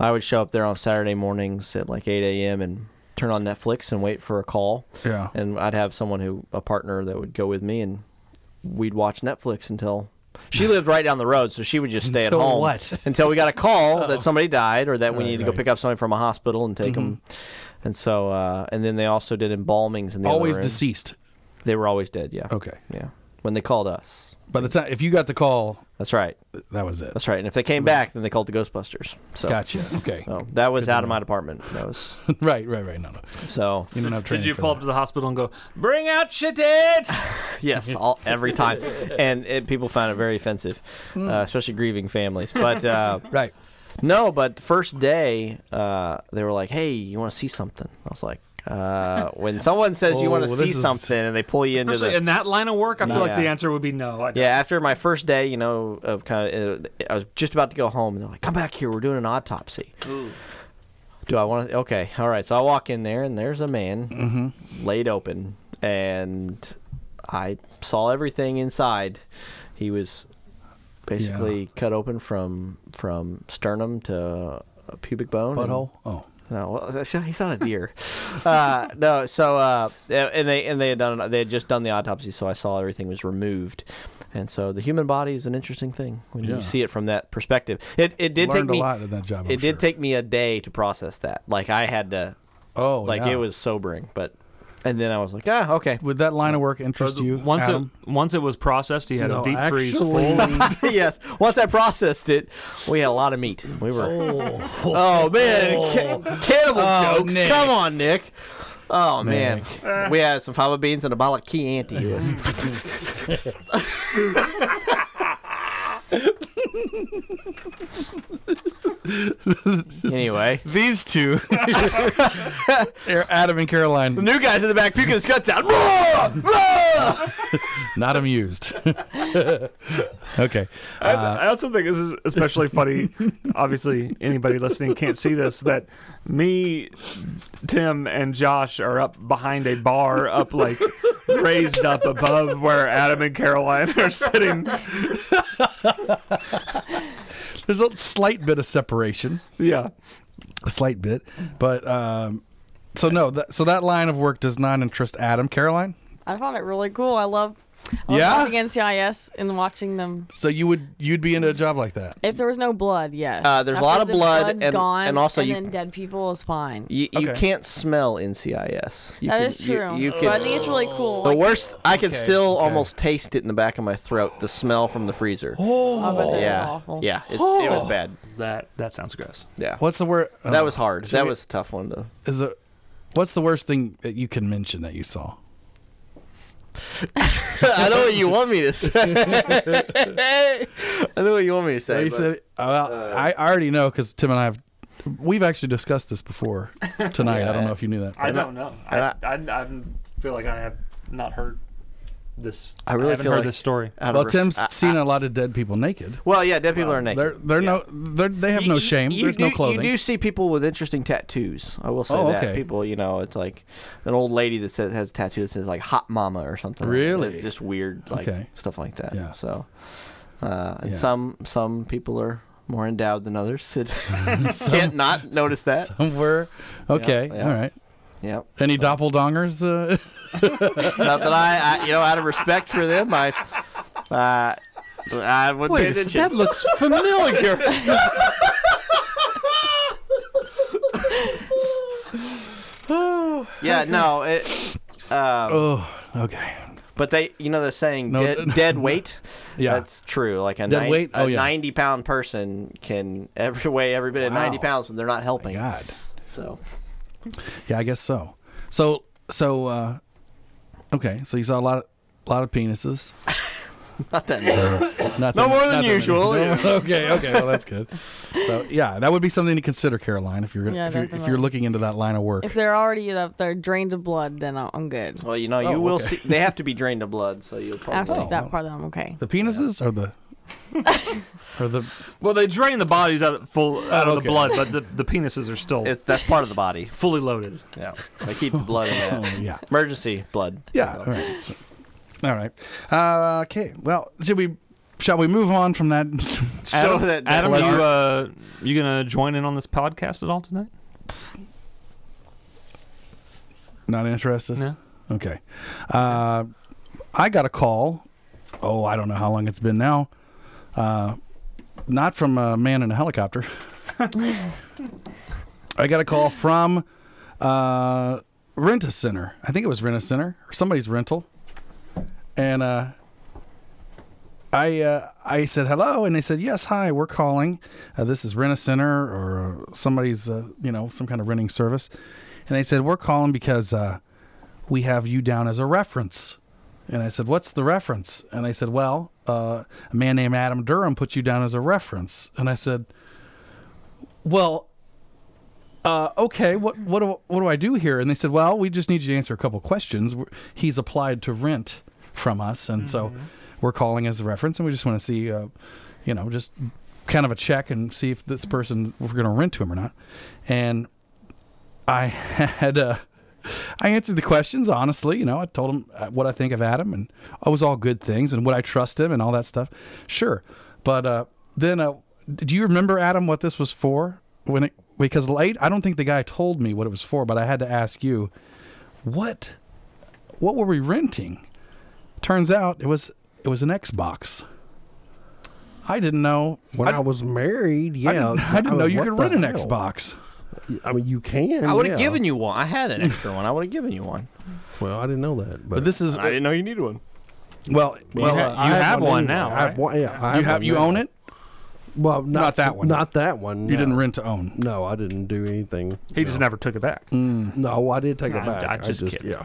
I: I would show up there on Saturday mornings at like 8 a.m. and turn on Netflix and wait for a call.
B: Yeah.
I: And I'd have someone who a partner that would go with me, and we'd watch Netflix until. She lived right down the road, so she would just stay
B: Until
I: at home
B: what?
I: until we got a call that somebody died or that we
B: Right,
I: needed to
B: right. Mm-hmm.
I: go pick up somebody from a hospital and take them. And so, uh, and then they also did embalmings in the other
B: Always
I: room.
B: deceased.
I: They were always dead. Yeah.
B: Okay.
I: Yeah. When they called us,
B: By the time if you got the call,
I: that's right.
B: that was it.
I: That's right. And if they came back, then they called the Ghostbusters. So
B: Gotcha. Okay.
I: so that was out of my department. That was
B: right. Right. Right. No. No.
I: so
B: You don't have training.
D: Did you
B: for
D: call up
B: that.
D: to the hospital and go, bring out your dead?
I: yes, all every time, and it, people found it very offensive,
B: Hmm.
I: uh, especially grieving families. But uh,
B: Right.
I: no, but the first day uh, they were like, "Hey, you want to see something?" I was like, uh, "When someone says you want
B: Oh,
I: to
B: this
I: see
B: is-
I: something, and they pull you into
D: Especially
I: the
D: in that line of work, I feel like
I: Yeah.
D: the answer would be no. I don't.
I: Yeah, after my first day, you know, of kind of, uh, I was just about to go home, and they're like, "Come back here, we're doing an autopsy." Do I want to? Okay, all right. So I walk in there, and there's a man laid open, and I saw everything inside. He was basically cut open from from sternum to uh, pubic bone. and-
B: Butthole. Oh.
I: no, well, that's- he's not a deer. uh, no, so uh, and they and they had done they had just done the autopsy, so I saw everything was removed, and so the human body is an interesting thing when
B: Yeah.
I: you see it from that perspective. It it did
B: Learned
I: take me
B: a lot in that job. I'm
I: it
B: sure.
I: did take me a day to process that. Like I had to
B: Oh.
I: like
B: yeah.
I: it was sobering, but And then I was like, ah, okay.
B: Would that line of work interest you?
D: Once
B: Adam?
D: it once it was processed, he had
B: No,
D: a deep freeze full.
B: actually-
I: yes. Once I processed it, we had a lot of meat. We were. Oh, man, Ca- cannibal
F: Oh,
I: jokes.
F: Nick.
I: Come on, Nick. Oh man, we had some fava beans and a bottle of Chianti. It was- anyway,
B: these two, Adam and Caroline, the
I: new guys in the back puking his guts out.
B: not amused. okay.
D: I, I also think this is especially funny. Obviously, anybody listening can't see this. That me, Tim, and Josh are up behind a bar, up like raised up above where Adam and Caroline are sitting.
B: There's a slight bit of separation.
D: Yeah.
B: A slight bit. But um so no, that, so that line of work does not interest Adam Caroline.
E: I found it really cool. I love, I love
B: Yeah?
E: watching NCIS and watching them.
B: So you would you'd be into a job like that.
E: If there was no blood, yes.
I: Uh, there's a
E: After
I: lot of
E: the
I: blood
E: blood's
I: and-
E: gone,
I: and also you-
E: then dead people is fine.
I: You, you can't smell NCIS. You
E: That
I: can,
E: is
I: you-
E: true,
I: you
E: but
I: can-
E: I think it's really cool.
D: Oh.
I: The
E: Like-
I: worst, I can
E: Okay,
I: still
E: okay.
I: almost taste it in the back of my throat. The smell from the freezer.
E: Oh. I bet that is
I: yeah,
E: awful.
I: yeah, it, it was bad.
D: That that sounds gross.
I: Yeah.
B: What's the word?
I: That was hard.
B: Should
I: That
B: we-
I: was a tough one though.
B: Is there, what's the worst thing that you can mention that you saw?
I: I know what you want me to say. I know what you want me to say.
B: He
I: but-
B: said, uh, well, I I already know because Tim and I have, we've actually discussed this before tonight. I don't know if you knew that.
D: I don't know. I,
B: And
D: I, I, feel like I have not heard this.
B: I really
D: haven't
B: feel
D: heard
B: like
D: this story.
B: Well, Tim's seen a lot of dead people naked.
I: Well, yeah, dead people are naked.
B: They're they're no they're, they have no shame.
I: You
B: There's
I: do,
B: no clothing.
I: You do see people with interesting tattoos. I will say
B: Oh,
I: that
B: okay.
I: people, you know, it's like an old lady that says, has a tattoo that says like "hot mama" or something. like that.
B: Really?
I: just weird, like
B: Okay.
I: stuff like that.
B: Yeah.
I: So, uh, and
B: Yeah.
I: some some people are more endowed than others. It-
B: Some-
I: can't not notice that.
B: somewhere. Okay,
I: yeah.
B: all right.
I: Yep.
B: Any doppelgangers? Uh,
I: Not that I, I, you know, out of respect for them, I, uh, I would
F: Wait
I: pay
F: a sec,
I: attention.
F: that looks familiar.
I: yeah, no, it. Um,
B: oh, okay.
I: But they, you know, they're saying
B: No,
I: dead, dead weight.
B: Yeah.
I: that's true. Like a,
B: Dead
I: nine-
B: weight? Oh,
I: a
B: yeah.
I: ninety-pound person can every weigh every bit of ninety
B: Wow. Oh
I: pounds when they're not helping.
B: God.
I: So
B: Yeah, I guess so. So so uh okay, so you saw a lot of, lot of penises.
I: not that
B: Not that-
I: No more than
B: not that many.
I: usual.
B: No more- okay, okay, well that's good. So yeah, that would be something to consider, Caroline, if you're gonna,
E: Yeah,
B: if, you're, if
E: definitely.
B: you're looking into that line of work.
E: If they're already up there drained of blood, then I- I'm good.
I: Well, you know,
B: Oh,
I: you will see. They have to be drained of blood, so you'll
E: After
I: probably.
D: Oh.
E: that part, then I'm okay.
B: The penises or the or the
D: Well, they drain the bodies out of, full, out of
B: okay.
D: the blood, but the, the penises are still.
I: that's part of the body.
D: Fully loaded.
I: Yeah, they keep the blood in that.
B: Oh, yeah.
I: emergency blood.
B: Yeah. All right. So- all right. Uh, okay. Well, should we? Shall we move on from that?
D: Adam,
B: that- that
D: Adam,
B: pleasant-
D: you uh, you gonna join in on this podcast at all tonight?
B: Not interested.
D: No.
B: Okay. Uh, I got a call. Oh, I don't know how long it's been now. Uh, not from a man in a helicopter. I got a call from uh, Rent a Center. I think it was Rent a Center or somebody's rental, and uh, I uh, I said hello, and they said yes, hi, we're calling. Uh, this is Rent a Center or uh, somebody's uh, you know some kind of renting service, and they said we're calling because uh, we have you down as a reference. And I said, "What's the reference?" And they said, "Well, uh, a man named Adam Durham put you down as a reference." And I said, "Well, uh, okay, what what do, what do I do here? And they said, well, we just need you to answer a couple questions. We're- He's applied to rent from us, and so we're calling as a reference, and we just want to see, uh, you know, just kind of a check and see if this person if we're going to rent to him or not. And I had uh, I answered the questions honestly. You know, I told him uh, what I think of Adam, and oh, it was all good things, and would I trust him, and all that stuff. Sure, but uh, then uh, do you remember Adam what this was for? When it because late, I don't think the guy told me what it was for, but I had to ask you, what, what were we renting? Turns out it was it was an Xbox. I didn't know
C: When I, was married, yeah,
B: I didn't, I didn't
C: was-
B: know you
C: what
B: could
C: the
B: rent an
C: hell?
B: Xbox.
C: I mean, you can.
I: I would
C: yeah.
I: have given you one. I had an extra one. I would have given you one.
C: Well, I didn't know that. But,
B: this is.
I: I didn't know you needed one.
B: Well,
I: You
B: well, uh,
I: ha- you have one
C: anyway.
I: now,
C: I have
I: right?
C: one, yeah, I
B: You
C: have
B: have-
C: one
B: you
C: now.
B: own it?
C: Well, not,
B: Not that one.
C: Not that one.
B: You didn't
C: rent
B: to own.
C: No, I didn't do anything.
D: He just never took it back.
C: No, I did take it
D: I'm-
C: back.
D: I'm just kidding.
C: Yeah.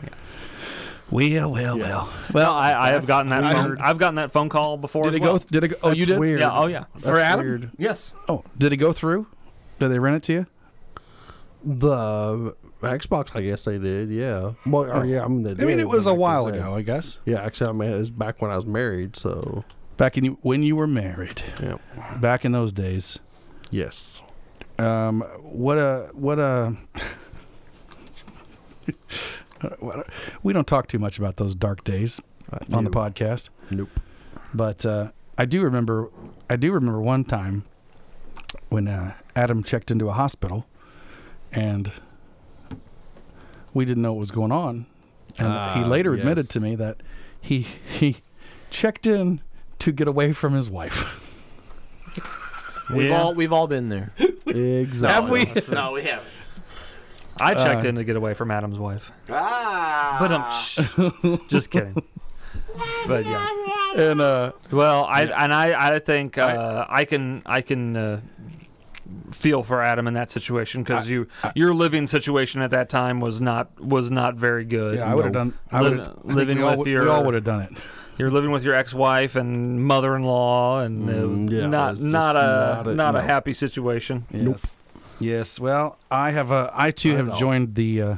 B: Well, well, well.
D: Well, I, I have gotten that.
B: I-
D: Phone, I've gotten that phone call before.
B: Did
D: as
B: it go?
D: well.
B: th- Did it? Go, oh, you did.
D: Yeah. Oh, yeah.
B: For Adam.
D: Yes.
B: Oh, did it go through? Did they rent it to you?
C: The uh, Xbox, I guess they did. Yeah. Well, or, yeah. I mean, they
B: Oh. I mean,
C: did,
B: it was
C: but
B: a
C: like I
B: while
C: said-
B: ago, I guess.
C: Yeah, actually, I mean, it was back when I was married. So
B: Back in you, when you were married.
C: Yep.
B: Back in those days.
C: Yes.
B: Um. What a what a. what a- we don't talk too much about those dark days on the
C: no.
B: podcast.
C: Nope.
B: But uh, I do remember. I do remember one time when uh, Adam checked into a hospital, and we didn't know what was going on. And he
C: Ah,
B: later admitted
C: yes.
B: to me that he he checked in to get away from his wife.
I: We've
B: Yeah.
I: all we've all been there.
C: exactly.
B: Have we?
K: no, we haven't.
D: I checked
B: Uh,
D: in to get away from Adam's wife.
K: Ah.
D: But I'm just kidding. But yeah.
B: And uh,
D: well, I and I I think uh, I can I can uh, feel for Adam in that situation because you your living situation at that time was not was not very good.
B: Yeah, I would have
D: No.
B: done. I
D: Liv-
B: would I think
D: living
B: we all,
D: with
B: would-
D: your
B: We all would have done it.
D: You're living with your ex-wife and mother-in-law, and it was
C: Mm, yeah,
D: not
C: it's just
D: not a
C: not
D: not
C: a-
D: a,
C: no.
D: happy situation.
B: Yes. Yes. Well, I have. Uh, I too
D: I
B: have
D: know.
B: joined the uh,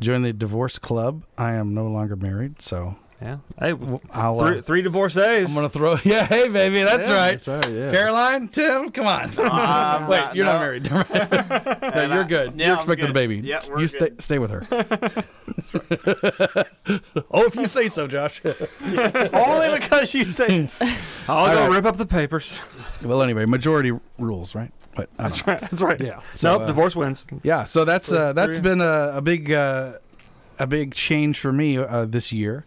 B: joined the divorce club. I am no longer married, so
D: Yeah. Hey, w-
B: I'll.
D: three,
B: uh,
D: three divorcees.
B: I'm gonna throw. Yeah. Hey, baby. That's
D: Yeah,
B: right.
C: that's right, yeah.
B: Caroline, Tim, come on.
K: I'm
B: Wait,
K: not-
B: you're not
K: no.
B: married. Never mind. Um, no, you're good.
K: yeah,
B: you're
K: I'm
B: expecting a
K: good.
B: baby.
K: Yeah,
B: S-
K: we're
B: you stay
K: good.
B: stay with her. oh, if you say so, Josh.
I: Only because you say
D: I'll go
B: All right.
D: rip up the papers.
B: well, anyway, majority rules, right? But I don't know.
D: That's right. That's right.
C: Yeah.
B: So,
D: nope.
B: uh,
D: divorce wins.
B: Yeah, so that's uh, that's
D: three.
B: been a, a big uh, a big change for me uh, this year.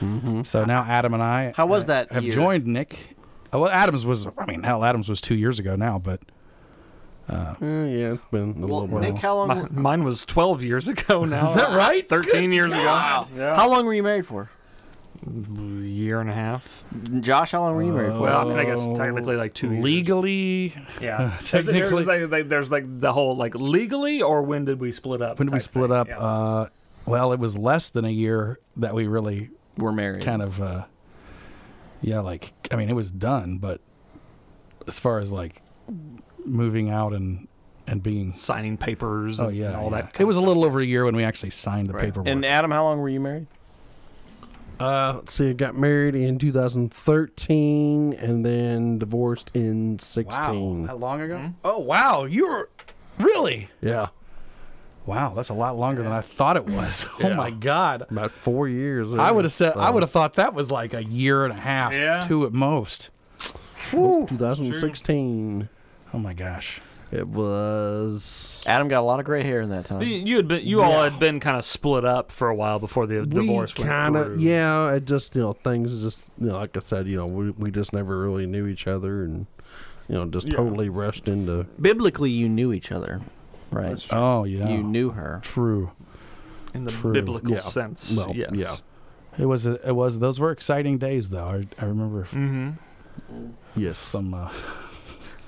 D: Mm-hmm.
B: So now Adam and I
I: How was
B: uh,
I: that
B: have
I: year?
B: joined Nick. Uh, well, Adams was I mean hell, Adams was two years ago now, but
C: Eh, yeah, it's been a little
I: Well,
C: while.
I: Nick, how long?
D: Mi- mine was 12 years ago. Now
B: is that right?
D: Thirteen years ago.
I: How long were you married for?
D: Year and a half.
I: Josh, how long were you married for?
D: Well, I mean, I guess technically like two. years.
B: Legally,
D: Yeah.
B: technically-
D: There's like, like- there's like the whole like legally or when did we split up?
B: when did we
D: type
B: split
D: thing.
B: up?
D: Yeah.
B: Uh, well, it was less than a year that we really
I: We're married.
B: kind of uh, yeah, like I mean it was done, but as far as like moving out and and being
D: signing papers.
B: Oh
D: and
B: yeah,
D: all
B: yeah.
D: that.
B: It was a little over a year when we actually signed the paperwork.
I: And Adam, how long were you married?
C: Uh, let's see, I got married in 2013 and then divorced in 16.
B: that long ago?
D: Hmm?
B: Oh wow, you were really
C: Yeah,
B: wow. That's a lot longer than I thought it was. Oh my god,
C: about four years. Uh,
B: I would have said I would have thought that was like a year and a half,
D: Yeah.
B: two at most.
C: Whew, 2016.
B: Oh my gosh.
C: It was.
I: Adam got a lot of gray hair in that time.
D: You, you had been, you all had been kind of split up for a while before the divorce
C: we
D: went
C: kinda,
D: through.
C: yeah. It just you know things just you know, like I said you know we, we just never really knew each other and you know just totally rushed into
I: Biblically, you knew each other, right?
B: Oh yeah.
I: You knew her.
B: True.
D: in the
B: True.
D: biblical
C: Yeah.
D: sense.
C: Well,
D: yes.
C: yeah.
B: It was a, it was those were exciting days though. I, I remember f-
D: hmm
C: yes
B: some uh,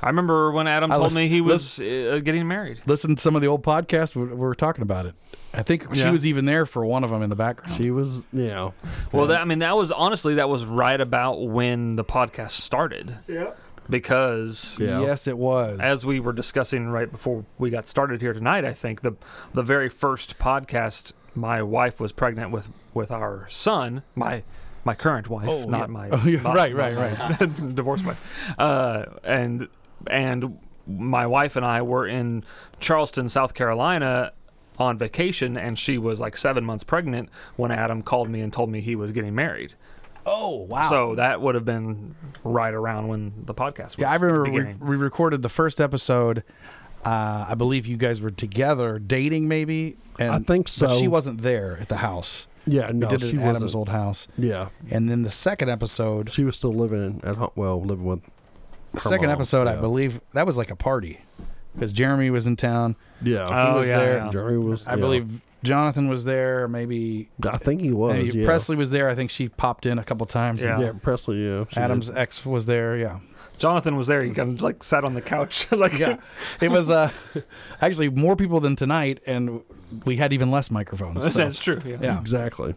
D: I remember when Adam
B: I
D: told
B: lis-
D: me he was uh, getting married.
B: listened to some of the old podcasts we we were talking about it. I think she
D: Yeah.
B: was even there for one of them in the background.
C: she was you know
D: Well, that, I mean, that was honestly that was right about when the podcast started. Yeah. Because
C: yeah
B: Yes, it was.
D: as we were discussing right before we got started here tonight, I think the the very first podcast my wife was pregnant with with our son, my my current wife, not my
B: Oh, yeah,
D: not-
B: right,
D: not
B: right,
D: my
B: right.
D: divorced wife, uh, and and my wife and I were in Charleston, South Carolina, on vacation, and she was like seven months pregnant when Adam called me and told me he was getting married.
B: oh wow.
D: So that would have been right around when the podcast. was
B: Yeah, I remember
D: beginning.
B: we, we recorded the first episode. Uh, I believe you guys were together dating, maybe. And,
C: I think
B: But
C: so.
B: she wasn't there at the house.
C: yeah no
B: we did it
C: she
B: at Adam's
C: wasn't.
B: old house.
C: yeah
B: And then the second episode,
C: she was still living at home well living with her
B: second
C: mom,
B: episode, I
C: yeah.
B: believe that was like a party. because Jeremy was in town.
C: Yeah.
B: he
C: Oh,
B: was
C: yeah,
B: there.
D: uh,
C: yeah. Jeremy was-
B: I
C: yeah.
B: believe Jonathan was there. Maybe
C: I think he was.
B: maybe
C: yeah.
B: Presley was there. I think she popped in a couple times.
C: Yeah. Yeah, Presley. Yeah. she
B: Adam's
C: did.
B: ex was there. Yeah.
D: Jonathan was there. He kind of like sat on the couch. like
B: yeah, it was uh, actually more people than tonight, and we had even less microphones. so-
D: That's true, yeah.
C: Exactly.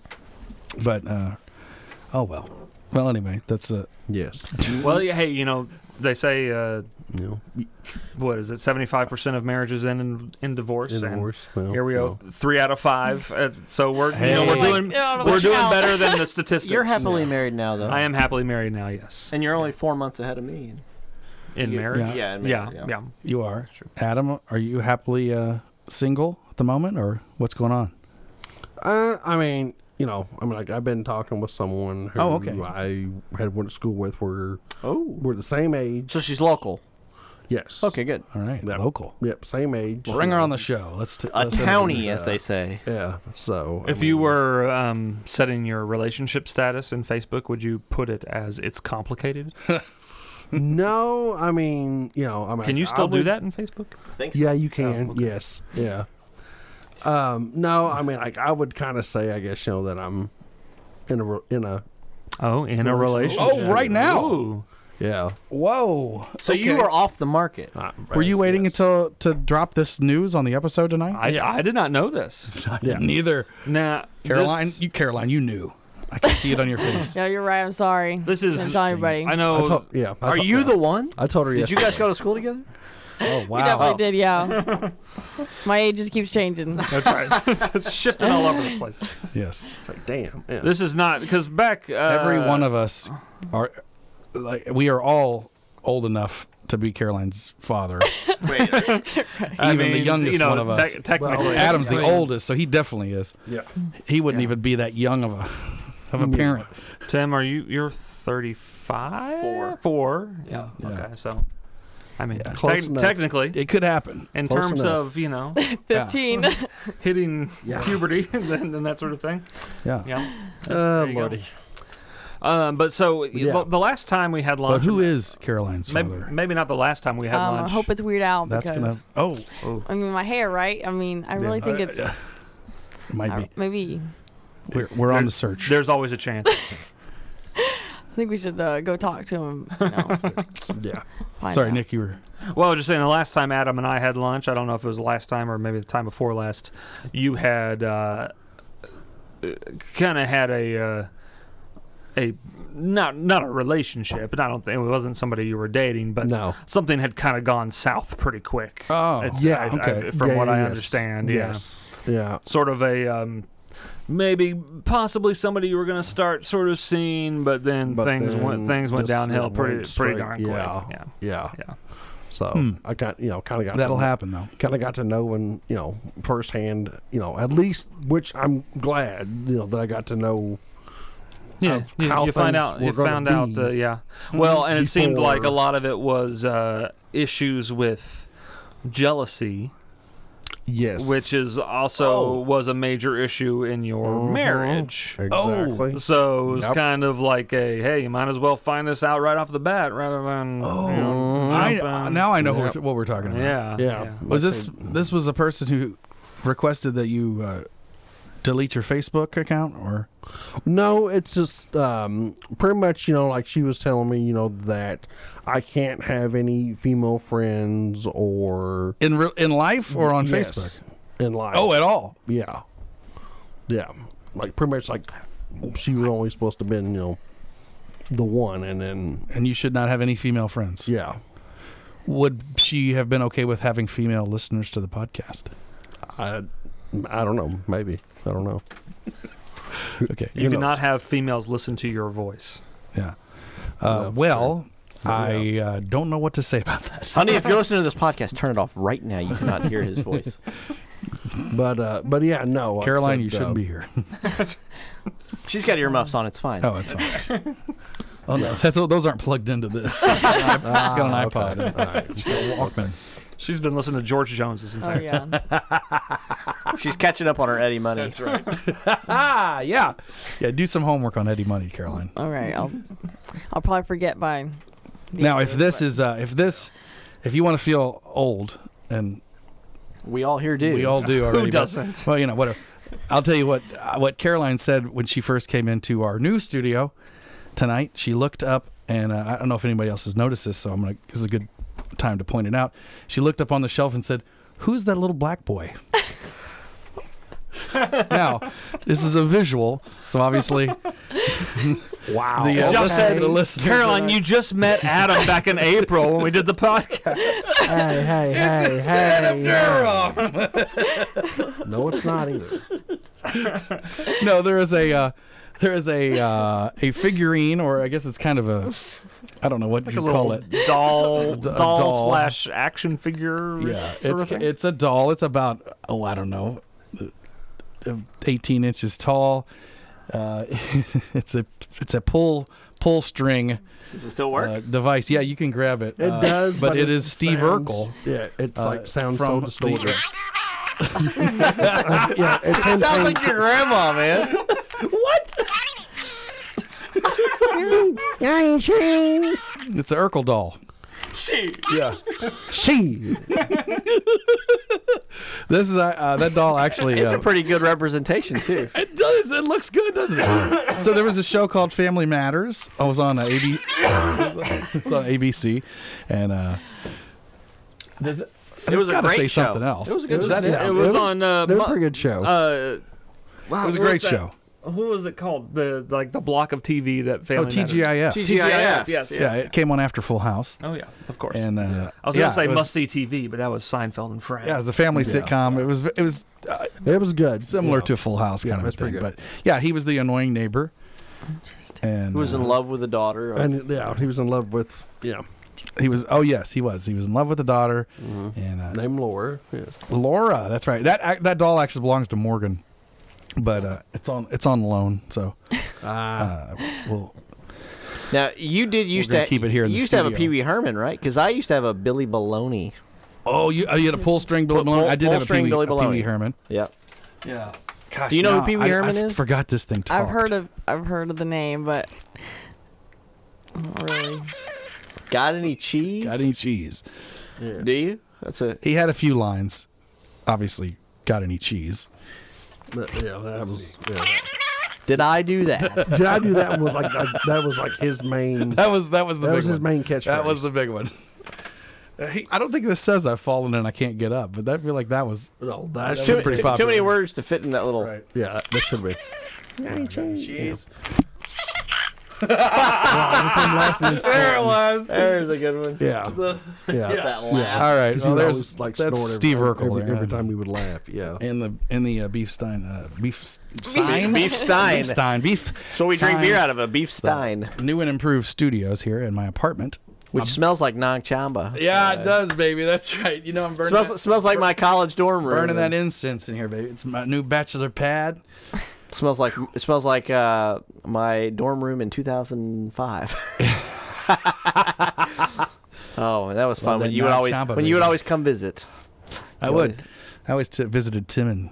B: But uh, oh well. Well, anyway, that's uh,
C: yes.
D: well, yeah, hey, you know, they say, uh, what is it? Seventy-five percent of marriages end in, in divorce.
C: In
D: and
C: divorce, well,
D: here we
C: well.
D: go, three out of five. Uh, so we're, you know, we're
I: Hey.
D: doing,
I: Yeah, I don't know
D: we're
I: about you.
D: doing better than the statistics.
I: You're happily married now, though.
D: I am happily married now. Yes,
I: and you're only four months ahead of me.
D: in
I: You-
D: marriage.
I: Yeah. Yeah, in marriage,
D: yeah,
I: yeah.
B: you are Adam. Are you happily uh, single at the moment, or what's going on?
C: Uh, I mean, you know, I mean, like I've been talking with someone who
B: Oh, okay.
C: I had went to school with. We're oh, we're the same age.
I: So she's local.
C: Yes.
I: Okay, good.
B: All right, local.
C: Yep, same age.
B: Bring her on the show. Let's t-
I: A
B: let's have her
I: townie,
B: do
I: as
B: that.
I: they say.
C: Yeah. So
D: If you were um, setting your relationship status in Facebook, would you put it as it's complicated?
C: no, I mean, you know, I mean,
D: Can you
C: I
D: still do
C: would-
D: that Oh, in Facebook?
C: Yeah, you can. Yes. Yeah. Um, no, I mean, like I would kind of say, I guess you know that I'm in a re- in a
D: oh in a
B: Oh, right now.
C: Yeah.
B: Whoa.
I: So you
B: Okay.
I: were off the market.
B: Were you waiting until to drop this news on the episode tonight?
D: I, I did not know this.
B: yeah. Neither.
D: Nah,
B: Caroline,
D: this-
B: you Caroline, you knew. I can see it on your face.
E: Yeah, you're right. I'm sorry.
D: This is-
E: I'm telling everybody.
D: I know.
C: I told- yeah, I
D: Are
C: told-
D: you
C: yeah.
D: the one?
C: I told her.
I: Did you guys go to school together?
B: Oh
E: You definitely did, yeah. My age just keeps changing.
D: That's right. it's shifting all over the place.
B: Yes.
C: It's like damn. yeah.
D: This is not because back uh,
B: Every one of us are like we are all old enough to be Caroline's father. even
D: I
B: the
D: mean,
B: youngest
D: you know,
B: one of us.
D: tec- technically,
B: Well, Adam's the
D: I mean-
B: oldest, so he definitely is.
C: Yeah.
B: He wouldn't even be that young of a of a parent.
D: Tim, are you? You're 35. Four. Four. Yeah. Okay. So, I mean,
B: Close
D: tec-
B: enough.
D: technically,
B: it could happen.
D: In
B: Close
D: terms
B: enough.
D: of you know,
E: 15.
D: hitting
B: Yeah. Oh.
D: puberty and then, and that sort of thing.
B: Yeah.
D: Yeah.
C: Uh,
D: There you go.
C: Lordy.
D: Um, but so
B: Yeah.
D: well, the last time we had lunch,
B: But who is Caroline's
D: maybe,
B: father?
D: maybe not the last time we had
E: Um, I
D: lunch.
E: hope it's Weird Al
B: That's gonna
E: because
B: oh,
E: I mean my hair, right? I mean, I really
B: Yeah.
E: think
B: Uh,
E: it's
B: yeah. might be.
E: maybe.
B: We're, we're on the search.
D: There's always a chance.
E: I think we should uh, go talk to him.
C: yeah.
E: Find
B: Sorry,
E: out.
B: Nick, you were.
D: Well, I was just saying the last time Adam and I had lunch, I don't know if it was the last time or maybe the time before last, you had uh, kind of had a uh, a not not a relationship, and I don't think it wasn't somebody you were dating, but
C: No.
D: something had kind of gone south pretty quick.
B: Oh,
C: yeah,
D: I- I-
C: okay.
D: from
C: Yeah,
D: what
C: yeah,
D: I
C: yes.
D: understand,
C: Yes.
D: yeah,
C: Yeah.
D: sort of a. Um, Maybe possibly somebody you were gonna start sort of seeing, but then
C: But
D: things
C: then
D: went things
C: just
D: went downhill
C: went
D: pretty
C: straight-
D: pretty darn quick.
C: Yeah,
D: yeah.
C: yeah,
D: yeah.
C: So I got you know kind of got
B: Hmm. That'll happen, though.
C: Kind of got to know and you know firsthand you know at least which I'm glad you know that I got to know.
D: Yeah,
C: of
D: you,
C: how
D: you find
C: things
D: out.
C: were
D: You
C: gonna
D: found out.
C: be
D: Uh, yeah. Well, and it seemed like a
C: before-
D: lot of it was uh, issues with jealousy,
C: Yes,
D: which is also was a major issue in your marriage.
C: Exactly.
D: So it was
C: Yep.
D: kind of like a hey, you might as well find this out right off the bat rather than oh, you know,
B: I,
D: jump
B: uh,
D: in.
B: now I know what, we're, what we're talking about.
D: Yeah, Yeah. yeah.
B: Was this this was a person who requested that you uh, delete your Facebook account, or
C: Oh, No, it's just um, pretty much, you know, like she was telling me, you know, that I can't have any female friends or
B: in real in life or on
C: Yes,
B: Facebook?
C: in life.
B: Oh, at all?
C: Yeah, yeah, like pretty much like she was only supposed to been, you know, the one, and then
B: And you should not have any female friends.
C: Yeah.
B: Would she have been okay with having female listeners to the podcast?
C: I, I don't know, maybe I don't know.
B: okay,
D: you cannot have females listen to your voice.
B: Yeah. Uh, well, I uh, don't know what to say about that.
I: Honey, if you're listening to this podcast, turn it off right now. You cannot hear his voice.
C: But uh, but yeah, no, like I
B: Caroline,
C: said,
B: you
C: uh,
B: shouldn't be here.
I: She's got earmuffs on. It's fine.
B: Oh, it's all right. Oh no, that's, those aren't plugged into this. She's got an iP- she's got an
D: Ah,
B: iPod.
D: okay.
B: and
D: All right.
B: she's got a Walkman.
D: She's been listening to George Jones this
E: Oh,
D: entire.
I: She's catching up on her Eddie money. That's right.
B: ah, yeah. Yeah, do some homework on Eddie Money, Caroline.
E: All right, I'll I'll probably forget by.
B: Now, if this is uh, if this if you want to feel old and
I: we all here do.
B: We all do
I: Who
B: already. but-
I: doesn't?
B: well, you know, whatever. I'll tell you what uh, what Caroline said when she first came into our new studio tonight. She looked up, and uh, I don't know if anybody else has noticed this, so I'm gonna. This is a good time to point it out. She looked up on the shelf and said, "Who's that little black boy?" now, this is a visual, so obviously, wow. The, uh,
D: Just
B: listen-
D: said,
B: the listeners-
D: Caroline, you just met Adam back in April when we did the podcast.
C: Hey, hey, hey,
D: This is
C: hey.
D: Adam
C: yeah.
B: no, it's not either. no, there is a uh, there is a uh, a figurine, or I guess it's kind of a I don't know what
D: Like a
B: you
D: little
B: call it.
D: doll,
B: D-
D: doll,
B: doll.
D: slash action figure.
B: Yeah,
D: sort
B: it's
D: of thing.
B: it's a doll. It's about oh I don't know, uh, eighteen inches tall. Uh, it's a it's a pull pull string.
K: Does it still work?
B: uh, device? Yeah, you can grab it.
C: It
B: uh,
C: does,
B: but,
C: but
B: it
C: it
B: is Steve
C: sounds-
B: Urkel. Uh,
C: yeah, it's like sounds so
B: from the-
C: distorted.
I: yeah,
C: it's him
I: sounds
C: playing-
I: like your grandma, man.
B: It's an Urkel doll.
D: She.
B: Yeah.
C: She.
B: This is uh, uh, that doll actually.
I: It's
B: uh,
I: a pretty good representation too.
B: It does. It looks good, doesn't it? so there was a show called Family Matters. I was on uh, AB, it's on ABC, and uh, does it? It
D: was a
B: gotta
D: great
B: say
D: show.
B: something else.
D: It was a good
B: Is that
D: show. It was on, uh,
C: it was a
D: Mo-
C: pretty good show.
D: Uh, wow,
B: It was a
D: what
B: great
D: that-
B: show.
D: What was it called? The like the block of TV that
B: Oh,
D: family.
B: TGIF.
D: Matters- TGIF. Yes.
B: Yeah, it came on after Full House.
D: Oh yeah, of course.
B: And uh,
D: I was
B: yeah,
D: gonna say
B: it was-
D: must see TV, but that was Seinfeld and Friends.
B: Yeah, it was a family sitcom. It was it was uh,
C: it was good,
B: similar
D: Yeah.
B: to Full House
D: Yeah,
B: kind of
D: that's
B: a thing.
D: pretty
B: But
D: good.
B: yeah, he was the annoying neighbor. And
I: Who was in
B: uh,
I: love with the daughter? Of,
C: and yeah, he was in love with yeah.
B: He was. Oh yes, he was. He was in love with the daughter.
D: Mm-hmm.
B: And uh,
C: named Laura. Yes.
B: Laura. That's right. That ac- that doll actually belongs to Morgan, but uh, it's on it's on loan. So uh, we'll
I: now you did used
B: gonna
I: to
B: keep it here in
I: You
B: the
I: used to have a
B: studio.
I: Pee Wee Herman, right? Because I used to have a Billy Baloney.
B: Oh, you oh, you had a pull string Billy Malone. I did have a Pee Wee- a Pee Wee Herman.
I: Yep.
B: Yeah. Gosh,
I: Do you know who
B: now
I: Pee Wee
B: I-
I: Herman
B: I
I: is?
B: Forgot this thing.
E: I've
B: Talked.
E: heard of I've heard of the name, but not really.
I: Got any cheese? Got
B: any cheese?
I: Do you? That's a.
B: He had a few lines. Obviously, got any cheese?
C: But, yeah, that was. Yeah,
I: Did I do that?
C: Did I do that one was like that, that was like his main.
B: That was that was the
C: that
B: big
C: was his
B: one.
C: main catchphrase.
B: That was the big one. Uh, he- I don't think this says I've fallen and I can't get up, but I feel like that was
C: no,
I: That's too,
B: pretty
I: too,
B: popular.
I: too many words to fit in that little.
C: Yeah, that should be.
B: Cheese.
I: there it was. There's a good one.
C: Yeah. Yeah.
I: That laugh.
C: yeah.
B: All right,
C: 'Cause he
B: well,
C: would
B: Oh, there's-
C: always, like
B: that's
C: snort every-
B: Steve Urkel
C: every,
B: there.
C: every time he would laugh. Yeah.
B: In the in the uh, beef stein, uh, beef s- stein,
I: Beef stein.
B: beef stein, beef.
I: So we drink
B: stein.
I: beer out of a beef stein,
B: New and improved studios here in my apartment.
I: which smells like Nong Chamba.
B: Yeah, it
I: Uh,
B: does, baby. That's right. You know I'm burning.
I: Smells,
B: that,
I: smells like my college dorm room.
B: burning that incense in here, baby. It's my new bachelor pad.
I: Smells like it smells like uh, my dorm room in 2005. oh, and that was
B: Well, then
I: fun. when you would
B: Nong
I: always
B: Chamba,
I: when
B: baby.
I: you would always come visit.
B: I
I: You
B: would. I always t- visited Tim and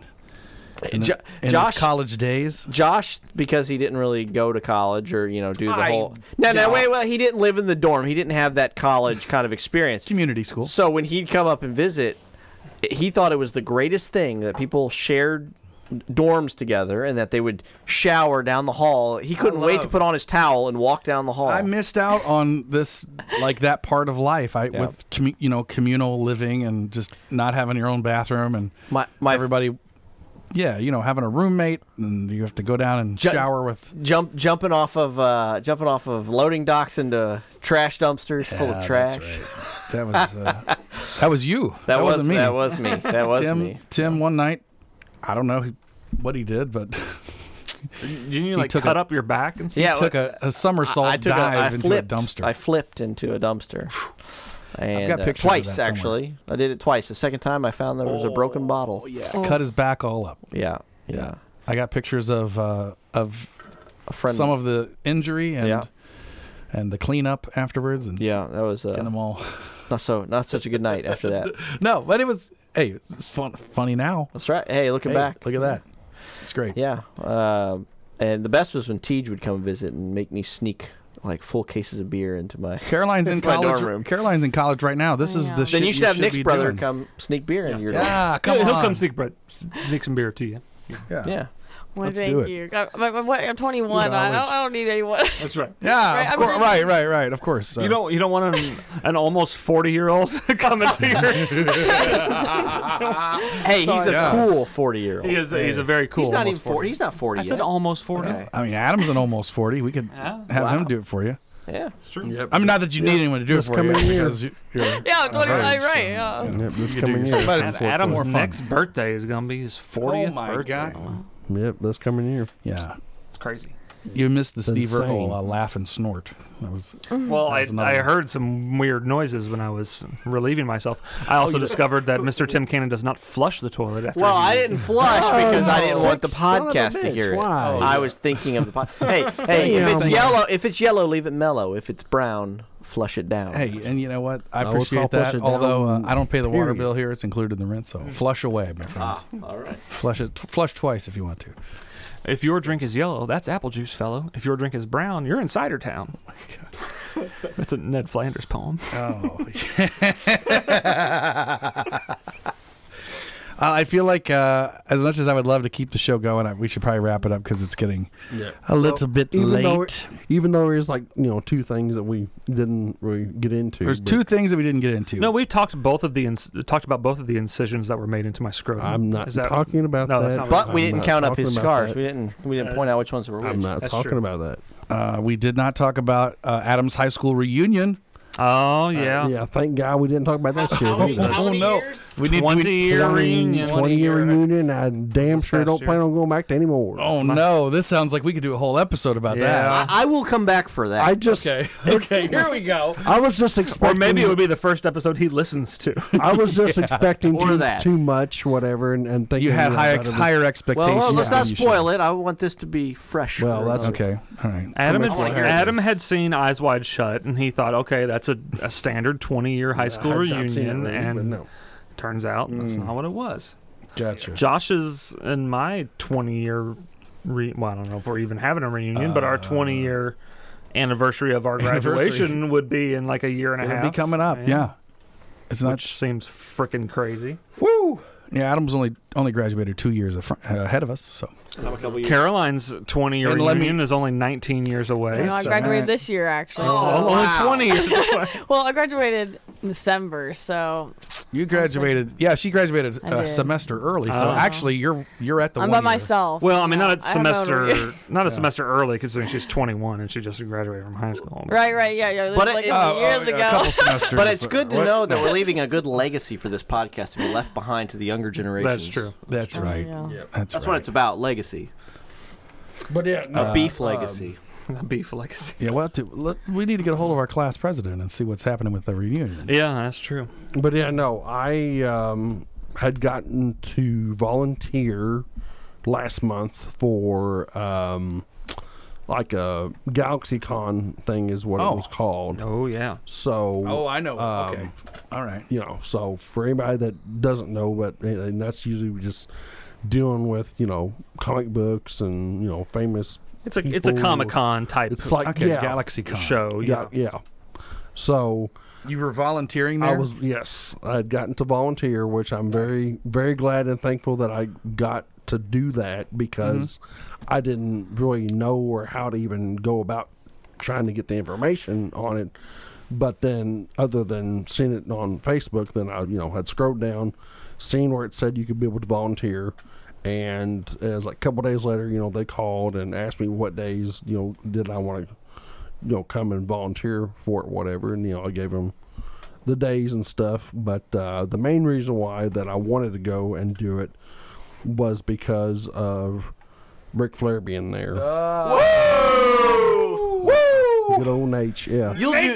B: in,
I: Jo-
B: in
I: Josh-
B: his college days.
I: Josh, because he didn't really go to college or you know do the
B: I-
I: whole. No, no,
B: yeah.
I: wait, well, he didn't live in the dorm. He didn't have that college kind of experience.
B: Community school.
I: So when he'd come up and visit, he thought it was the greatest thing that people shared dorms together and that they would shower down the hall. He couldn't wait to
B: love-
I: put on his towel and walk down the hall.
B: I missed out on this, like that part of life. I
I: Yeah.
B: with commu- you know communal living and just not having your own bathroom and
I: My- my-
B: everybody. Yeah, you know, having a roommate and you have to go down and
I: Ju-
B: shower with.
I: Jump, jumping off of uh, jumping off of loading docks into trash dumpsters full
B: Yeah, that's
I: of trash.
B: right. That was uh, that was you.
I: That, was
B: not me.
I: That was me. That was
B: Tim,
I: me.
B: Tim, one night, I don't know what he did, but
D: Didn't you
B: He
D: like
B: took
D: cut
B: a-
D: up your back and
B: he
D: stuff?
B: took a, a somersault
I: I took a- I
B: dive into
I: flipped.
B: a dumpster.
I: I flipped into a dumpster. And
B: got pictures of
I: uh,
B: that
I: twice
B: somewhere.
I: actually. I did it twice. The second time I found there was a broken bottle.
B: Cut his back all up.
I: Yeah. Yeah.
B: I got pictures of uh, of
I: A friend
B: some of the injury and
I: Yeah.
B: and the cleanup afterwards and
I: Yeah, that was uh,
B: getting them all.
I: not so not such a good night after that.
B: no, but it was hey, it's fun, funny now.
I: That's right. Hey, looking
B: Hey,
I: back.
B: look at that. It's great.
I: Yeah. Um and the best was when Tej would come visit and make me sneak like full cases of beer into my
B: Caroline's in
I: into my
B: college.
I: dorm room.
B: Caroline's in college right now. This is the
I: Then
B: shit
I: you should have Nick's
B: be
I: brother
B: doing.
I: come sneak beer in your
B: Yeah, come
D: he'll
B: on.
D: come sneak, bread, sneak some beer to you.
B: Yeah.
I: yeah.
E: Well,
B: Let's
E: thank
B: do it.
E: you. God, my- my- what- I'm 21. I don't,
D: Knowledge.
E: I don't need anyone.
D: That's right.
B: Yeah,
E: Right,
B: of
E: I'm
B: course.
E: pretty-
B: Right, right, right. Of course. so.
D: You don't you don't want an, an almost forty year old coming to your.
I: Hey, he's a
B: Yes.
I: cool forty year old.
D: He is. He's a very cool.
I: He's not even
D: almost
I: forty. He's not forty.
D: I said
I: yet.
D: almost forty.
B: I mean, Adam's an almost forty. We could
D: Yeah.
B: have
I: Wow.
B: him do it for you.
I: Yeah.
D: It's true.
B: I mean, not that you need anyone to do it
C: Just
B: for
C: come
B: you.
C: in here.
B: because you- you're-
E: Yeah, I'm 25.
B: Right,
E: Right.
B: so-
E: yeah.
C: Yep, this
B: You do
C: coming
B: yourself.
C: year.
B: But
D: Ad-
B: it's worth
D: Adam's
B: more fun.
D: next birthday is gonna be his fortieth
B: Oh my
D: birthday.
C: Yep, that's coming here.
B: Yeah,
D: It's crazy.
B: you missed the
C: It's
B: Steve
C: insane.
B: Urkel uh, laugh and snort. That was
D: Well, I,
B: That's another
D: I
B: one.
D: heard some weird noises when I was relieving myself. I
B: Oh,
D: also discovered that Mr. Tim Cannon does not flush the toilet after.
I: Well,
D: he
I: I
D: uses
I: didn't flush because I didn't
C: Oh, sick
I: want the
C: son of a
I: podcast to
C: bitch,
I: hear it.
C: why? Oh,
I: I
C: yeah.
I: was thinking of the pod. hey, hey, if
C: Damn.
I: it's yellow, if it's yellow, leave it mellow. If it's brown, flush it down.
B: hey, and you know what? I
C: I would call
B: appreciate
C: flush
B: that.
C: it
B: Although uh,
C: down,
B: I don't pay the water
C: period.
B: bill here; it's included in the rent. So flush away, my friends.
I: all right.
B: Flush it. Flush twice if you want to.
D: If your drink is yellow, that's apple juice, fellow. If your drink is brown, you're in Cider Town. that's a Ned Flanders poem.
B: Oh. Uh, I feel like uh, as much as I would love to keep the show going, I, we should probably wrap it up because it's getting a little bit
C: even
B: late.
C: though it- even though there's like you know two things that we didn't really get into.
B: There's
C: but
B: two things that we didn't get into.
D: No, we talked both of the ins- talked about both of the incisions that were made into my scrotum.
C: I'm not
D: Is that-
C: talking about
D: No,
C: that.
D: that's not what
I: But
D: I'm
I: we
C: I'm
I: didn't
C: not
I: count up
C: talking
I: his
C: about
I: scars.
C: that.
I: We didn't. We didn't point out which ones were which.
C: I'm not
D: That's
C: talking
D: true.
C: about that.
B: Uh, we did not talk about uh, Adam's high school reunion.
D: Oh
B: Uh,
D: yeah.
C: Yeah, thank God we didn't talk about that shit.
K: How many,
C: either.
K: how many
B: Oh, no.
K: years?
B: We need
D: Twenty
B: we-
D: year reunion.
C: 20 year
B: years.
C: reunion. I damn sure
D: past
C: don't
D: year.
C: plan on going back to anymore.
B: Oh no! This sounds like we could do a whole episode about
D: Yeah.
B: that.
I: I will come back for that.
C: I just,
B: Okay. Okay. Here we go.
C: I was just
D: Or
C: expecting.
D: maybe it would be the first episode he listens to.
C: I was just expecting
I: Or
C: too,
I: that.
C: too much, whatever, and, and thinking
B: You had
C: that
B: high
C: that
B: ex-
C: it was-
B: higher expectations.
I: well, well, let's
B: than
I: not
B: you
I: spoil it. I want this to be fresh.
C: Well,
I: for
C: that's-
B: Okay.
I: another-
B: All right.
D: Adam had,
C: much longer
D: Adam
C: is-
D: had seen Eyes Wide Shut, and he thought, okay, that's a, a standard 20 year high school
C: I've not seen it
D: reunion,
C: really, but
D: and
C: no.
D: turns out that's not what it was.
B: Gotcha.
D: Josh's and my 20 year, re- well, I don't know if we're even having a reunion, but our 20 year anniversary of our
B: Anniversary.
D: graduation would be in like a year and a
B: It'll be
D: half.
B: coming up.
D: Yeah.
B: Yeah. It's not.
D: Which seems freaking crazy.
B: Woo. Yeah. Adam's only only graduated two years af- uh, ahead of us. So.
I: I'm a couple years.
D: Caroline's 20 year
B: And let me-
D: reunion is only 19 years away.
E: No, I
B: so
E: graduated
B: nice.
E: this year, actually.
D: Oh,
I: wow.
D: Only 20 years away.
B: oh.
E: So. Well, I graduated in December, so
B: You graduated. Yeah, she graduated
E: I
B: a
E: did.
B: semester early. So
D: Oh.
B: actually, you're you're at the.
E: I'm
B: one
E: by
B: year.
E: myself.
D: Well, I mean,
E: No,
D: not a
E: I have my own room.
D: semester, not a semester early, considering she's 21 and she just graduated from high school.
E: right, right, yeah, yeah.
I: But
E: But
I: it-
E: like
I: it-
E: from
B: Oh, oh,
E: years
B: yeah,
E: ago.
B: A couple semesters.
I: But it's good to
B: What?
I: know that we're leaving a good legacy for this podcast to be left behind to the younger generations.
D: That's true.
B: That's right.
E: yeah.
B: That's,
I: That's
B: right.
I: what it's about, legacy.
C: But yeah,
I: A beef legacy.
C: um,
D: Beef legacy.
B: Yeah, well, to, let, we need to get a hold of our class president and see what's happening with the reunion.
D: Yeah, that's true.
C: But yeah, no, I um, had gotten to volunteer last month for um, like a GalaxyCon thing, is what
B: Oh.
C: it was called.
D: Oh yeah.
C: So,
B: I know.
C: Um, Okay.
B: all right.
C: you know, so for anybody that doesn't know, but and that's usually just dealing with you know comic books and you know famous.
D: It's a it's a
C: people.
D: Comic Con type
C: It's like
B: Okay,
C: yeah,
B: Galaxy Con.
D: show.
C: yeah,
D: Yeah.
C: yeah. So
B: You were volunteering there.
C: I was yes, I had gotten to volunteer, which I'm very very glad and thankful that I got to do that because I didn't really know or how to even go about trying to get the information on it. But then, other than seeing it on Facebook, then I you know had scrolled down, seen where it said you could be able to volunteer. And it was like a couple days later, you know, they called and asked me what days, you know, did I want to, you know, come and volunteer for it, whatever. And, you know, I gave them the days and stuff. But uh, the main reason why that I wanted to go and do it was because of Ric Flair being there.
I: Ah.
C: Woo! Good old Nate, yeah.
I: You'll
D: your
I: do,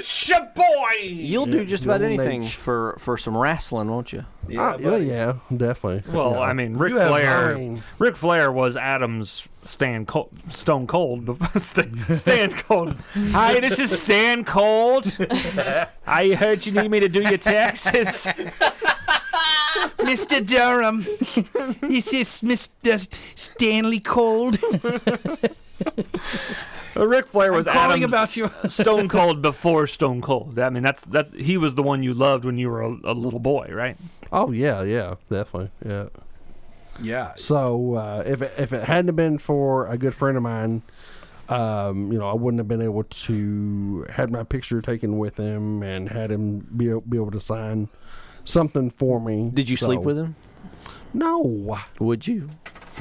D: boy.
I: you'll do just about
C: You'll make-
I: anything for, for some wrestling, won't you?
C: Yeah, Uh, yeah, definitely.
D: Well,
C: Yeah.
D: I mean, Ric
B: You have
D: Flair.
C: mine.
D: Ric Flair was Adam's Stan Col- Stone Cold. bef- Stan, Stan Cold. Hi, this is Stan Cold. I heard you need me to do your taxes.
B: Mr. Durham. this is Mr. Stanley Cold.
D: Rick Uh, Flair was
B: calling
D: Adam's
B: about you.
D: Stone Cold before Stone Cold. I mean, that's that's he was the one you loved when you were a, a little boy, right?
C: Oh yeah, yeah, definitely, yeah.
B: Yeah.
C: So uh, if it, if it hadn't have been for a good friend of mine, um, you know, I wouldn't have been able to had my picture taken with him and had him be be able to sign something for me.
I: Did you sleep
C: So-
I: with him?
C: No.
I: Would you?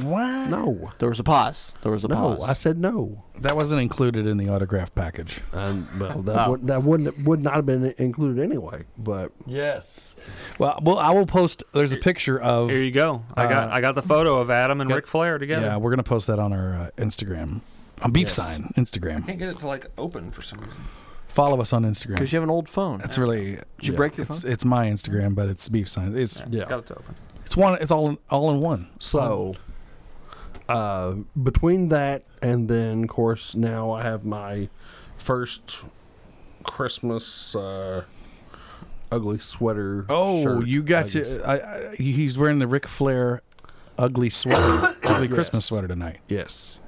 B: What?
C: No.
I: There was a pause. There was a
C: No,
I: pause.
C: I said no.
B: That wasn't included in the autograph package.
C: Um, well, That would that wouldn't would not have been included anyway. But
B: yes. Well, well, I will post. There's a picture of.
D: Here you go. I got I got the photo of Adam and
B: got-
D: Ric Flair together.
B: Uh, Yeah, we're gonna post that on our uh, Instagram, on Beef
D: Yes.
B: Sign Instagram.
D: can't get it to like open for some reason.
B: Follow us on Instagram.
D: 'Cause
I: you have an old phone.
B: That's really.
D: Did you break your
B: it's,
D: phone?
B: It's my Instagram, but it's Beef Sign. It's
D: Yeah, got it to open.
B: It's one. It's all in, all in one.
C: So, uh, between that and then, of course, now I have my first Christmas uh, ugly sweater.
B: Oh,
C: shirt,
B: you
C: I
B: got
C: guess.
B: you. I, I, he's wearing the Ric Flair ugly sweater, ugly Christmas
C: Yes.
B: sweater tonight.
C: Yes.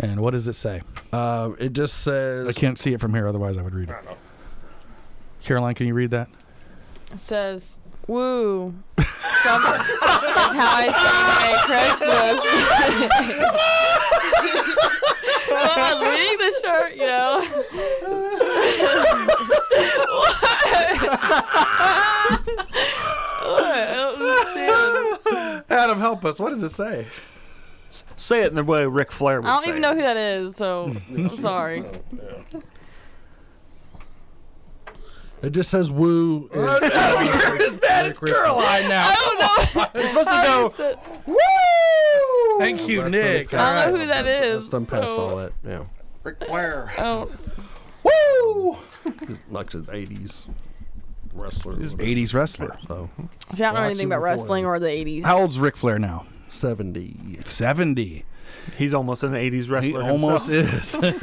B: And what does it say?
C: Uh, it just says.
B: I can't see it from here, otherwise I would read it. Caroline, can you read that?
E: It says, woo. Some, that's how I say Merry Christmas. when I was reading the shirt, you know.
B: Adam, help us. What does it say?
D: Say it in the way Ric Flair
E: I
D: would
E: don't
D: say
E: even
D: it.
E: know who that is, so I'm sorry.
C: It just says woo. is-
B: You're as bad as Caroline now.
E: I don't know.
B: You're supposed to
E: how
B: go.
E: is it-
B: Woo! Thank you,
C: That's
B: Nick.
C: unpassed.
E: I don't know who that is.
C: That's unpassed
E: so-
C: all that. Yeah.
B: Ric Flair.
E: Oh,
B: Woo!
C: Like the 80s wrestler. or whatever.
B: 80s wrestler.
C: So,
E: see, I don't know
C: Watch
E: anything
C: it
E: about
C: before.
E: wrestling or the 80s.
B: How old's Ric Flair now?
C: 70.
B: 70.
D: He's almost an '80s
B: He
D: wrestler.
B: almost
D: himself.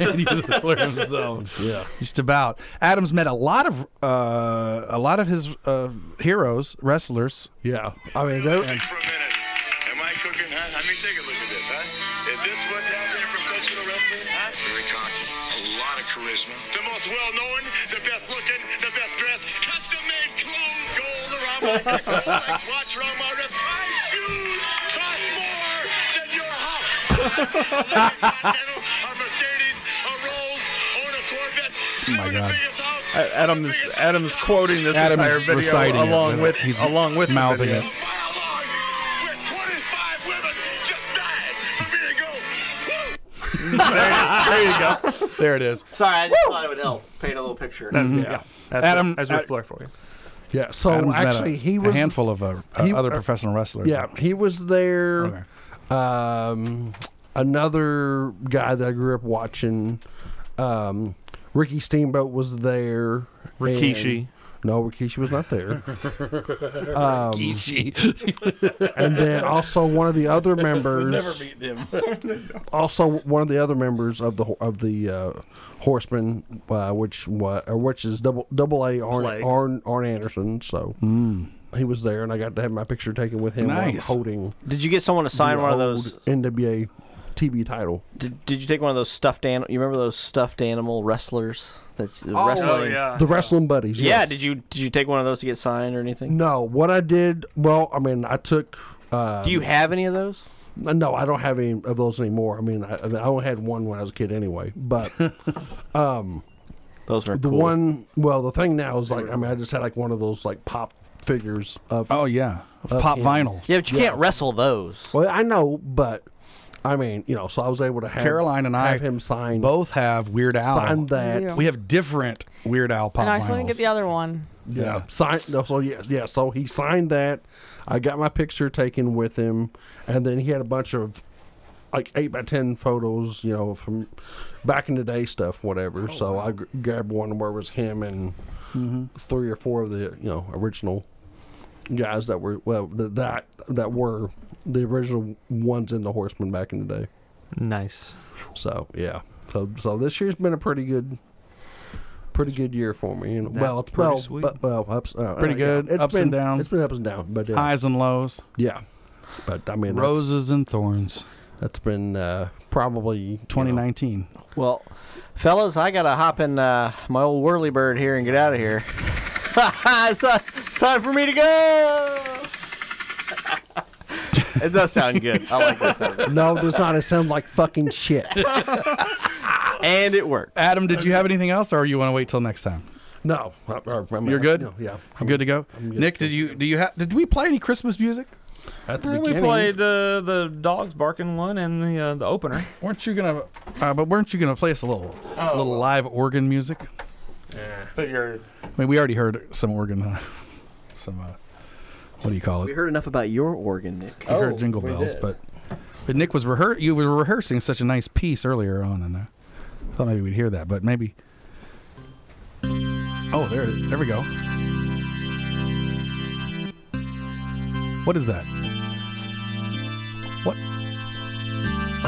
B: is. He's a wrestler himself.
C: Yeah.
B: Just about. Adams met a lot of uh, a lot of his uh, heroes, wrestlers.
C: Yeah. I mean, they
L: Am I cooking, huh? I mean, take a look at this, huh? Is this what's happening in professional wrestling, huh? Very cocky, a lot of charisma. The most well-known, the best-looking, the best-dressed, custom-made clone gold around my neck, gold like watch around my wrist. My shoes cost more than your house. a Continental, a Mercedes, a Rolls, own a Corvette.
B: Oh my God.
D: A- Adam's Adam's quoting this
B: Adam's
D: entire video
B: reciting it,
D: along
B: but
D: with
B: he's
D: along with the
B: mouthing
D: video.
B: it.
D: there you go.
B: There it is.
K: Sorry, I just thought it would help paint a little picture.
D: That's,
I: Mm-hmm.
B: Mhm.
D: yeah. That's
B: Adam- uh,
D: Ric- that's Ric
B: Ad-
D: Flair for you.
C: Yeah. So
B: Adams met a-
C: Oh, actually, he was
B: a handful of uh, uh,
C: he-
B: other
C: uh,
B: professional wrestlers.
C: Yeah, he was there. Um, another guy that I grew up watching, um, Ricky Steamboat was there.
D: Rikishi.
C: and- No, Rikishi was not there. Um,
B: Rikishi.
C: and then also one of the other members. also one of the other members of the of the uh, Horsemen, uh, which wa- or which is double double A Arn
D: Plague.
C: Arn, Arn Anderson. So he was there, and I got to have my picture taken with him while I'm
I: Nice.
C: holding.
I: Did you get someone to sign
C: the
I: one of
C: old
I: those? Uh-huh.
C: NWA TV title?
I: Did, did you take one of those stuffed animal? You remember those stuffed animal wrestlers that
C: Oh,
I: wrestling?
C: Oh, yeah. The wrestling buddies,
I: Yeah.
C: yes.
I: Did you did you take one of those to get signed or anything?
C: No, what I did. Well, I mean, I took. Uh,
I: Do you have any of those?
C: No, I don't have any of those anymore. I mean, I, I only had one when I was a kid, anyway. But um,
I: those are
C: the one. Well, the thing now is like, I mean, I just had like one of those like pop figures of.
B: Oh yeah,
C: of
B: pop
C: him.
B: vinyls.
I: Yeah, but you can't wrestle those.
C: Well, I know, but I mean, you know, so I was able to have
B: Caroline and I
C: have him sign
B: both have Weird Al.
C: Sign that. Yeah.
B: We have different Weird Al pop
E: and I
B: vinyls.
E: still didn't get the other one.
C: Yeah. Sign, no, so yeah, yeah. So he signed that. I got my picture taken with him, and then he had a bunch of like eight by ten photos, you know, from back in the day stuff, whatever. so I gr- grabbed one where it was him and three or four of the you know original guys that were well th- that that were the original ones in the Horsemen back in the day.
D: Nice.
C: So yeah. So so this year's been a pretty good. Pretty good year for me. You know,
B: That's
C: well,
B: pretty
C: well,
B: sweet.
C: but- well, ups, uh,
B: Pretty
C: uh,
B: good.
C: Yeah. It's
B: Ups
C: been,
B: and downs.
C: It's been ups and downs, but uh,
B: highs and lows.
C: Yeah, but I mean that's-
B: roses and thorns.
C: That's been uh, probably
B: 2019.
I: Well, fellas, I gotta hop in uh, my old whirly bird here and get out of here. it's, ti- it's time for me to go. it does sound good. I like this. sound.
C: no, it does not. It sounds like fucking shit.
I: and it worked.
B: Adam, did you have anything else, or you want to wait till next time?
C: No,
B: you're good.
C: no, yeah.
B: you good to go. Nick, did you do you have? Did we play any Christmas music?
C: At
D: Yeah, we played uh, the dogs barking one and the uh, the opener.
B: Weren't you gonna? Uh, but weren't you gonna play us a little, a
D: Oh.
B: little live organ music?
D: Figured.
B: I mean, we already heard some organ, uh, some uh, what do you call it?
I: We heard enough about your organ, Nick.
B: We heard jingle bells, but but Nick was rehear you were rehearsing such a nice piece earlier on, and uh, I thought maybe we'd hear that, but maybe. Oh, there, there we go. What is that? What?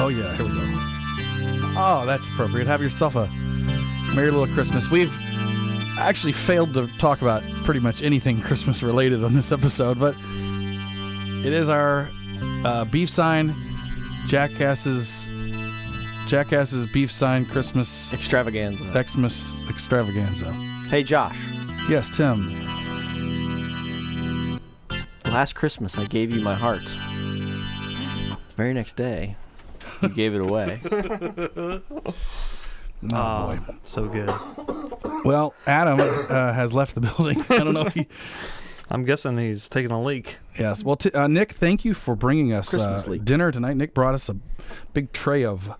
B: Oh yeah, here we go. Oh, that's appropriate. Have yourself a merry little Christmas. We've actually failed to talk about pretty much anything Christmas related on this episode, but it is our uh, beef sign, Jackass's Jackass's beef sign Christmas
I: extravaganza.
B: Xmas extravaganza.
I: Hey, Josh.
B: Yes, Tim.
I: Last Christmas, I gave you my heart. The very next day, you gave it away.
B: Oh, boy.
D: So good.
B: Well, Adam uh, has left the building. I don't know if he.
D: I'm guessing he's taking a leak.
B: Yes. Well, t- uh, Nick, thank you for bringing us uh,
D: Christmas leak.
B: dinner tonight. Nick brought us a big tray of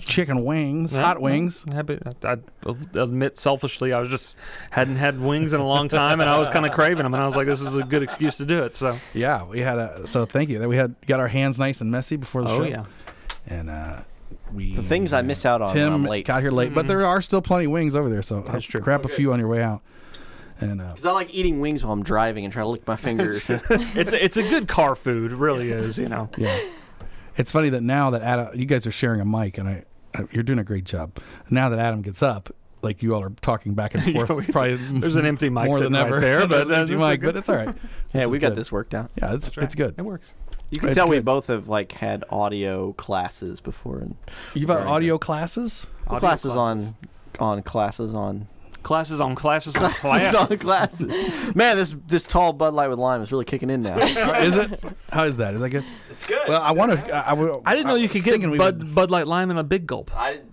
B: chicken wings, hot wings.
D: Yeah, but I, I admit selfishly, I was just hadn't had wings in a long time, and I was kind of craving them, and I was like, this is a good excuse to do it. So
B: Yeah, we had a so thank you that we had got our hands nice and messy before the
D: Oh,
B: show.
D: yeah.
B: and uh, we uh,
I: The things I miss out on when
B: Tim
I: I'm late.
B: got here late,
D: Mm-hmm.
B: but there are still plenty of wings over there, so uh, grab a few on your way out. And uh,
I: Because I like eating wings while I'm driving and trying to lick my fingers.
D: it's a, it's a good car food, really is. You know.
B: yeah, it's funny that now that Adam, you guys are sharing a mic, and I, I you're doing a great job. Now that Adam gets up. Like you all are talking back and
D: Yeah,
B: forth.
D: we-
B: probably
D: there's an empty mic
B: more
D: sitting
B: than
D: right
B: ever.
D: there,
B: There's
D: but,
B: an
D: uh,
B: empty
D: this is
B: mic,
D: good.
B: but it's all right.
I: Yeah,
B: is
I: we got
B: good.
I: this worked out.
B: Yeah, it's it's good.
D: It works.
I: You can
B: It's
I: tell we
B: good.
I: both have like had audio classes before, and
B: You've had audio classes.
I: Well, classes, on on classes on
D: Classes on classes on
B: Oh,
I: classes on classes. Man, this this tall Bud Light with lime is really kicking in now.
B: is it? How is that? Is that good? It's
I: good.
B: Well, I want to. I, I,
D: I didn't know you
B: was
D: could get
B: thinking we
D: Bud, Bud Light Lime in a big gulp.
I: I didn't.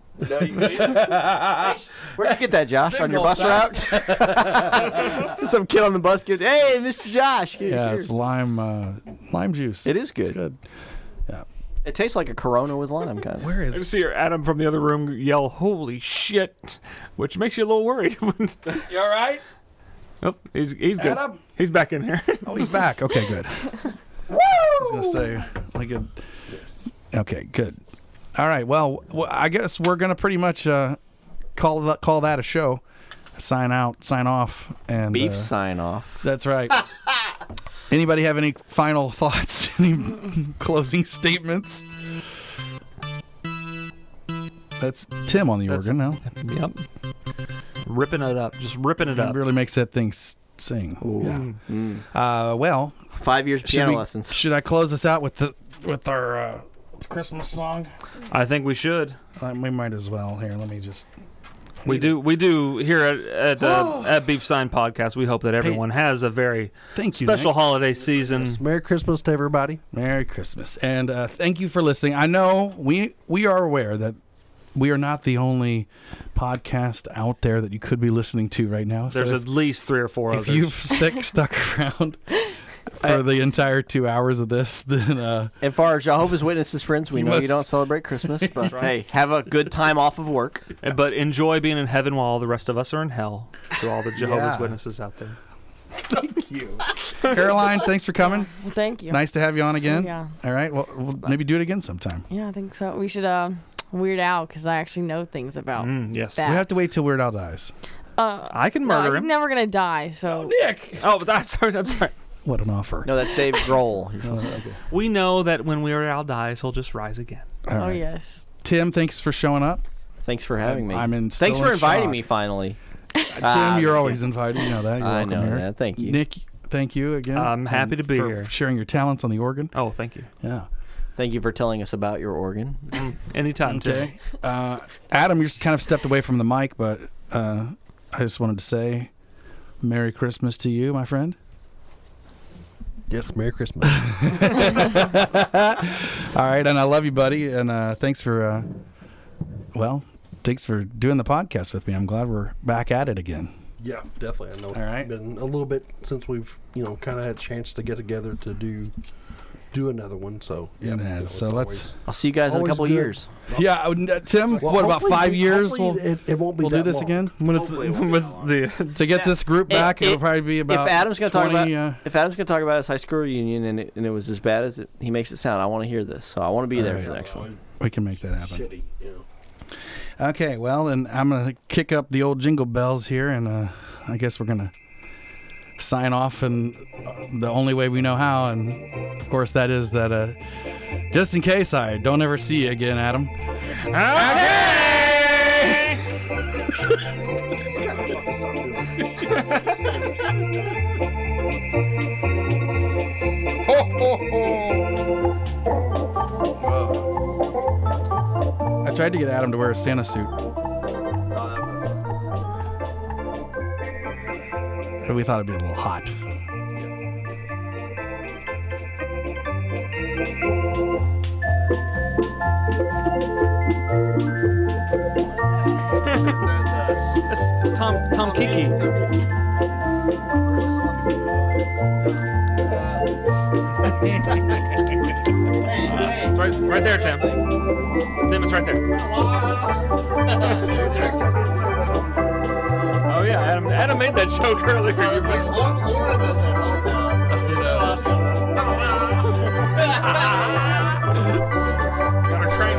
I: No, you Thanks. Where'd you get that, Josh? On
D: Big
I: your
D: ol'
I: bus route? Some kid on the bus gives, "Hey, Mr. Josh." here,
B: Yeah,
I: here."
B: it's lime uh, lime juice.
I: It is good.
B: It's good. Yeah.
I: It tastes like a Corona with lime, kind of.
B: Where
D: I see your Adam from the other room yell, "Holy shit!" which makes you a little worried.
A: You all right?
D: oh, he's he's good.
A: Adam?
D: He's back in here.
B: Oh, he's back. Okay, good.
A: Woo!
B: I was gonna say like a. Okay, good. All right. Well, w- I guess we're gonna pretty much uh, call that call that a show. Sign out. Sign off. And
I: Beef
B: uh,
I: sign off.
B: That's right. Anybody have any final thoughts? Any closing statements? That's Tim on the organ now.
D: Yep. Ripping it up. Just ripping it
B: It
D: up.
B: really makes that thing s- sing. Yeah. Uh, well,
I: five years
B: should
I: piano
B: we-
I: lessons.
B: Should I close this out with the with our uh, Christmas song?
D: I think we should.
B: Uh, we might as well. Here, let me just.
D: We do. We do here at at, uh, at Beef Sign Podcast. We hope that everyone has a very
B: Thank you,
D: special
B: Nick.
D: holiday season.
C: Merry Christmas to everybody.
B: Merry Christmas, and uh, thank you for listening. I know we we are aware that we are not the only podcast out there that you could be listening to right now.
D: There's
B: so if,
D: at least three or four.
B: if
D: others.
B: you've stick, stuck around for the entire two hours of this, then uh,
I: And far as Jehovah's Witnesses friends, we
B: You
I: know you
B: must-
I: don't celebrate Christmas, but
D: right.
I: hey, have a good time off of work.
D: And- but enjoy being in heaven while all the rest of us are in hell. To all the Jehovah's
B: Yeah.
D: Witnesses out there.
B: Caroline, thanks for coming.
E: Well, thank you.
B: Nice to have you on again.
E: Yeah.
B: All right. Well, we'll maybe do it again sometime.
E: Yeah, I think so. We should uh, weird out because I actually know things about.
D: yes.
E: That.
B: Mm, We have to wait till Weird Al dies.
E: Uh,
D: I can
E: no,
D: murder
E: he's
D: him.
E: never gonna die. So
B: Nick.
D: Oh, but I'm sorry. I'm sorry.
B: What an offer.
I: No, that's Dave Grohl.
D: We know that when Weird Al dies, he'll just rise again.
B: All
E: Oh
B: right.
E: yes.
B: Tim, thanks for showing up.
I: Thanks for having me.
B: I'm in. still
I: Thanks for
B: in
I: inviting
B: shock.
I: me finally.
B: Tim,
I: Ah,
B: you're
I: thank
B: always
I: you.
B: invited. You know that. You're
I: I
B: welcome
I: know
B: here.
I: that. Thank you.
B: Nick. Thank you again.
D: I'm happy
B: and
D: to be
B: for
D: here.
B: Sharing your talents on the organ.
D: Oh, thank you.
B: Yeah.
I: Thank you for telling us about your organ.
D: Anytime,
B: Okay. Uh, Adam, you just kind of stepped away from the mic, but uh, I just wanted to say Merry Christmas to you, my friend.
C: Yes, Merry Christmas.
B: All right, and I love you, buddy, and uh, thanks for, uh, well, thanks for doing the podcast with me. I'm glad we're back at it again.
C: Yeah, definitely. I know it's
B: right.
C: been a little bit since we've, you know, kind of had a chance to get together to do do another one. So yeah,
B: It
C: you know,
B: has.
C: it's
B: So let's.
I: I'll see you guys in a
C: always
I: couple
C: good.
I: years.
B: Yeah, I would- uh, Tim.
C: Well,
B: what about
C: hopefully
B: five
C: we-
B: years?
C: hopefully
B: We'll,
C: it- it won't be
B: we'll do
C: that
B: this
C: long.
B: again.
D: When it's, when it's the
B: to get this group back,
I: It-
B: it, will
I: it-
B: probably be about.
I: if Adam's gonna
B: 20,
I: talk about
B: uh,
I: if Adam's gonna talk about his high school reunion and it, and it was as bad as it, he makes it sound, I want to hear this, so I want to be
B: All
I: there
B: right.
I: for the next one.
B: we can make that happen.
C: shitty. You know.
B: Okay, well, then I'm gonna kick up the old jingle bells here, and uh, I guess we're gonna sign off in the only way we know how, and of course that is that uh, just in case I don't ever see you again, Adam. I tried to get Adam to wear a Santa suit. We thought it'd be a little hot.
D: it's, it's Tom Tom Kiki. It's right, right there, Tim. Tim, it's right there. Oh yeah, Adam. Adam made that joke earlier. You missed it. Gotta train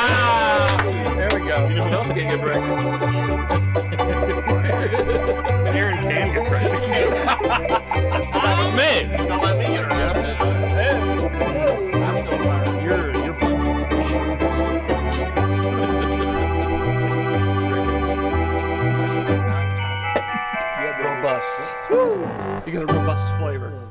L: There we go. You know who else can get pregnant? Aaron can get pregnant. Not with me. Don't let me get around. You're you're
D: well. Robust. You got a robust flavor.